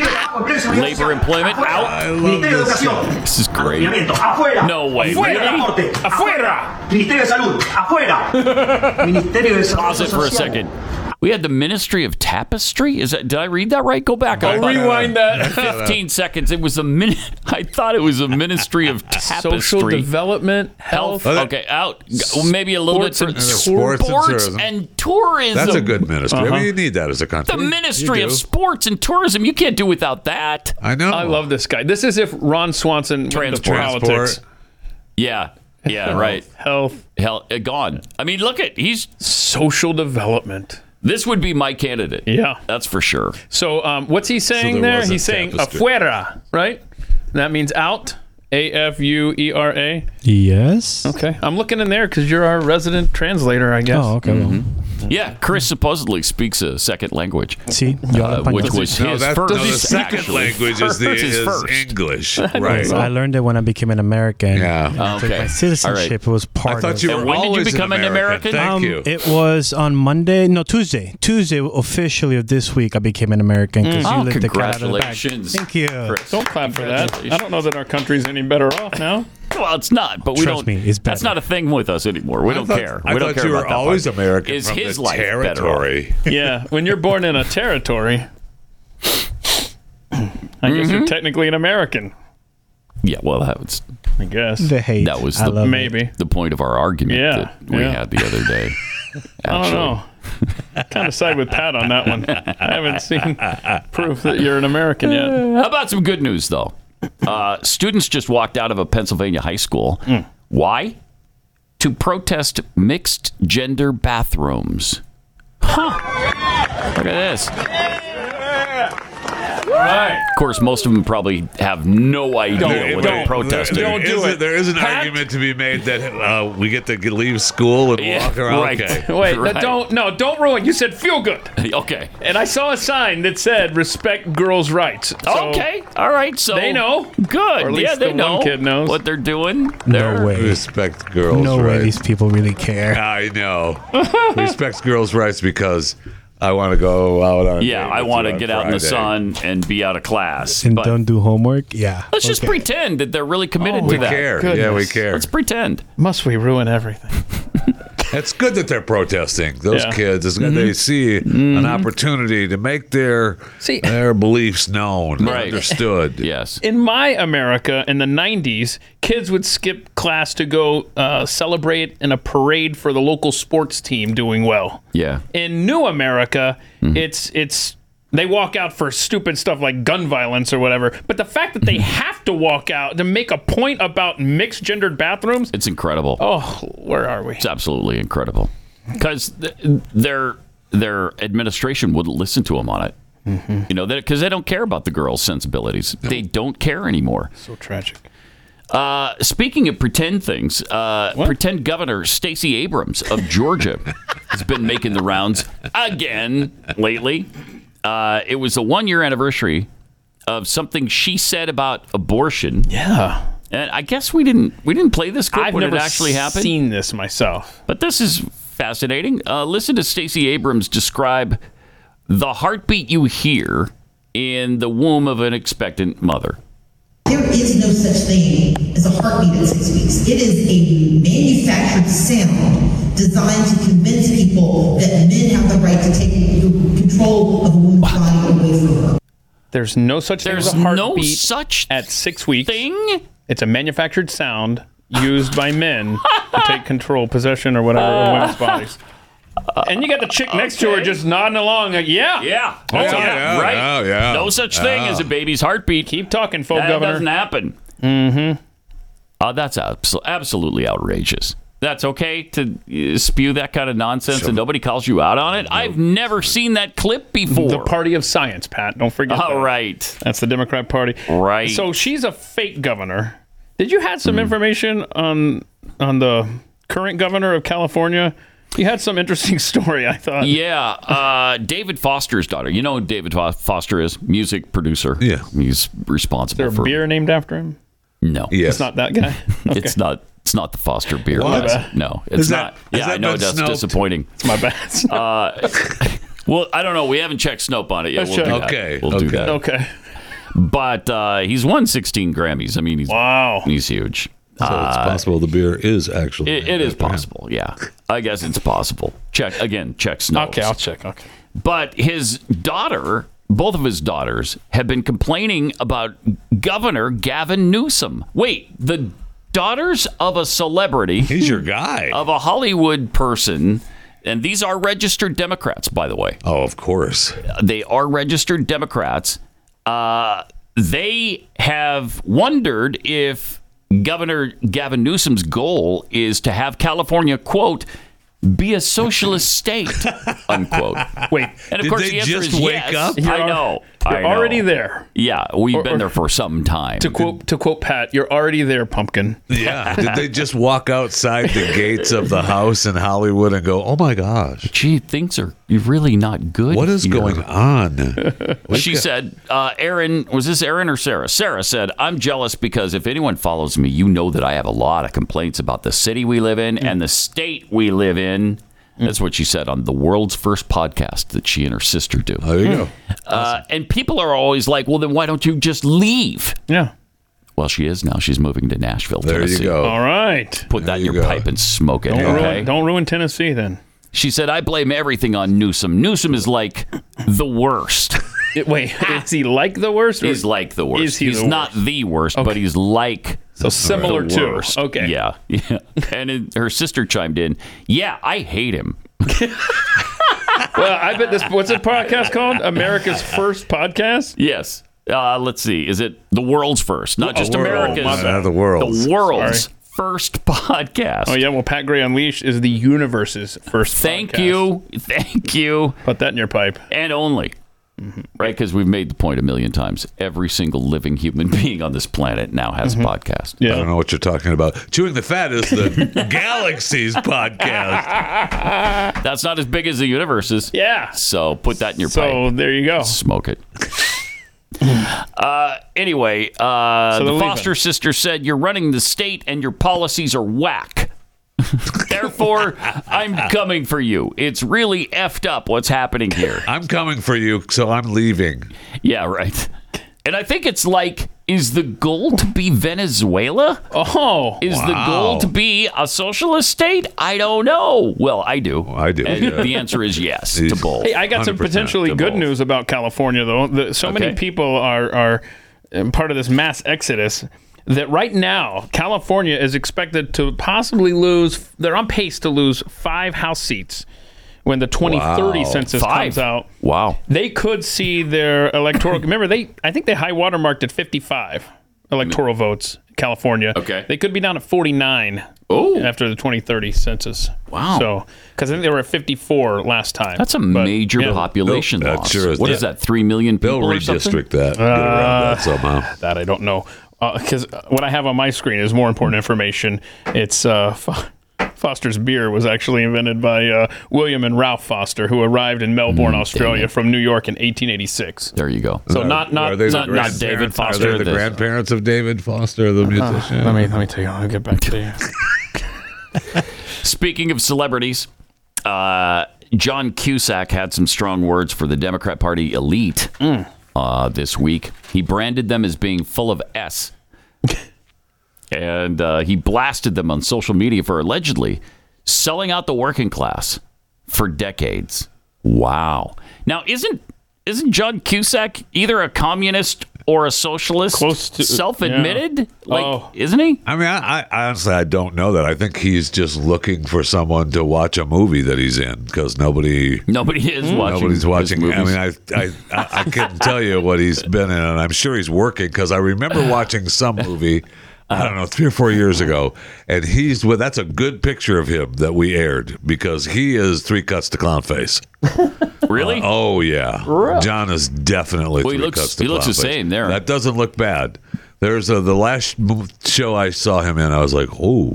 Speaker 3: Labor, Employment, out.
Speaker 8: Ministerio de Educación,
Speaker 3: This is great.
Speaker 8: Alojamiento, afuera.
Speaker 3: No way.
Speaker 8: Ministerio de
Speaker 3: Really?
Speaker 8: Transporte, afuera. Ministerio de Salud, afuera. Ministerio de Desarrollo
Speaker 3: Pause it for a
Speaker 8: Social,
Speaker 3: second. We had the Ministry of Tapestry. Is that? Did I read that right? Go back. I
Speaker 5: Oh,
Speaker 3: thought-
Speaker 5: rewind that.
Speaker 3: Fifteen seconds. It was a minute. I thought it was a Ministry of Tapestry.
Speaker 5: Social development,
Speaker 3: Health.
Speaker 5: health.
Speaker 3: Okay, out. G- Maybe a little
Speaker 5: Sports
Speaker 3: bit
Speaker 5: and
Speaker 4: Sports
Speaker 5: tour-
Speaker 3: for
Speaker 4: and tourism.
Speaker 3: and tourism.
Speaker 4: That's a good ministry. I mean, you need that as a country.
Speaker 3: The Ministry
Speaker 4: You
Speaker 3: of
Speaker 4: do.
Speaker 3: Sports and Tourism. You can't do without that.
Speaker 4: I know.
Speaker 5: I love this guy. This is if Ron Swanson went into
Speaker 3: Transport.
Speaker 5: politics.
Speaker 3: Yeah. Yeah. Right.
Speaker 5: Health.
Speaker 3: Hell, uh, gone. I mean, look at he's
Speaker 5: social development.
Speaker 3: This would be my candidate.
Speaker 5: Yeah.
Speaker 3: that's for sure.
Speaker 5: So, um, what's he saying
Speaker 3: there
Speaker 5: there?
Speaker 3: was a
Speaker 5: He's saying
Speaker 3: tapestry.
Speaker 5: afuera, right? That means out. A F U E R A.
Speaker 15: Yes.
Speaker 5: Okay. I'm looking in there because you're our resident translator, I guess.
Speaker 15: Oh, okay.
Speaker 3: Mm-hmm.
Speaker 15: Well.
Speaker 3: Yeah, Chris supposedly speaks a second language.
Speaker 15: See,
Speaker 3: Uh, which was his
Speaker 4: No, that-
Speaker 3: first.
Speaker 4: no, the second
Speaker 3: actually.
Speaker 4: language is, the,
Speaker 3: First
Speaker 4: is
Speaker 3: first.
Speaker 4: English,
Speaker 3: I don't
Speaker 4: right?
Speaker 15: I learned it when I became an American. Yeah.
Speaker 3: Ah,
Speaker 4: Oh, okay.
Speaker 15: My
Speaker 4: All right.
Speaker 15: citizenship was part
Speaker 4: I thought
Speaker 15: of
Speaker 4: you were
Speaker 3: when did you
Speaker 4: always
Speaker 3: become an
Speaker 4: an American.
Speaker 3: American?
Speaker 4: Thank
Speaker 15: Um,
Speaker 4: you.
Speaker 15: It was on Monday, no Tuesday. Tuesday officially of this week, I became an American because
Speaker 5: Mm.
Speaker 15: you
Speaker 5: Oh,
Speaker 15: lived the cat out of the bag.
Speaker 3: Congratulations.
Speaker 15: Thank you.
Speaker 5: Don't clap for that. I don't know that our country's any better off now.
Speaker 3: Well, it's not, but we
Speaker 15: Trust
Speaker 3: don't.
Speaker 15: me, it's
Speaker 3: that's not a thing with us anymore. We
Speaker 4: I
Speaker 3: don't
Speaker 4: thought-
Speaker 3: care.
Speaker 4: I
Speaker 3: we don't
Speaker 4: thought
Speaker 3: care
Speaker 4: you were
Speaker 3: about that
Speaker 4: always
Speaker 3: life.
Speaker 4: American
Speaker 3: Is
Speaker 4: from
Speaker 3: his
Speaker 4: the
Speaker 3: life
Speaker 4: territory.
Speaker 5: yeah. When you're born in a territory, I guess
Speaker 3: Mm-hmm.
Speaker 5: you're technically an American.
Speaker 3: Yeah, well, that was
Speaker 5: I guess
Speaker 15: the hate.
Speaker 3: that was
Speaker 15: I
Speaker 3: the
Speaker 15: love it.
Speaker 5: maybe.
Speaker 3: the point of our argument
Speaker 5: Yeah,
Speaker 3: that we
Speaker 5: yeah.
Speaker 3: had the other day.
Speaker 5: I don't
Speaker 3: actually.
Speaker 5: know. kind of side with Pat on that one. I haven't seen proof that you're an American yet.
Speaker 3: Uh, How about some good news, though? Uh, students just walked out of a Pennsylvania high school.
Speaker 5: Mm.
Speaker 3: Why? To protest mixed gender bathrooms. Huh. Look at this. Of course, most of them probably have no idea
Speaker 4: There-
Speaker 3: what
Speaker 4: there-
Speaker 3: they're protesting.
Speaker 4: there is a- There is an argument to be made that uh, we get to leave school and
Speaker 3: Yeah,
Speaker 4: walk around.
Speaker 3: right.
Speaker 4: Okay.
Speaker 5: Wait,
Speaker 3: Right.
Speaker 5: don't no, don't ruin. You said feel good,
Speaker 3: Okay.
Speaker 5: and I saw a sign that said respect girls' rights. So
Speaker 3: okay. All right. So
Speaker 5: they know.
Speaker 3: Good.
Speaker 5: Or at
Speaker 3: yeah,
Speaker 5: least
Speaker 3: they
Speaker 5: the
Speaker 3: know
Speaker 5: one kid knows.
Speaker 3: what they're doing.
Speaker 15: No way.
Speaker 4: Respect girls'
Speaker 15: No way.
Speaker 4: rights.
Speaker 15: These people really care.
Speaker 4: I know. Respects girls' rights because I want to go out on. a
Speaker 3: Yeah,
Speaker 4: date
Speaker 3: I
Speaker 4: with
Speaker 3: want
Speaker 4: you
Speaker 3: to
Speaker 4: on
Speaker 3: get out in the
Speaker 4: Friday.
Speaker 3: sun and be out of class.
Speaker 15: And
Speaker 3: but
Speaker 15: don't do homework. Yeah.
Speaker 3: let's just
Speaker 15: Okay.
Speaker 3: pretend that they're really committed
Speaker 4: Oh, We
Speaker 3: to that.
Speaker 4: care. Yeah, we
Speaker 5: Goodness.
Speaker 4: care.
Speaker 3: Let's pretend.
Speaker 5: Must we ruin everything?
Speaker 4: It's good that they're protesting. Those
Speaker 5: Yeah.
Speaker 4: kids, it's
Speaker 15: Mm-hmm.
Speaker 4: good they see
Speaker 3: Mm-hmm.
Speaker 4: an opportunity to make their
Speaker 5: See-
Speaker 4: their beliefs known, and
Speaker 3: Right.
Speaker 4: understood.
Speaker 3: Yes.
Speaker 5: In my America in the '90s, kids would skip class to go uh, celebrate in a parade for the local sports team doing well.
Speaker 3: Yeah.
Speaker 5: in new America,
Speaker 3: Hmm.
Speaker 5: it's it's they walk out for stupid stuff like gun violence or whatever. But the fact that they have to walk out to make a point about mixed gendered bathrooms,
Speaker 3: It's incredible.
Speaker 5: oh, where are we?
Speaker 3: It's absolutely incredible. Because th- their their administration wouldn't listen to them on it.
Speaker 5: Mm-hmm.
Speaker 3: You know, because they don't care about the girls' sensibilities. They don't care anymore.
Speaker 5: So tragic.
Speaker 3: Uh, speaking of pretend things, uh, pretend Governor Stacey Abrams of Georgia has been making the rounds again lately. Uh, it was the one year anniversary of something she said about abortion.
Speaker 5: Yeah,
Speaker 3: And I guess we didn't we didn't play this clip
Speaker 5: I've
Speaker 3: when
Speaker 5: never
Speaker 3: it actually happened.
Speaker 5: seen this myself.
Speaker 3: But this is fascinating. Uh, listen to Stacey Abrams describe the heartbeat you hear in the womb of an expectant mother.
Speaker 9: There is no such thing as a heartbeat at six weeks. It is a manufactured sound designed to convince people that men have the right to take control of a woman's body away from her.
Speaker 5: There's no such
Speaker 3: There's
Speaker 5: thing as a
Speaker 3: no
Speaker 5: heartbeat
Speaker 3: such
Speaker 5: at six weeks.
Speaker 3: thing.
Speaker 5: It's a manufactured sound used by men to take control, possession, or whatever of women's bodies. Uh, and you got the chick next to her just nodding along. Like, yeah.
Speaker 3: Yeah. That's
Speaker 5: Oh,
Speaker 3: all
Speaker 5: yeah,
Speaker 3: right.
Speaker 5: yeah, yeah.
Speaker 3: No such thing
Speaker 5: Yeah.
Speaker 3: as a baby's heartbeat.
Speaker 5: Keep talking, folk
Speaker 3: that
Speaker 5: governor.
Speaker 3: doesn't happen. Mm-hmm. Uh, that's abso- absolutely outrageous. That's okay to uh, spew that kind of nonsense and nobody calls you out on it. I've never seen that clip before.
Speaker 5: The party of science, Pat. Don't forget.
Speaker 3: All
Speaker 5: that.
Speaker 3: right.
Speaker 5: That's the Democrat Party.
Speaker 3: Right.
Speaker 5: So she's a fake governor. Did you have some information on on the current governor of California? You had some interesting story, I thought.
Speaker 3: Yeah, uh, David Foster's daughter. You know who David Fo- Foster is music producer. Yeah, he's responsible
Speaker 5: Is there
Speaker 3: for
Speaker 5: a beer named after him?
Speaker 3: No,
Speaker 5: Yes. It's not that guy?
Speaker 3: it's not. It's not the Foster beer.
Speaker 5: What?
Speaker 3: guys. No, it's
Speaker 5: Is that-
Speaker 3: not.
Speaker 5: has
Speaker 3: yeah,
Speaker 5: that
Speaker 3: I know
Speaker 5: been
Speaker 3: that's
Speaker 5: snoped?
Speaker 3: disappointing. It's
Speaker 5: my bad.
Speaker 3: uh, well, I don't know. We haven't checked Snope on it
Speaker 5: Let's
Speaker 3: yet. We'll do
Speaker 5: check.
Speaker 3: that.
Speaker 5: Okay,
Speaker 3: We'll do
Speaker 5: okay.
Speaker 3: that.
Speaker 5: Okay.
Speaker 3: But uh, he's won 16 Grammys. I mean, he's
Speaker 5: wow.
Speaker 3: He's huge. Uh,
Speaker 4: So it's possible the beer is actually.
Speaker 3: It, it is possible. Yeah, I guess it's possible. Check again. Check Snopes.
Speaker 5: Okay, I'll check. Okay.
Speaker 3: But his daughter, both of his daughters, have been complaining about Governor Gavin Newsom. Wait, the daughters of a celebrity. He's
Speaker 4: your guy.
Speaker 3: Of a Hollywood person. And these are registered Democrats, by the way.
Speaker 4: Oh, of course.
Speaker 3: They are registered Democrats. Uh, they have wondered if Governor Gavin Newsom's goal is to have California, quote, be a socialist state, unquote.
Speaker 5: Wait,
Speaker 3: And of
Speaker 4: Did
Speaker 3: course,
Speaker 4: they
Speaker 3: the answer
Speaker 4: just
Speaker 3: is
Speaker 4: wake
Speaker 3: yes.
Speaker 4: up?
Speaker 3: I know.
Speaker 5: You're
Speaker 3: I know.
Speaker 5: already there.
Speaker 3: Yeah, we've
Speaker 5: Or-
Speaker 3: been
Speaker 5: or-
Speaker 3: there for some time.
Speaker 5: To quote to quote Pat, you're already there, pumpkin.
Speaker 4: Yeah. Did they just walk outside the gates of the house in Hollywood and go, "Oh my gosh,
Speaker 3: gee, things are really not good."
Speaker 4: What is going on? We've
Speaker 3: she
Speaker 4: got-
Speaker 3: said, uh, Aaron, was this Aaron or Sarah? Sarah said, I'm jealous because if anyone follows me, you know that I have a lot of complaints about the city we live in
Speaker 4: Mm.
Speaker 3: and the state we live in. That's what she said on the world's first podcast that she and her sister do. There
Speaker 4: you
Speaker 5: Hmm.
Speaker 4: go.
Speaker 3: Uh, and people are always like, well, then why don't you just leave?
Speaker 5: Yeah.
Speaker 3: Well, she is now. She's moving to Nashville.
Speaker 4: There you
Speaker 3: Tennessee.
Speaker 4: go. All
Speaker 5: right.
Speaker 3: Put that in your pipe and smoke it.
Speaker 5: Don't
Speaker 3: okay?
Speaker 5: ruin don't ruin Tennessee then.
Speaker 3: She said, I blame everything on Newsom. Newsom is like the worst.
Speaker 5: wait, is he like the worst?
Speaker 3: He's like the worst.
Speaker 5: is he
Speaker 3: he's
Speaker 5: the
Speaker 3: not the worst, but he's like
Speaker 5: So similar
Speaker 3: the
Speaker 5: to.
Speaker 3: worst.
Speaker 5: Okay.
Speaker 3: Yeah. Yeah. And it, her sister chimed in, Yeah, I hate him.
Speaker 5: well, I bet this what's the podcast called? America's first podcast?
Speaker 3: Yes. Uh, let's see. Is it the world's first? Not
Speaker 5: Oh,
Speaker 3: just
Speaker 5: world.
Speaker 3: America's.
Speaker 5: My bad.
Speaker 4: The world's.
Speaker 3: The world's
Speaker 5: Sorry.
Speaker 3: first podcast.
Speaker 5: Oh yeah, well Pat Gray Unleashed is the universe's first
Speaker 3: Thank
Speaker 5: podcast.
Speaker 3: you. Thank you.
Speaker 5: Put that in your pipe.
Speaker 3: And only.
Speaker 4: Mm-hmm.
Speaker 3: Right? Because we've made the point a million times. Every single living human being on this planet now has a podcast.
Speaker 4: Mm-hmm. I don't know what you're talking about. Chewing the fat is the Galaxies podcast.
Speaker 3: That's not as big as the universe is.
Speaker 5: Yeah.
Speaker 3: So put that in your pipe.
Speaker 5: So there you go.
Speaker 3: Smoke it. uh, anyway, uh,
Speaker 5: So they're
Speaker 3: the
Speaker 5: leaving.
Speaker 3: foster sister said, You're running the state and your policies are whack. Therefore, I'm coming for you. It's really effed up what's happening here.
Speaker 4: I'm coming for you, so I'm leaving.
Speaker 3: Yeah, right. And I think it's like, is the goal to be Venezuela?
Speaker 5: Oh.
Speaker 3: Is the goal
Speaker 4: wow.
Speaker 3: to be a socialist state? I don't know. Well, I do. I
Speaker 4: do,
Speaker 3: And
Speaker 4: yeah.
Speaker 3: the answer is yes to both.
Speaker 5: Hey, I got some
Speaker 3: 100%
Speaker 5: potentially
Speaker 3: to
Speaker 5: good
Speaker 3: both.
Speaker 5: news about California, though. The, so many
Speaker 3: Okay.
Speaker 5: people are are um, part of this mass exodus that right now California is expected to possibly lose. They're on pace to lose five House seats when the 2030
Speaker 3: Wow.
Speaker 5: census
Speaker 3: Five.
Speaker 5: comes out.
Speaker 3: Wow.
Speaker 5: They could see their electoral. remember, they I think they high watermarked at 55 electoral votes. California. Okay. They could be down at 49.
Speaker 3: Oh.
Speaker 5: After the 2030 census.
Speaker 3: Wow.
Speaker 5: So, because I think they were at 54 last time.
Speaker 3: That's a
Speaker 5: But,
Speaker 3: major
Speaker 5: yeah.
Speaker 3: population
Speaker 4: Nope, that
Speaker 3: loss.
Speaker 4: sure is.
Speaker 3: What
Speaker 4: Yeah.
Speaker 3: is that? Three million people.
Speaker 4: They'll
Speaker 3: or something?
Speaker 4: redistrict that. Get around
Speaker 5: Uh,
Speaker 4: that somehow.
Speaker 5: That I don't know. Because what I have on my screen is more important information. It's uh, Fo- Foster's beer was actually invented by uh, William and Ralph Foster, who arrived in Melbourne, Australia, from New York in 1886.
Speaker 3: There you go.
Speaker 5: So not
Speaker 4: Mm, Are
Speaker 5: not
Speaker 4: they the
Speaker 5: not, not
Speaker 4: grandparents-
Speaker 5: David Foster.
Speaker 4: Are they the grandparents of David Foster, the musician?
Speaker 5: Uh, let me let me tell you. I'll get back to you.
Speaker 3: Speaking of celebrities, uh, John Cusack had some strong words for the Democrat Party elite uh, this week. He branded them as being full of S. and uh, he blasted them on social media for allegedly selling out the working class for decades. Wow. Now, isn't isn't John Cusack either a communist or a socialist? Close to Oh, self-admitted. Like, isn't he?
Speaker 4: I mean, I, I honestly I don't know that. I think he's just looking for someone to watch a movie that he's in because nobody
Speaker 3: Nobody is watching
Speaker 4: Nobody's
Speaker 3: his
Speaker 4: watching. I
Speaker 3: movies.
Speaker 4: mean, I I, I I couldn't tell you what he's been in, and I'm sure he's working because I remember watching some movie. I don't know, three or four years ago, and he's with. That's a good picture of him that we aired because he is three cuts to clown face.
Speaker 3: really?
Speaker 4: oh yeah,
Speaker 3: Really?
Speaker 4: John is definitely
Speaker 3: Well, he
Speaker 4: three
Speaker 3: looks-
Speaker 4: cuts to
Speaker 3: he looks
Speaker 4: clown
Speaker 3: the
Speaker 4: face.
Speaker 3: same there.
Speaker 4: That doesn't look bad. There's a, the last m- show I saw him in. I was like, oh,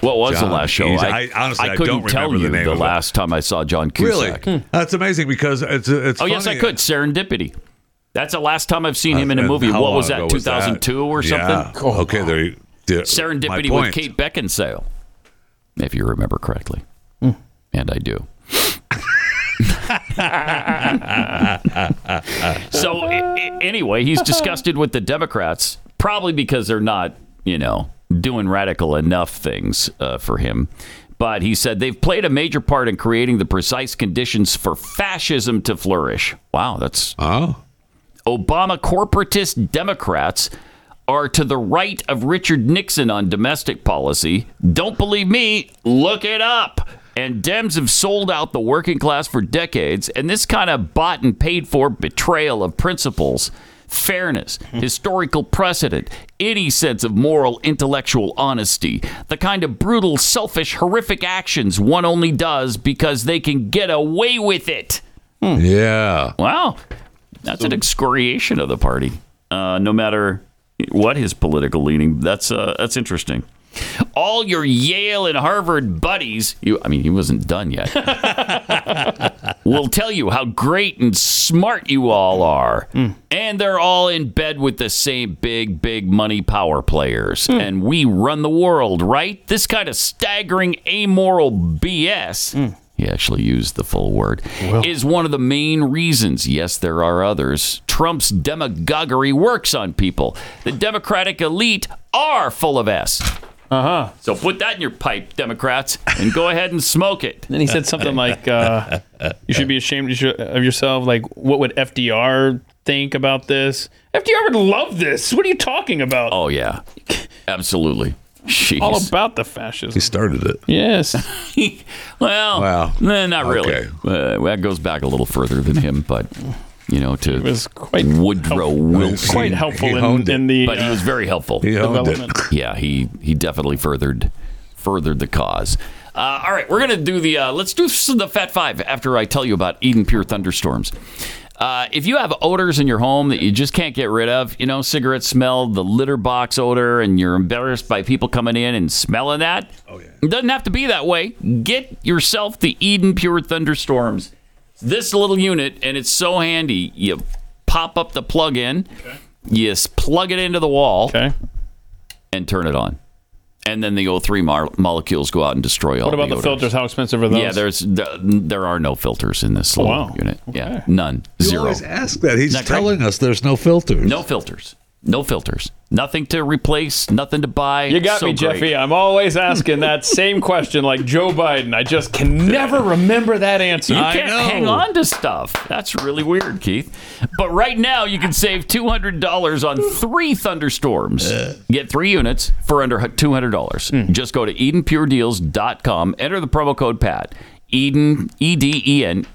Speaker 3: what was the
Speaker 4: John,
Speaker 3: last show?
Speaker 4: he's- I- honestly, I
Speaker 3: couldn't
Speaker 4: don't
Speaker 3: tell
Speaker 4: remember the
Speaker 3: you
Speaker 4: name
Speaker 3: the
Speaker 4: of it.
Speaker 3: last time I saw John Cusack. Hmm.
Speaker 4: really? That's amazing because it's it's.
Speaker 3: oh yes, I
Speaker 4: funny.
Speaker 3: could. Serendipity. That's the last time I've seen him in a
Speaker 4: And
Speaker 3: movie.
Speaker 4: Uh, how
Speaker 3: What
Speaker 4: long
Speaker 3: was
Speaker 4: ago
Speaker 3: that? Two thousand two or something.
Speaker 4: Yeah. Okay, there. You, there- my
Speaker 3: Serendipity with
Speaker 4: point.
Speaker 3: Kate Beckinsale, if you remember correctly, and uh, I do. so a- a- anyway, he's disgusted with the Democrats, probably because they're not, you know, doing radical enough things uh, for him. But he said they've played a major part in creating the precise conditions for fascism to flourish. Wow, that's
Speaker 4: oh,
Speaker 3: Obama corporatist Democrats are to the right of Richard Nixon on domestic policy. Don't believe me? Look it up. And Dems have sold out the working class for decades, and this kind of bought and paid for betrayal of principles, fairness, historical precedent, any sense of moral, intellectual honesty, the kind of brutal, selfish, horrific actions one only does because they can get away with it.
Speaker 4: Yeah.
Speaker 3: Hmm. Wow. That's an excoriation of the party, uh, no matter what his political leaning. That's uh, that's interesting. All your Yale and Harvard buddies, you, I mean, he wasn't done yet, will tell you how great and smart you all are. And they're all in bed with the same big, big money power players. And we run the world, right? This kind of staggering amoral BS.
Speaker 4: Mm.
Speaker 3: He actually used the full word. Is one of the main reasons, yes, there are others, Trump's demagoguery works on people. The Democratic elite are full of S. Uh
Speaker 5: Uh-huh.
Speaker 3: huh. So put that in your pipe, Democrats, and go ahead and smoke it.
Speaker 5: Then he said something like, uh, "You should be ashamed of your- of yourself." Like, what would FDR think about this? FDR would love this. What are you talking about?
Speaker 3: Oh yeah, absolutely. Jeez.
Speaker 5: All about the fascism.
Speaker 4: He started it.
Speaker 5: Yes.
Speaker 3: well,
Speaker 4: Wow.
Speaker 3: eh, not really. Uh, that goes back a little further than him, but you know, to Woodrow Wilson.
Speaker 5: quite He- helpful he in- honed in it. the,
Speaker 3: but he
Speaker 5: uh,
Speaker 3: was very helpful.
Speaker 5: He honed it. development.
Speaker 3: Yeah, he he definitely furthered furthered the cause. Uh, all right, we're gonna do the uh, let's do s- the Fat Five after I tell you about Eden Pure thunderstorms. Uh, if you have odors in your home that you just can't get rid of, you know, cigarette smell, the litter box odor, and you're embarrassed by people coming in and smelling that, oh, yeah. it doesn't have to be that way. Get yourself the Eden Pure thunderstorms. This little unit, and it's so handy. You pop up the plug in, you s- plug it into the wall, and turn it on. And then the O3 mo- molecules go out and destroy all
Speaker 5: what about the,
Speaker 3: odors.
Speaker 5: filters? How expensive are those? Oh,
Speaker 3: Yeah, there's th- there are no filters in this little
Speaker 5: wow.
Speaker 3: unit. Yeah, none, zero.
Speaker 4: always ask that. He's
Speaker 3: Isn't that
Speaker 4: telling us there's no filters.
Speaker 3: No filters. No filters. Nothing to replace. Nothing to buy.
Speaker 5: You got
Speaker 3: So
Speaker 5: me,
Speaker 3: great.
Speaker 5: Jeffy. I'm always asking that same question, like Joe Biden. I just can never remember that answer.
Speaker 3: You can't hang on to stuff. That's really weird, Keith. But right now, you can save two hundred dollars on three thunderstorms. Get three units for under two hundred dollars.
Speaker 4: Hmm.
Speaker 3: Just go to EdenPureDeals.com. Enter the promo code Pat. Eden E D E N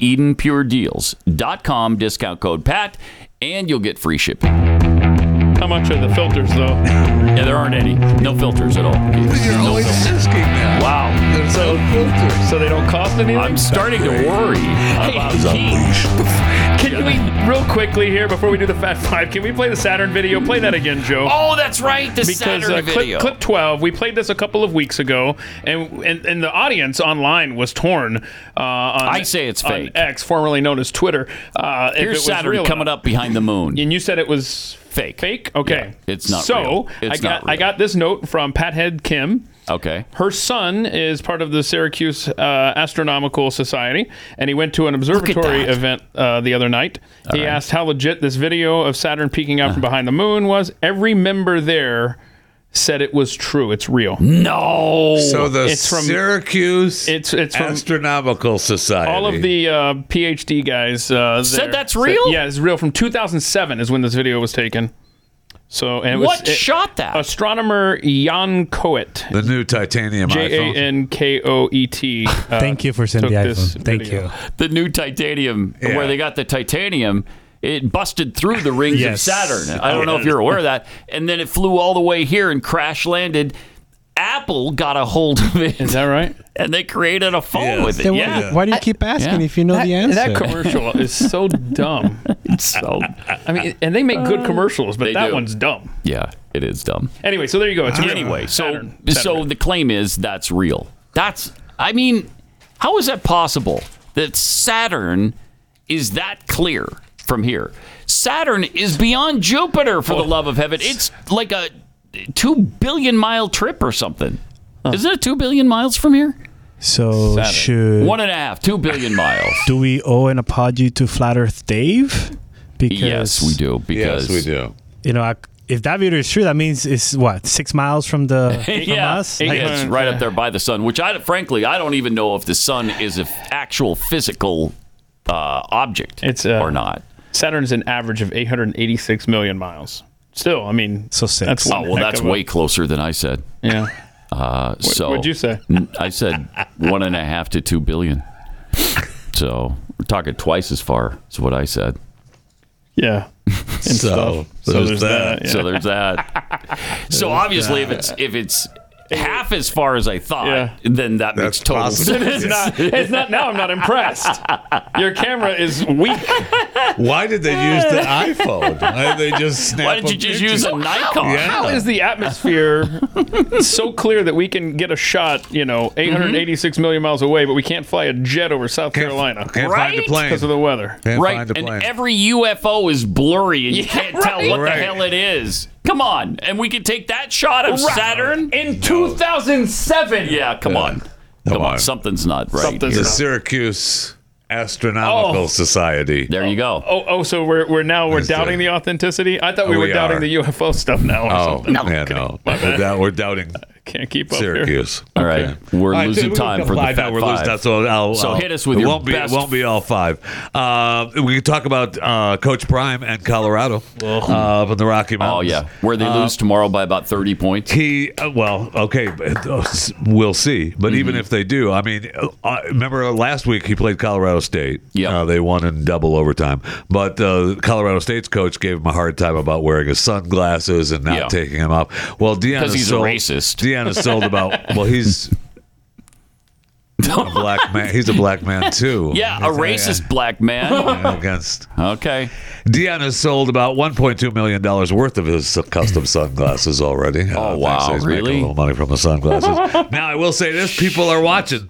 Speaker 3: EdenPureDeals.com. Discount code Pat, and you'll get free shipping.
Speaker 5: How much are the filters, though?
Speaker 3: Yeah, there aren't any. No filters at all. You're
Speaker 4: always asking that.
Speaker 3: Wow.
Speaker 4: There's no filters.
Speaker 5: So they don't cost anything?
Speaker 3: I'm starting to worry about
Speaker 5: Can we, real quickly here, before we do the Fat Five, can we play the Saturn video? Play that again, Joe.
Speaker 3: Oh, that's right, the
Speaker 5: because,
Speaker 3: Saturn
Speaker 5: uh, clip,
Speaker 3: video.
Speaker 5: Clip 12, we played this a couple of weeks ago, and and, and the audience online was torn. Uh, on,
Speaker 3: I say it's
Speaker 5: on
Speaker 3: fake.
Speaker 5: X, formerly known as Twitter. Uh, if it
Speaker 3: Here's
Speaker 5: was
Speaker 3: Saturn
Speaker 5: real or
Speaker 3: coming
Speaker 5: not.
Speaker 3: up behind the moon.
Speaker 5: And you said it was fake. Fake? Okay.
Speaker 3: it's not
Speaker 5: So
Speaker 3: real. It's
Speaker 5: I got
Speaker 3: not real.
Speaker 5: I got this note from Pathead Kim.
Speaker 3: Okay.
Speaker 5: Her son is part of the Syracuse uh, Astronomical Society, and he went to an observatory event uh, the other night. he
Speaker 3: Uh.
Speaker 5: asked how legit this video of Saturn peeking out from behind the moon was. Every member there said it was true. It's real.
Speaker 3: No.
Speaker 4: So the
Speaker 5: Oh, it's from
Speaker 4: Syracuse
Speaker 5: it's it's from
Speaker 4: Astronomical Society.
Speaker 5: all of the uh, PhD guys uh,
Speaker 3: Said
Speaker 5: there.
Speaker 3: that's real?
Speaker 5: yeah, it's real. From 2007 is when this video was taken. So and it was,
Speaker 3: What
Speaker 5: it-
Speaker 3: shot that?
Speaker 5: Astronomer Jan Koet,
Speaker 4: the new titanium
Speaker 5: J A
Speaker 4: iPhone.
Speaker 5: N K O E T. uh,
Speaker 15: Thank you for sending
Speaker 5: took
Speaker 15: the
Speaker 5: this
Speaker 15: iPhone. Thank
Speaker 5: video.
Speaker 15: you.
Speaker 3: the new titanium
Speaker 4: Yeah.
Speaker 3: where they got the titanium it busted through the rings
Speaker 15: Yes.
Speaker 3: of saturn i don't
Speaker 15: Oh,
Speaker 3: know
Speaker 15: yeah.
Speaker 3: if you're aware of that and then it flew all the way here and crash landed apple got a hold of it is
Speaker 5: that right
Speaker 3: and they created a phone with it
Speaker 15: Then why-
Speaker 3: yeah
Speaker 15: Why, do you keep asking
Speaker 3: Yeah.
Speaker 15: if you know the answer?
Speaker 5: That commercial is so dumb.
Speaker 3: It's so.
Speaker 5: I mean, and they make good commercials, but
Speaker 3: They
Speaker 5: that
Speaker 3: do.
Speaker 5: one's dumb.
Speaker 3: yeah it is dumb
Speaker 5: Anyway, so there you go. It's real.
Speaker 3: anyway so
Speaker 5: Saturn.
Speaker 3: so the claim is that's real that's i mean how is that possible that saturn is that clear from here saturn is beyond jupiter for
Speaker 5: Oh.
Speaker 3: the love of heaven it's like a 2 billion mile trip or something isn't it 2 billion miles from here
Speaker 15: so should
Speaker 3: one and a half 2 billion miles
Speaker 15: do we owe an apology to Flat Earth Dave? Because
Speaker 3: yes we do because
Speaker 4: we do
Speaker 15: you know, I, if that video is true, that means it's what six miles from the from
Speaker 3: yeah,
Speaker 15: us.
Speaker 3: yeah,
Speaker 15: Like,
Speaker 3: it's right up there by the sun. Which I frankly, I don't even know if the sun is an actual physical uh, object.
Speaker 5: It's uh,
Speaker 3: or not.
Speaker 5: Saturn's an average of 886 million miles. Still, I mean,
Speaker 15: so six.
Speaker 5: That's
Speaker 3: Oh
Speaker 5: one
Speaker 3: well,
Speaker 5: heck
Speaker 3: that's
Speaker 5: of a-
Speaker 3: way closer than I said.
Speaker 5: Yeah.
Speaker 3: Uh, so
Speaker 5: what'd you say?
Speaker 3: N- I said one and a half to two billion. So we're talking twice as far. Is what I said.
Speaker 5: Yeah. And
Speaker 4: So,
Speaker 5: stuff. So
Speaker 4: there's
Speaker 5: there's
Speaker 4: that.
Speaker 5: that. yeah.
Speaker 3: So there's that. so
Speaker 5: There's
Speaker 3: obviously,
Speaker 5: that.
Speaker 3: if it's if it's half as far as I thought,
Speaker 5: Yeah.
Speaker 3: then that
Speaker 4: That's
Speaker 3: makes total
Speaker 4: possible.
Speaker 5: It is not.
Speaker 3: sense.
Speaker 5: It's not. Now I'm not impressed. Your camera is weak.
Speaker 4: Why did they use the iPhone? Why did they just snap
Speaker 3: Why did
Speaker 4: a
Speaker 3: you just
Speaker 4: picture?
Speaker 3: use a Nikon?
Speaker 5: How is the atmosphere so clear that we can get a shot, you know,
Speaker 3: Mm-hmm.
Speaker 5: 886 million miles away, but we can't fly a jet over South Carolina?
Speaker 4: Can't find a
Speaker 3: Right?
Speaker 4: plane.
Speaker 5: Because of the weather.
Speaker 4: Can't
Speaker 3: right,
Speaker 4: find a
Speaker 3: and
Speaker 4: plane.
Speaker 3: every UFO is blurry, and you can't tell
Speaker 5: right.
Speaker 3: what
Speaker 4: Right.
Speaker 3: the hell it is. Come on, and we can take that shot of
Speaker 5: Right.
Speaker 3: Saturn.
Speaker 5: In 2007.
Speaker 3: Yeah, come on, come on. something's not right.
Speaker 5: Something's
Speaker 3: here.
Speaker 4: the Syracuse Astronomical
Speaker 5: Oh.
Speaker 4: Society.
Speaker 3: There you go.
Speaker 5: Oh, oh, so we're, we're now we're
Speaker 4: That's
Speaker 5: doubting
Speaker 4: it.
Speaker 5: the authenticity. I thought we
Speaker 4: Oh,
Speaker 5: were
Speaker 4: we
Speaker 5: doubting
Speaker 4: are.
Speaker 5: the UFO stuff now. Or
Speaker 4: Oh,
Speaker 5: something.
Speaker 4: yeah, no. We're, dou- we're doubting
Speaker 5: Can't keep up here.
Speaker 4: Syracuse.
Speaker 3: All right, we're
Speaker 4: All right,
Speaker 3: losing
Speaker 4: we're gonna
Speaker 3: time for the
Speaker 4: comply.
Speaker 3: fat
Speaker 4: No, we're
Speaker 3: five.
Speaker 4: losing time, so I'll-
Speaker 3: So
Speaker 4: I'll-
Speaker 3: hit us with
Speaker 4: it
Speaker 3: your
Speaker 4: won't be,
Speaker 3: best-
Speaker 4: It won't be all five. Uh, we can talk about uh, Coach Prime and Colorado uh, up in the Rocky
Speaker 3: Oh
Speaker 4: Mountains.
Speaker 3: yeah, where they
Speaker 5: Uh,
Speaker 4: Uh,
Speaker 3: lose tomorrow by about thirty points.
Speaker 4: He uh, well, okay, but, uh, s- we'll see. But even
Speaker 3: Mm-hmm.
Speaker 4: if they do, I mean, uh, I remember last week he played Colorado State.
Speaker 3: Yep.
Speaker 4: uh, they won in double overtime. But uh, Colorado State's coach gave him a hard time about wearing his sunglasses and not
Speaker 3: Yeah.
Speaker 4: taking them off. Well, Deanna
Speaker 3: 'Cause he's a
Speaker 4: sold,
Speaker 3: racist.
Speaker 4: Deanna's sold about. Well, he's. a black man. He's a black man too.
Speaker 3: Yeah, a racist black man.
Speaker 4: against
Speaker 3: Okay,
Speaker 4: Dion has sold about 1.2 million dollars worth of his custom sunglasses already. Uh,
Speaker 3: Oh,
Speaker 4: thanks.
Speaker 3: wow,
Speaker 4: He's making
Speaker 3: really?
Speaker 4: A little money from the sunglasses. now I will say this: people are watching.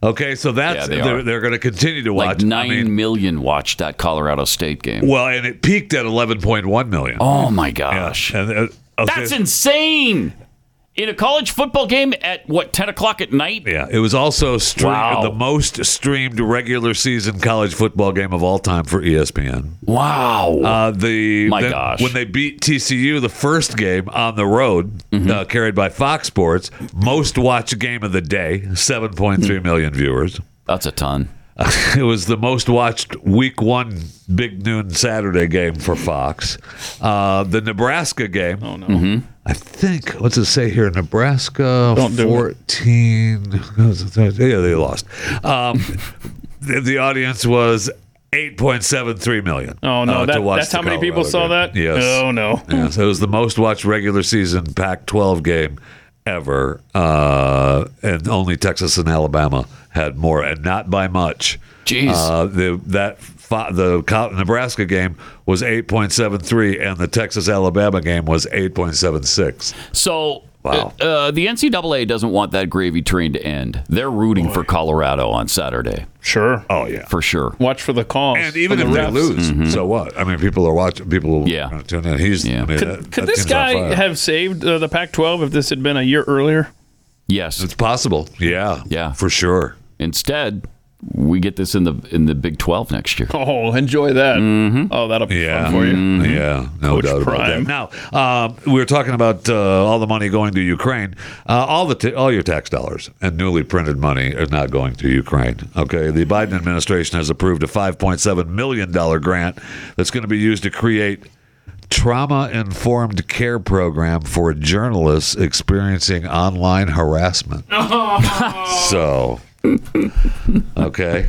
Speaker 4: Okay, so that's
Speaker 3: Yeah, they
Speaker 4: they are
Speaker 3: are.
Speaker 4: they're going to continue to
Speaker 3: like
Speaker 4: watch.
Speaker 3: nine
Speaker 4: I
Speaker 3: million
Speaker 4: mean,
Speaker 3: watched that Colorado State game.
Speaker 4: well, and it peaked at 11.1 million.
Speaker 3: Oh my gosh,
Speaker 4: And, uh, okay.
Speaker 3: that's insane! In a college football game at what ten o'clock at night?
Speaker 4: Yeah, it was also stream-
Speaker 3: Wow.
Speaker 4: the most streamed regular season college football game of all time for E ESPN.
Speaker 3: Wow.
Speaker 4: Uh, the
Speaker 3: My
Speaker 4: then-
Speaker 3: gosh.
Speaker 4: when they beat TCU the first game on the road,
Speaker 3: Mm-hmm.
Speaker 4: uh, carried by Fox Sports, most watched game of the day, seven point three million viewers.
Speaker 3: Hmm. that's a ton.
Speaker 4: it was the most watched Week One Big Noon Saturday game for Fox. Uh, the Nebraska game. Oh no.
Speaker 3: Mm-hmm.
Speaker 4: I think what's it say here? Nebraska
Speaker 5: Don't do it.
Speaker 4: fourteen. yeah, they lost. Um, the, the audience was eight point seven three million.
Speaker 5: Oh no,
Speaker 4: uh,
Speaker 5: that,
Speaker 4: to watch
Speaker 5: that's
Speaker 4: the
Speaker 5: how many people
Speaker 4: Colorado
Speaker 5: saw
Speaker 4: game.
Speaker 5: that.
Speaker 4: Yes.
Speaker 5: Oh no.
Speaker 4: Yeah, so it was the most watched regular season Pac-12 game ever, uh, and only Texas and Alabama had more, and not by much.
Speaker 3: Jeez.
Speaker 4: Uh, the that fi- the Col- Nebraska game was eight point seven three, and the Texas Alabama game was eight point seven six.
Speaker 3: So,
Speaker 4: Wow.
Speaker 3: uh, uh, the NCAA doesn't want that gravy train to end. They're rooting for Colorado on Saturday
Speaker 5: Sure.
Speaker 4: Oh yeah.
Speaker 3: for sure.
Speaker 5: Watch for the calls.
Speaker 4: And even
Speaker 5: for
Speaker 4: if
Speaker 5: the
Speaker 4: they
Speaker 5: refs.
Speaker 4: lose, mm-hmm. so what? I mean, people are watching. People
Speaker 3: Yeah.
Speaker 4: are gonna tune in. He's
Speaker 3: Yeah.
Speaker 4: I mean,
Speaker 5: Could,
Speaker 4: that-
Speaker 5: could
Speaker 4: that
Speaker 5: this
Speaker 4: team's on
Speaker 5: guy
Speaker 4: fire.
Speaker 5: have saved uh, the Pac-12 if this had been a year earlier?
Speaker 3: Yes.
Speaker 4: It's possible. Yeah.
Speaker 3: Yeah.
Speaker 4: For sure.
Speaker 3: Instead, we get this in the in the Big Twelve next year.
Speaker 5: Oh, enjoy that.
Speaker 4: Mm-hmm.
Speaker 5: Oh, that'll be
Speaker 4: Yeah,
Speaker 5: fun for you.
Speaker 4: yeah, no
Speaker 5: Coach
Speaker 4: doubt
Speaker 5: Prime.
Speaker 4: about that. Now uh, we were talking about uh, all the money going to Ukraine. Uh, all the ta- all your tax dollars and newly printed money are not going to Ukraine. Okay, the Biden administration has approved a 5.7 million dollar grant that's going to be used to create trauma informed care program for journalists experiencing online harassment. So, okay.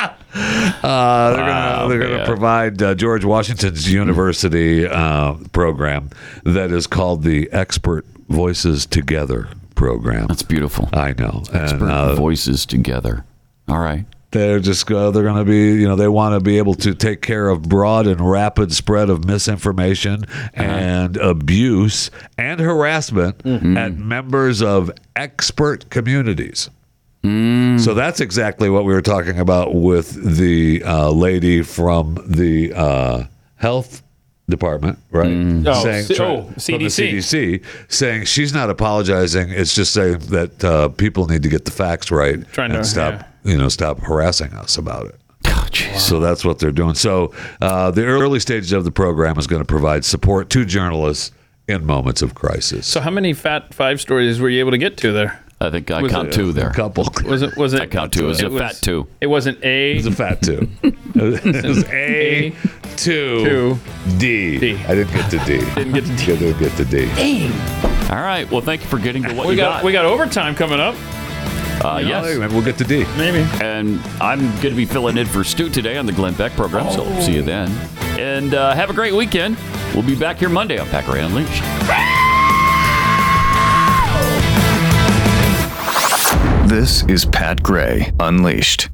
Speaker 4: Uh, they're gonna they're gonna provide uh, George Washington's University uh, program that is called the Expert Voices Together program. That's
Speaker 3: beautiful.
Speaker 4: I know.
Speaker 3: Expert
Speaker 4: uh,
Speaker 3: Voices Together. All right.
Speaker 4: They're just uh, they're going to be you know they want to be able to take care of broad and rapid spread of misinformation
Speaker 3: Uh-huh.
Speaker 4: and abuse and harassment
Speaker 3: Mm-hmm.
Speaker 4: at members of expert communities.
Speaker 3: Mm.
Speaker 4: So that's exactly what we were talking about with the uh, lady from the uh, health department, right?
Speaker 3: Mm.
Speaker 5: Oh, C- oh,
Speaker 4: from the
Speaker 5: CDC.
Speaker 4: CDC saying she's not apologizing. It's just saying that uh, people need to get the facts right
Speaker 5: Trying
Speaker 4: and
Speaker 5: to-
Speaker 4: stop
Speaker 5: yeah.
Speaker 4: you know stop harassing us about it.
Speaker 3: Oh,
Speaker 4: so that's what they're doing. So uh, the early stages of the program is going to provide support to journalists in moments of crisis.
Speaker 5: So, how many fat five stories were you able to get to there?
Speaker 3: I think I
Speaker 5: Was
Speaker 3: count
Speaker 5: it-
Speaker 3: two there.
Speaker 4: couple.
Speaker 5: Was it? Was it? I
Speaker 3: count two. It was a fat two.
Speaker 5: It wasn't a. It was
Speaker 4: a fat two. it was a two, D. D. I didn't get to D. didn't get to D. Didn't get to D.
Speaker 3: All right. Well, thank you for getting to what
Speaker 5: we
Speaker 3: you
Speaker 5: got,
Speaker 3: got.
Speaker 5: we got overtime coming up.
Speaker 3: Uh,
Speaker 5: You know,
Speaker 3: yes.
Speaker 4: Maybe we'll get to D.
Speaker 5: Maybe.
Speaker 3: And I'm going to be filling in for Stu today on the Glenn Beck program,
Speaker 5: Oh.
Speaker 3: so see you then. And uh, have a great weekend. We'll be back here Monday on Packer Unleashed.
Speaker 16: This is Pat Gray Unleashed.